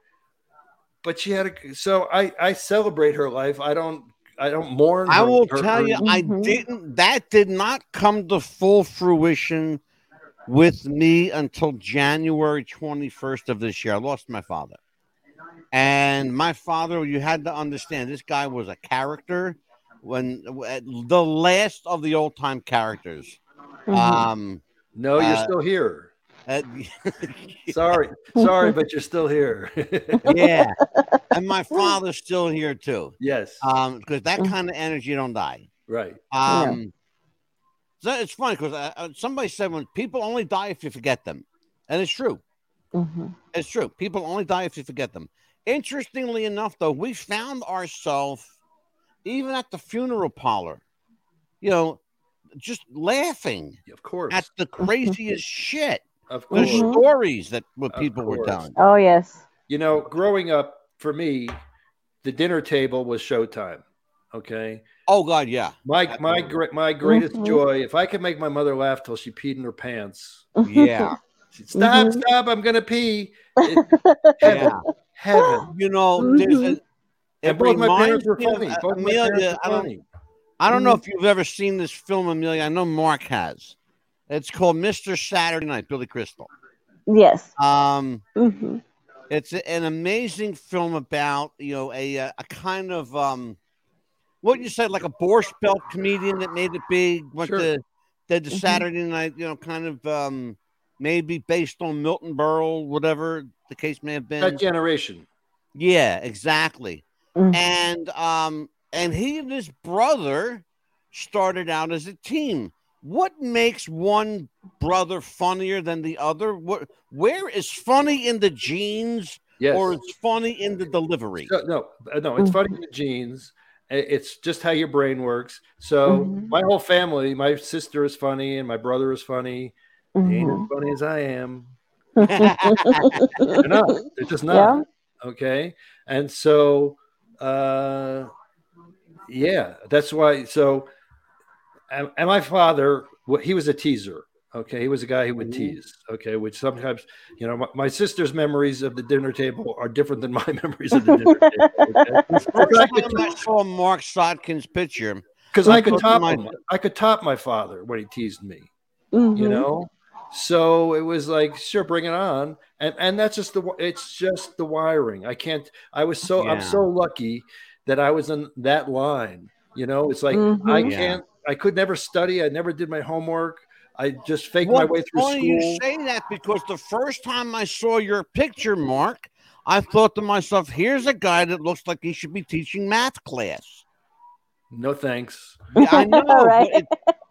[SPEAKER 3] but she had a so i i celebrate her life i don't i don't mourn
[SPEAKER 1] I
[SPEAKER 3] her-
[SPEAKER 1] will
[SPEAKER 3] her-
[SPEAKER 1] tell
[SPEAKER 3] her-
[SPEAKER 1] you, I
[SPEAKER 2] Mhm.
[SPEAKER 1] didn't. That did not come to full fruition with me until January 21st of this year. I lost my father, And my father, you had to understand, this guy was a character when the last of the old time characters.
[SPEAKER 2] Mhm.
[SPEAKER 1] Um,
[SPEAKER 3] No, you're
[SPEAKER 1] Uh,
[SPEAKER 3] still here.
[SPEAKER 1] uh,
[SPEAKER 3] Sorry, sorry, but you're still here.
[SPEAKER 1] yeah, and my father's still here too.
[SPEAKER 3] yes,
[SPEAKER 1] Um, because that
[SPEAKER 2] Mhm.
[SPEAKER 1] kind of energy don't die.
[SPEAKER 3] right.
[SPEAKER 2] Yeah.
[SPEAKER 1] Um, so it's funny because uh, uh, somebody said when people only die if you forget them, and it's true.
[SPEAKER 2] Mhm.
[SPEAKER 1] It's true. People only die if you forget them. Interestingly enough, though, we found ourselves even at the funeral parlor, you know, just laughing
[SPEAKER 3] Of course,
[SPEAKER 1] at the craziest shit,
[SPEAKER 3] of
[SPEAKER 1] the
[SPEAKER 3] course.
[SPEAKER 2] Mhm.
[SPEAKER 1] stories that what
[SPEAKER 3] Of
[SPEAKER 1] people were
[SPEAKER 3] course.
[SPEAKER 1] telling.
[SPEAKER 2] Oh yes.
[SPEAKER 3] You know, growing up for me, the dinner table was showtime. Okay,
[SPEAKER 1] Oh God, yeah,
[SPEAKER 3] my my gra- my greatest
[SPEAKER 1] Mm-hmm.
[SPEAKER 2] Mhm.
[SPEAKER 3] joy. If I could make my mother laugh till she peed in her pants,
[SPEAKER 1] yeah,
[SPEAKER 3] she'd, stop,
[SPEAKER 1] Mm-hmm.
[SPEAKER 2] Mhm.
[SPEAKER 3] stop, I'm gonna pee. It- heaven,
[SPEAKER 1] yeah.
[SPEAKER 3] heaven.
[SPEAKER 1] You know, there's a,
[SPEAKER 2] Mhm.
[SPEAKER 1] it
[SPEAKER 3] Mm-hmm. And both my
[SPEAKER 1] reminds
[SPEAKER 3] parents were
[SPEAKER 1] me of,
[SPEAKER 3] funny.
[SPEAKER 1] uh,
[SPEAKER 3] Both my
[SPEAKER 1] Amelia.
[SPEAKER 3] parents
[SPEAKER 1] I
[SPEAKER 3] were
[SPEAKER 1] don't,
[SPEAKER 3] funny.
[SPEAKER 1] I don't know if you've ever seen this film, Amelia. I know Mark has. It's called Mr. Saturday Night, Billy Crystal.
[SPEAKER 2] yes.
[SPEAKER 1] Um,
[SPEAKER 2] hmm
[SPEAKER 1] It's a- an amazing film about you know a uh, a kind of um, what you said like a Borscht Belt comedian that made it big, but
[SPEAKER 3] Sure.
[SPEAKER 1] the did the
[SPEAKER 2] Mhm.
[SPEAKER 1] Saturday night you know kind of um, maybe based on Milton Berle, whatever the case may have been.
[SPEAKER 3] That generation.
[SPEAKER 1] Yeah, exactly.
[SPEAKER 2] Mhm.
[SPEAKER 1] And um, and he and his brother started out as a team. What makes one brother funnier than the other? What, where is funny in the genes?
[SPEAKER 3] Yes.
[SPEAKER 1] or it's funny in the delivery.
[SPEAKER 3] So- no, uh, no, it's funny in the genes. I- It's just how your brain works. So
[SPEAKER 2] Mhm.
[SPEAKER 3] my whole family, my sister is funny and my brother is funny. They ain't
[SPEAKER 2] mm-hmm.
[SPEAKER 3] as funny as I am. They're not. They're just
[SPEAKER 2] Yeah.
[SPEAKER 3] not. Okay. And so uh yeah, that's why so and, and my father wh- he was a teaser. Okay, he was a guy who would
[SPEAKER 1] Mhm.
[SPEAKER 3] tease. Okay, which sometimes you know my, my sister's memories of the dinner table are different than my memories of the dinner table. okay?
[SPEAKER 1] First
[SPEAKER 3] I could
[SPEAKER 1] time I saw Mark Sodkin's picture,
[SPEAKER 3] because I could
[SPEAKER 1] That's
[SPEAKER 3] top
[SPEAKER 1] my-
[SPEAKER 3] him. I could top my father when he teased me,
[SPEAKER 2] Mhm.
[SPEAKER 1] Mm-hmm.
[SPEAKER 3] you know. So it was like, sure, bring it on, and and that's just the wi- it's just the wiring. I can't. I was so I'm
[SPEAKER 1] Yeah.
[SPEAKER 3] so lucky that I was in that line. You know, it's like I
[SPEAKER 2] Mhm.
[SPEAKER 1] Mm-hmm. Yeah.
[SPEAKER 3] can't. I could never study. I never did my homework. I just faked my
[SPEAKER 1] Well,
[SPEAKER 3] way through
[SPEAKER 1] funny you
[SPEAKER 3] school.
[SPEAKER 1] say that because the first time I saw your picture, Mark, I thought to myself, "Here's a guy that looks like he should be teaching math class."
[SPEAKER 3] No thanks.
[SPEAKER 1] Yeah, I know but
[SPEAKER 2] Mm-hmm. Right.
[SPEAKER 1] it-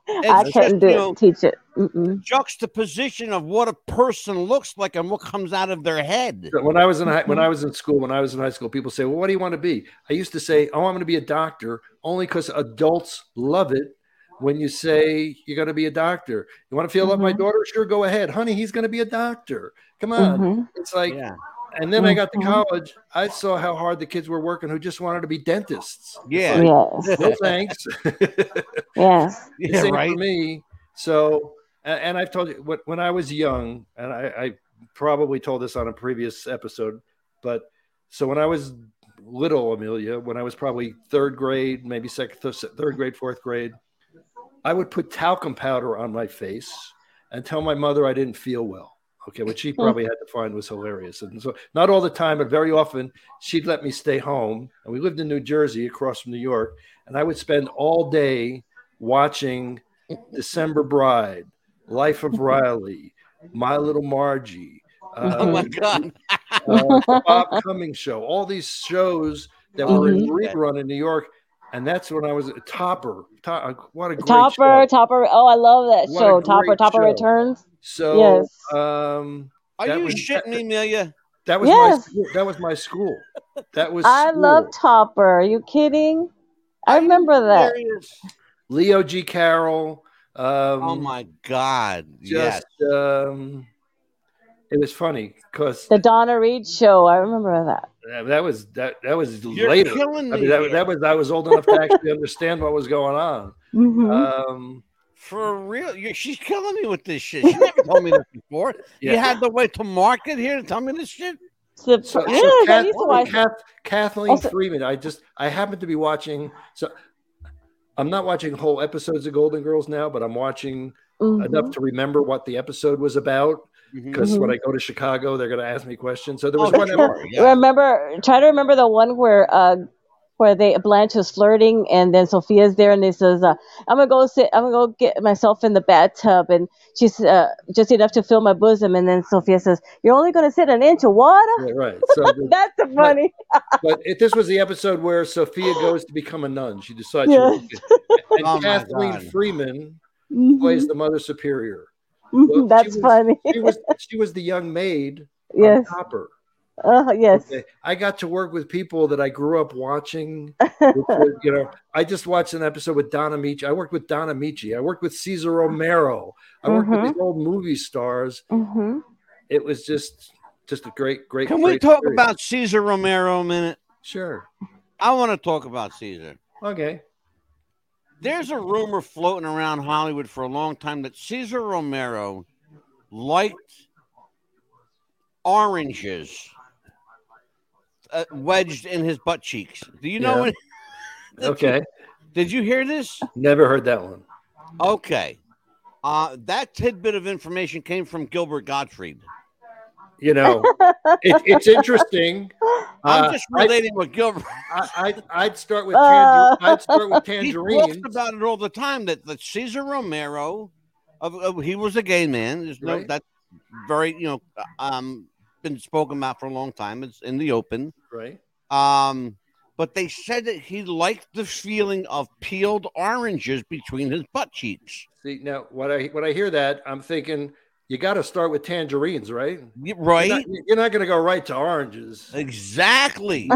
[SPEAKER 2] I
[SPEAKER 1] it's just
[SPEAKER 2] couldn't do
[SPEAKER 1] you
[SPEAKER 2] it.
[SPEAKER 1] know,
[SPEAKER 2] Teach it. Mm-mm.
[SPEAKER 1] juxtaposition of what a person looks like and what comes out of their head.
[SPEAKER 3] When I was in high, when
[SPEAKER 1] Mm-hmm.
[SPEAKER 3] I was in school, when I was in high school, people say, "Well, what do you want to be?" I used to say, "Oh, I'm going to be a doctor," only because adults love it when you say you're going to be a doctor. You want to feel like my
[SPEAKER 2] Mhm.
[SPEAKER 1] Mm-hmm.
[SPEAKER 3] daughter? Sure, go ahead, honey. He's going to be a doctor. Come on.
[SPEAKER 2] Mhm.
[SPEAKER 3] It's like,
[SPEAKER 1] Mm-hmm. yeah, Mm-hmm.
[SPEAKER 3] and then I got to
[SPEAKER 2] Mhm.
[SPEAKER 3] college. I saw how hard the kids were working who just wanted to be dentists.
[SPEAKER 1] yeah,
[SPEAKER 2] Mm-hmm. Yes.
[SPEAKER 3] No thanks.
[SPEAKER 2] Yes.
[SPEAKER 1] yeah,
[SPEAKER 3] This ain't
[SPEAKER 1] right.
[SPEAKER 3] for me. So, a- and, I've told you when, when I was young, and I, I probably told this on a previous episode, but so when I was little, Amelia, when I was probably third grade, maybe second, third grade, fourth grade, I would put talcum powder on my face and tell my mother I didn't feel well. Okay, which she probably had to find was hilarious. And so, not all the time, but very often, she'd let me stay home. And we lived in New Jersey across from New York. And I would spend all day watching December Bride, Life of Riley, My Little Margie,
[SPEAKER 1] Oh
[SPEAKER 3] uh,
[SPEAKER 1] my god,
[SPEAKER 3] uh, the Bob Cummings show, all these shows that were in
[SPEAKER 1] Mhm.
[SPEAKER 3] rerun in New York. And that's when I was a topper. To- uh, what a great
[SPEAKER 2] Topper,
[SPEAKER 3] show.
[SPEAKER 2] Topper. Oh, I love that
[SPEAKER 3] What a
[SPEAKER 2] show. Topper,
[SPEAKER 3] great
[SPEAKER 2] Topper
[SPEAKER 3] show.
[SPEAKER 2] returns.
[SPEAKER 3] So,
[SPEAKER 2] Yes.
[SPEAKER 3] um,
[SPEAKER 1] are
[SPEAKER 3] That
[SPEAKER 1] you
[SPEAKER 3] was-
[SPEAKER 1] shitting me, Amelia?
[SPEAKER 3] that was
[SPEAKER 2] Yes.
[SPEAKER 3] my school. that was my school. That was
[SPEAKER 2] I
[SPEAKER 3] school.
[SPEAKER 2] love Topper. Are you kidding? I remember that.
[SPEAKER 1] Serious?
[SPEAKER 3] Leo G. Carroll. Um,
[SPEAKER 1] Oh my god, yes.
[SPEAKER 3] just um, it was funny because
[SPEAKER 2] The Donna Reed show. I remember that.
[SPEAKER 3] that was that that was
[SPEAKER 1] You're
[SPEAKER 3] later.
[SPEAKER 1] killing me.
[SPEAKER 3] I mean, that,
[SPEAKER 1] here.
[SPEAKER 3] that was I was old enough to actually understand what was going on.
[SPEAKER 1] Mm-hmm.
[SPEAKER 2] Mhm.
[SPEAKER 3] Um,
[SPEAKER 1] For real, you she's killing me with this shit. She never told me this before. You
[SPEAKER 3] yeah.
[SPEAKER 1] had to wait till market here to tell me this shit.
[SPEAKER 2] Surpri-
[SPEAKER 3] So, so
[SPEAKER 2] yes, I
[SPEAKER 3] Kath-
[SPEAKER 2] used to watch.
[SPEAKER 3] Kath- Kathleen
[SPEAKER 2] Also-
[SPEAKER 3] Freeman. I just I happen to be watching. So I'm not watching whole episodes of Golden Girls now, but I'm watching
[SPEAKER 2] Mhm.
[SPEAKER 3] enough to remember what the episode was about. because
[SPEAKER 2] Mhm.
[SPEAKER 3] when I go to Chicago, they're going to ask me questions. So there
[SPEAKER 1] Mm-hmm. Oh,
[SPEAKER 3] Mm-hmm. was one.
[SPEAKER 1] sure, yeah.
[SPEAKER 2] Remember, try to remember the one where uh, where they Blanche was flirting, and then Sophia's there, and he says, uh, "I'm gonna go sit. I'm gonna go get myself in the bathtub," and she's uh, just enough to fill my bosom, and then Sophia says, "You're only gonna sit an inch of water."
[SPEAKER 3] Yeah, right. So, the-
[SPEAKER 2] That's so funny.
[SPEAKER 3] but if this was the episode where Sophia goes to become a nun. She decides.
[SPEAKER 2] Yeah.
[SPEAKER 3] She wants to- and
[SPEAKER 1] Oh my
[SPEAKER 3] Kathleen
[SPEAKER 1] God.
[SPEAKER 3] Freeman plays
[SPEAKER 2] Mhm.
[SPEAKER 3] the mother superior. well,
[SPEAKER 2] Mhm, That's
[SPEAKER 3] she was-
[SPEAKER 2] funny.
[SPEAKER 3] She was she was the young maid. on
[SPEAKER 2] Yes.
[SPEAKER 3] Copper.
[SPEAKER 2] Uh, yes.
[SPEAKER 3] Okay. Eh, I got to work with people that I grew up watching. which were, you know, I just watched an episode with Donna Michi. I worked with Donna Michi. I worked with Cesar Romero. I worked
[SPEAKER 2] Mhm.
[SPEAKER 3] with these old movie stars.
[SPEAKER 2] hmm
[SPEAKER 3] It was just just a great, great.
[SPEAKER 1] Can we
[SPEAKER 3] great
[SPEAKER 1] talk
[SPEAKER 3] experience.
[SPEAKER 1] about Caesar Romero a minute?
[SPEAKER 3] Sure.
[SPEAKER 1] I want to talk about Caesar.
[SPEAKER 3] Okay.
[SPEAKER 1] There's a rumor floating around Hollywood for a long time that Caesar Romero liked oranges uh, wedged in his butt cheeks. Do you know?
[SPEAKER 3] Yeah.
[SPEAKER 1] any- Did you-
[SPEAKER 3] Okay.
[SPEAKER 1] did you hear this?
[SPEAKER 3] Never heard that one.
[SPEAKER 1] Okay. Uh, that tidbit of information came from Gilbert Gottfried.
[SPEAKER 3] You know, it, it's interesting.
[SPEAKER 1] I'm
[SPEAKER 3] Uh,
[SPEAKER 1] just
[SPEAKER 3] I-
[SPEAKER 1] relating with Gilbert.
[SPEAKER 3] I, I, I'd start with
[SPEAKER 2] Uh.
[SPEAKER 3] tanger- I'd start with
[SPEAKER 1] He
[SPEAKER 3] tangerines.
[SPEAKER 1] talks about it all the time that that Caesar Romero, of, of- he was a gay man. There's no
[SPEAKER 3] Right.
[SPEAKER 1] that's very you know um been spoken about for a long time. It's in the open.
[SPEAKER 3] right.
[SPEAKER 1] Um, but they said that he liked the feeling of peeled oranges between his butt cheeks.
[SPEAKER 3] See now when I when I hear that, I'm thinking you got to start with tangerines, right?
[SPEAKER 1] Y-
[SPEAKER 3] You're
[SPEAKER 1] Right?
[SPEAKER 3] not, you're not going to go right to oranges.
[SPEAKER 1] exactly.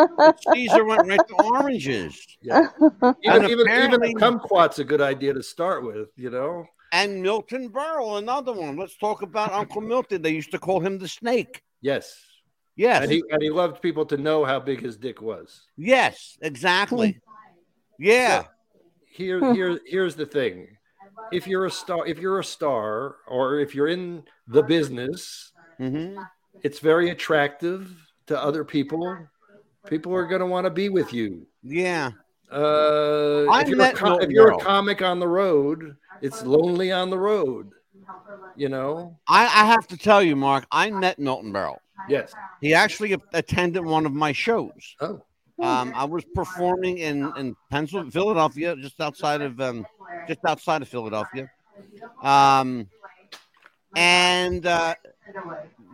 [SPEAKER 1] Caesar went right to oranges.
[SPEAKER 3] Yeah. Even,
[SPEAKER 1] And
[SPEAKER 3] even, even
[SPEAKER 1] apparently-
[SPEAKER 3] a kumquat's a good idea to start with, you know?
[SPEAKER 1] And Milton Berle, another one. Let's talk about Uncle Milton. They used to call him the snake.
[SPEAKER 3] Yes.
[SPEAKER 1] Yes.
[SPEAKER 3] And he, and he loved people to know how big his dick was.
[SPEAKER 1] Yes, exactly. Yeah.
[SPEAKER 3] Here, here, here's the thing. If you're a star, if you're a star or if you're in the business,
[SPEAKER 1] hmm
[SPEAKER 3] it's very attractive to other people. People are going to want to be with you.
[SPEAKER 1] Yeah.
[SPEAKER 3] Uh,
[SPEAKER 1] I
[SPEAKER 3] if you're, a,
[SPEAKER 1] met
[SPEAKER 3] com- if
[SPEAKER 1] Milton
[SPEAKER 3] you're a
[SPEAKER 1] Berle.
[SPEAKER 3] comic on the road, it's lonely on the road. You know?
[SPEAKER 1] I, I have to tell you, Mark, I met Milton Berle.
[SPEAKER 3] Yes.
[SPEAKER 1] He actually a- attended one of my shows.
[SPEAKER 3] Oh,
[SPEAKER 1] Um, I was performing in in Pennsylvania, Philadelphia, just outside of um, just outside of Philadelphia. Um, and uh,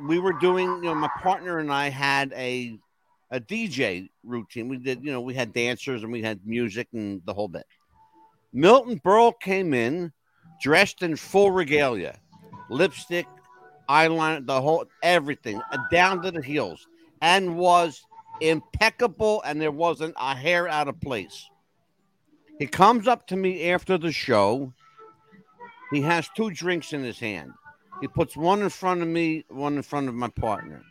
[SPEAKER 1] we were doing, you know, my partner and I had a a DJ routine. We did, you know, we had dancers and we had music and the whole bit. Milton Berle came in dressed in full regalia, lipstick, eyeliner, the whole everything, uh, down to the heels, and was impeccable and there wasn't a hair out of place. He comes up to me after the show. He has two drinks in his hand. He puts one in front of me, one in front of my partner.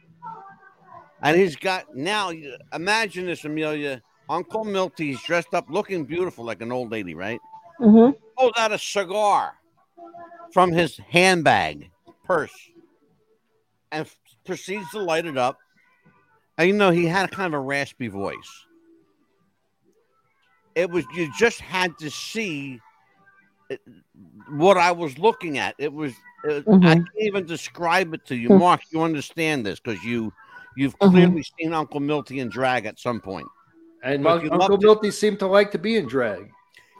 [SPEAKER 1] And he's got now you- imagine this, Amelia. Uncle Milty's dressed up looking beautiful like an old lady, right?
[SPEAKER 2] hmm
[SPEAKER 1] Pulls out a cigar from his handbag, purse, and f- proceeds to light it up. And you know, he had kind of a raspy voice. It was, you just had to see it- what I was looking at. It was, it, I can't even describe it to you,
[SPEAKER 2] Mhm.
[SPEAKER 1] Mark. You understand this because you, you've
[SPEAKER 2] Mhm.
[SPEAKER 1] clearly seen Uncle Milty in drag at some point.
[SPEAKER 3] and
[SPEAKER 1] But
[SPEAKER 3] Mon-
[SPEAKER 1] you
[SPEAKER 3] Uncle
[SPEAKER 1] loved it.
[SPEAKER 3] Milty seemed to like to be in drag.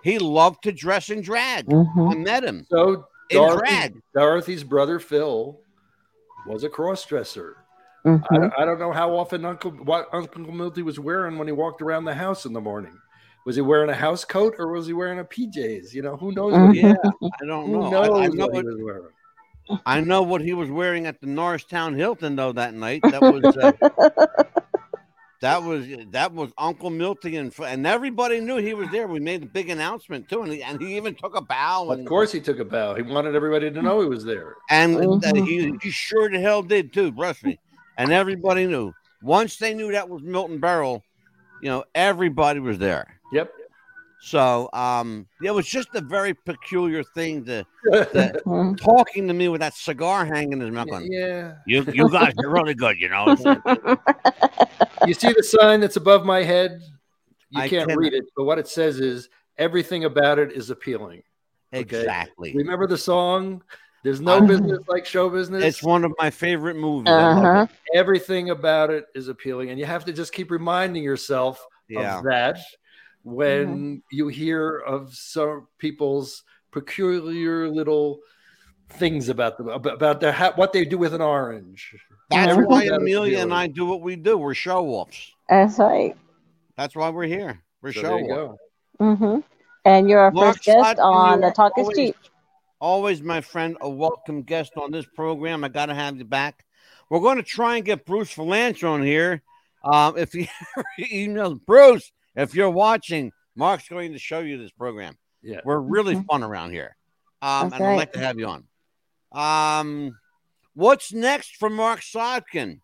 [SPEAKER 1] He loved to dress in drag.
[SPEAKER 2] hmm
[SPEAKER 3] Mm-hmm.
[SPEAKER 1] I met him
[SPEAKER 3] So
[SPEAKER 1] in
[SPEAKER 3] Dorothy-
[SPEAKER 1] drag.
[SPEAKER 3] Dorothy's brother Phil was a crossdresser. I, don't- I don't know how often Uncle what Uncle Milty was wearing when he walked around the house in the morning. Was he wearing a house coat or was he wearing a PJs? You know, who knows? What he,
[SPEAKER 1] Yeah, I don't
[SPEAKER 3] who
[SPEAKER 1] know.
[SPEAKER 3] knows
[SPEAKER 1] I, I know
[SPEAKER 3] what he
[SPEAKER 1] what,
[SPEAKER 3] was wearing?
[SPEAKER 1] I know what he was wearing at the Norristown Hilton though that night. That was uh, that was that was Uncle Milty and fr- and everybody knew he was there. We made a big announcement too, and he, and he even took a bow
[SPEAKER 3] Of
[SPEAKER 1] and
[SPEAKER 3] course, he took a bow. He wanted everybody to know he was there.
[SPEAKER 1] and uh,
[SPEAKER 2] Mhm.
[SPEAKER 1] he, he sure the hell did too. Trust me, and everybody knew. Once they knew that was Milton Berle, you know everybody was there.
[SPEAKER 3] Yep.
[SPEAKER 1] So um, it was just a very peculiar thing to
[SPEAKER 3] Mm-hmm.
[SPEAKER 1] talking to me with that cigar hanging in his mouth. going,
[SPEAKER 3] yeah.
[SPEAKER 1] You, you guys are really good, you know.
[SPEAKER 3] You see the sign that's above my head? You
[SPEAKER 1] I
[SPEAKER 3] can't
[SPEAKER 1] cannot-
[SPEAKER 3] read it, but what it says is everything about it is appealing.
[SPEAKER 1] exactly.
[SPEAKER 3] Remember the song? There's no business like show business.
[SPEAKER 1] It's one of my favorite movies. I love
[SPEAKER 2] Uh-huh.
[SPEAKER 3] Everything about it is appealing, and you have to just keep reminding yourself
[SPEAKER 1] it. Yeah.
[SPEAKER 3] of that when
[SPEAKER 1] Mm-hmm.
[SPEAKER 3] you hear of some people's peculiar little things about them ab- about their ha- what they do with an orange.
[SPEAKER 1] That's
[SPEAKER 3] Everything
[SPEAKER 1] why
[SPEAKER 3] about it is
[SPEAKER 1] Amelia and
[SPEAKER 3] appealing.
[SPEAKER 1] I do what we do. We're show offs.
[SPEAKER 2] That's right.
[SPEAKER 1] That's why we're here. We're
[SPEAKER 3] So
[SPEAKER 1] show
[SPEAKER 3] there you
[SPEAKER 1] offs.
[SPEAKER 3] go.
[SPEAKER 2] Mm-hmm. And you're our
[SPEAKER 1] Mark
[SPEAKER 2] first guest
[SPEAKER 1] Slotkin,
[SPEAKER 2] on
[SPEAKER 1] you
[SPEAKER 2] the
[SPEAKER 1] are
[SPEAKER 2] Talk is
[SPEAKER 1] always-
[SPEAKER 2] Cheap.
[SPEAKER 1] Always, my friend, a welcome guest on this program. I got to have you back. We're going to try and get Bruce Valanche on here. Um, if he emails Bruce, if you're watching, Mark's going to show you this program.
[SPEAKER 3] Yeah.
[SPEAKER 1] We're really
[SPEAKER 2] Mhm.
[SPEAKER 1] fun around here. Um,
[SPEAKER 2] That's
[SPEAKER 1] and I'd
[SPEAKER 2] right.
[SPEAKER 1] like to have you on. Um, what's next for Mark Sodkin?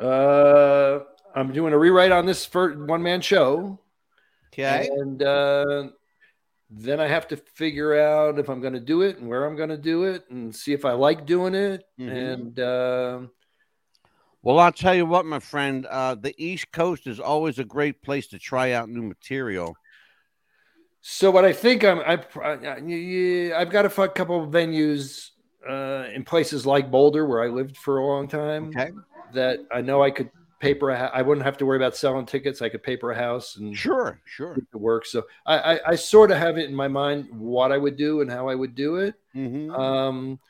[SPEAKER 3] Uh, I'm doing a rewrite on this first one man show.
[SPEAKER 1] Okay.
[SPEAKER 3] And uh, then I have to figure out if I'm going to do it and where I'm going to do it and see if I like doing it.
[SPEAKER 1] Mhm.
[SPEAKER 3] And uh,
[SPEAKER 1] Well, I'll tell you what, my friend. Uh, the East Coast is always a great place to try out new material.
[SPEAKER 3] so, what I think I'm, I, I, yeah, I've got a fu- couple of venues uh, in places like Boulder, where I lived for a long time,
[SPEAKER 1] Okay.
[SPEAKER 3] that I know I could paper. A, hou- I wouldn't have to worry about selling tickets. I could paper a house and
[SPEAKER 1] Sure. Sure.
[SPEAKER 3] make it work. So, I, I, I sort of have it in my mind what I would do and how I would do it.
[SPEAKER 1] hmm
[SPEAKER 3] Um,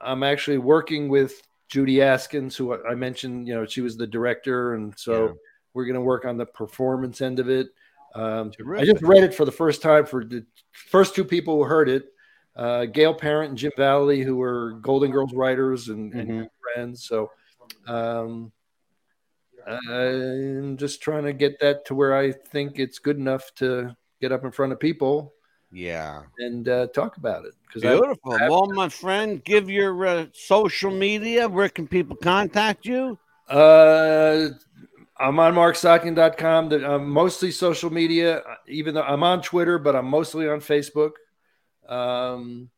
[SPEAKER 3] I'm actually working with Judy Askins, who I I mentioned, you know, she was the director. And so
[SPEAKER 1] Yeah.
[SPEAKER 3] we're going to work on the performance end of it. Um, I
[SPEAKER 1] Terrific.
[SPEAKER 3] just read it for the first time for the first two people who heard it uh, Gail Parent and Jim Valley, who were Golden Girls writers and, and
[SPEAKER 1] Mhm.
[SPEAKER 3] friends. So um, I'm just trying to get that to where I think it's good enough to get up in front of people
[SPEAKER 1] Yeah.
[SPEAKER 3] and uh, talk about it. Because I,
[SPEAKER 1] Beautiful. Well, my friend, give your uh, social media. Where can people contact you?
[SPEAKER 3] Uh, I'm on marksocking.com. The- I'm mostly social media, even though I'm on Twitter, but I'm mostly on Facebook. Um,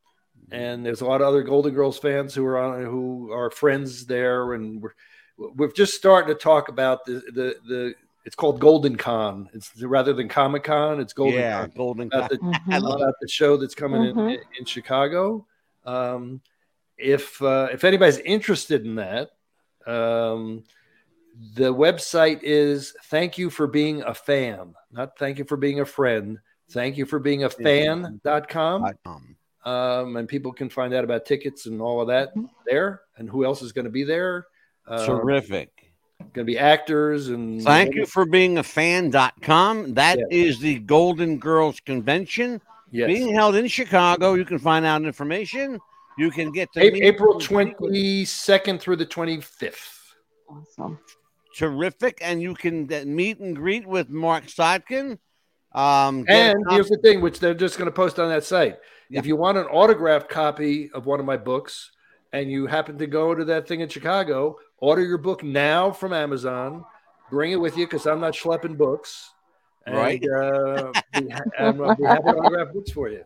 [SPEAKER 3] and there's a lot of other Golden Girls fans who are on who are friends there, and we're we're just starting to talk about the the the. It's called Golden Con. It's rather than Comic Con. It's Golden
[SPEAKER 1] yeah,
[SPEAKER 3] Con.
[SPEAKER 1] Golden
[SPEAKER 3] About the
[SPEAKER 2] Mhm.
[SPEAKER 1] I love
[SPEAKER 3] about the show that's coming in,
[SPEAKER 2] Mhm.
[SPEAKER 3] in Chicago. Um, if uh, if anybody's interested in that, um, the website is thank you for being a fan, not thank you for being a friend. Thank you for being a fan.com.
[SPEAKER 1] Com.
[SPEAKER 3] Um, and people can find out about tickets and all of that there and who else is going to be there. Uh, going
[SPEAKER 1] Terrific.
[SPEAKER 3] to be actors and
[SPEAKER 1] Thank you for being a fan.com. That is the Golden Girls Convention
[SPEAKER 3] Yes.
[SPEAKER 1] being held in Chicago. You can find out information. You can get to
[SPEAKER 3] A-
[SPEAKER 1] meet-
[SPEAKER 3] April 22nd through the 25th.
[SPEAKER 2] Awesome.
[SPEAKER 1] Terrific. And you can uh, meet and greet with Mark Sodkin. Um, get a
[SPEAKER 3] And
[SPEAKER 1] copy-
[SPEAKER 3] here's the thing, which they're just going to post on that site.
[SPEAKER 1] Yeah.
[SPEAKER 3] If you want an autographed copy of one of my books and you happen to go to that thing in Chicago, order your book now from Amazon. Bring it with you because I'm not schlepping books. And,
[SPEAKER 1] Right.
[SPEAKER 3] Uh, we ha- and uh, we have autographed books for you.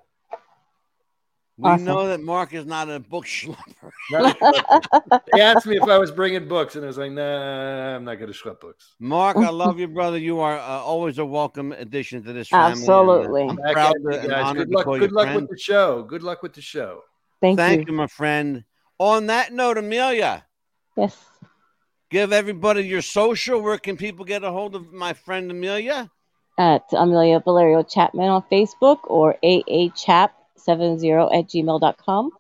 [SPEAKER 1] we
[SPEAKER 2] Awesome.
[SPEAKER 1] know that Mark is not a book schlumper.
[SPEAKER 3] Not a schlepper. they asked me if I was bringing books, and I was like, nah, I'm not going to schlep books.
[SPEAKER 1] Mark, I love you, brother. You are uh, always a welcome addition to this family. and, uh,
[SPEAKER 2] Absolutely.
[SPEAKER 1] I'm
[SPEAKER 3] Back
[SPEAKER 1] proud
[SPEAKER 3] at you
[SPEAKER 1] to, and
[SPEAKER 3] guys.
[SPEAKER 1] honored
[SPEAKER 3] Good
[SPEAKER 1] to
[SPEAKER 3] luck,
[SPEAKER 1] call
[SPEAKER 3] good
[SPEAKER 1] you
[SPEAKER 3] luck
[SPEAKER 1] friend.
[SPEAKER 3] with the show. Good luck with the show.
[SPEAKER 2] Thank,
[SPEAKER 1] Thank,
[SPEAKER 2] you.
[SPEAKER 1] you. my friend. On that note, Amelia,
[SPEAKER 2] Yes.
[SPEAKER 1] give everybody your social. Where can people get a hold of my friend Amelia?
[SPEAKER 2] At Amelia Valerio Chapman on Facebook or aachap70 at gmail.com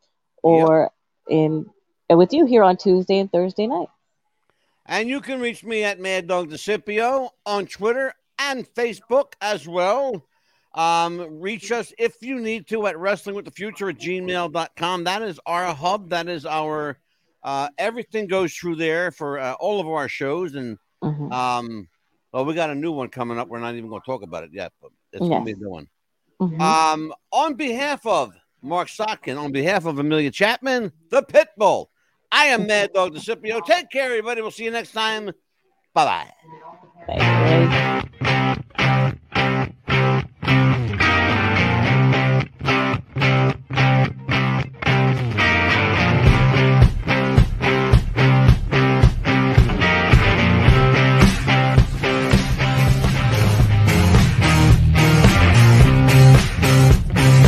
[SPEAKER 2] or in and with you here on Tuesday and Thursday night.
[SPEAKER 1] And you can reach me at Mad Dog DeCipio on Twitter and Facebook as well. Um, reach us if you need to at wrestling with the future at gmail.com. That is our hub. That is our uh, everything goes through there for uh, all of our shows. And
[SPEAKER 2] Mhm.
[SPEAKER 1] um, well, we got a new one coming up. We're not even going to talk about it yet, but it's going to be a new one.
[SPEAKER 2] Mhm.
[SPEAKER 1] Um, on behalf of Mark Sotkin, on behalf of Amelia Chapman, the Pitbull, I am Mad Dog DeCipio. Take care, everybody. We'll see you next time. Bye bye.
[SPEAKER 2] Bye.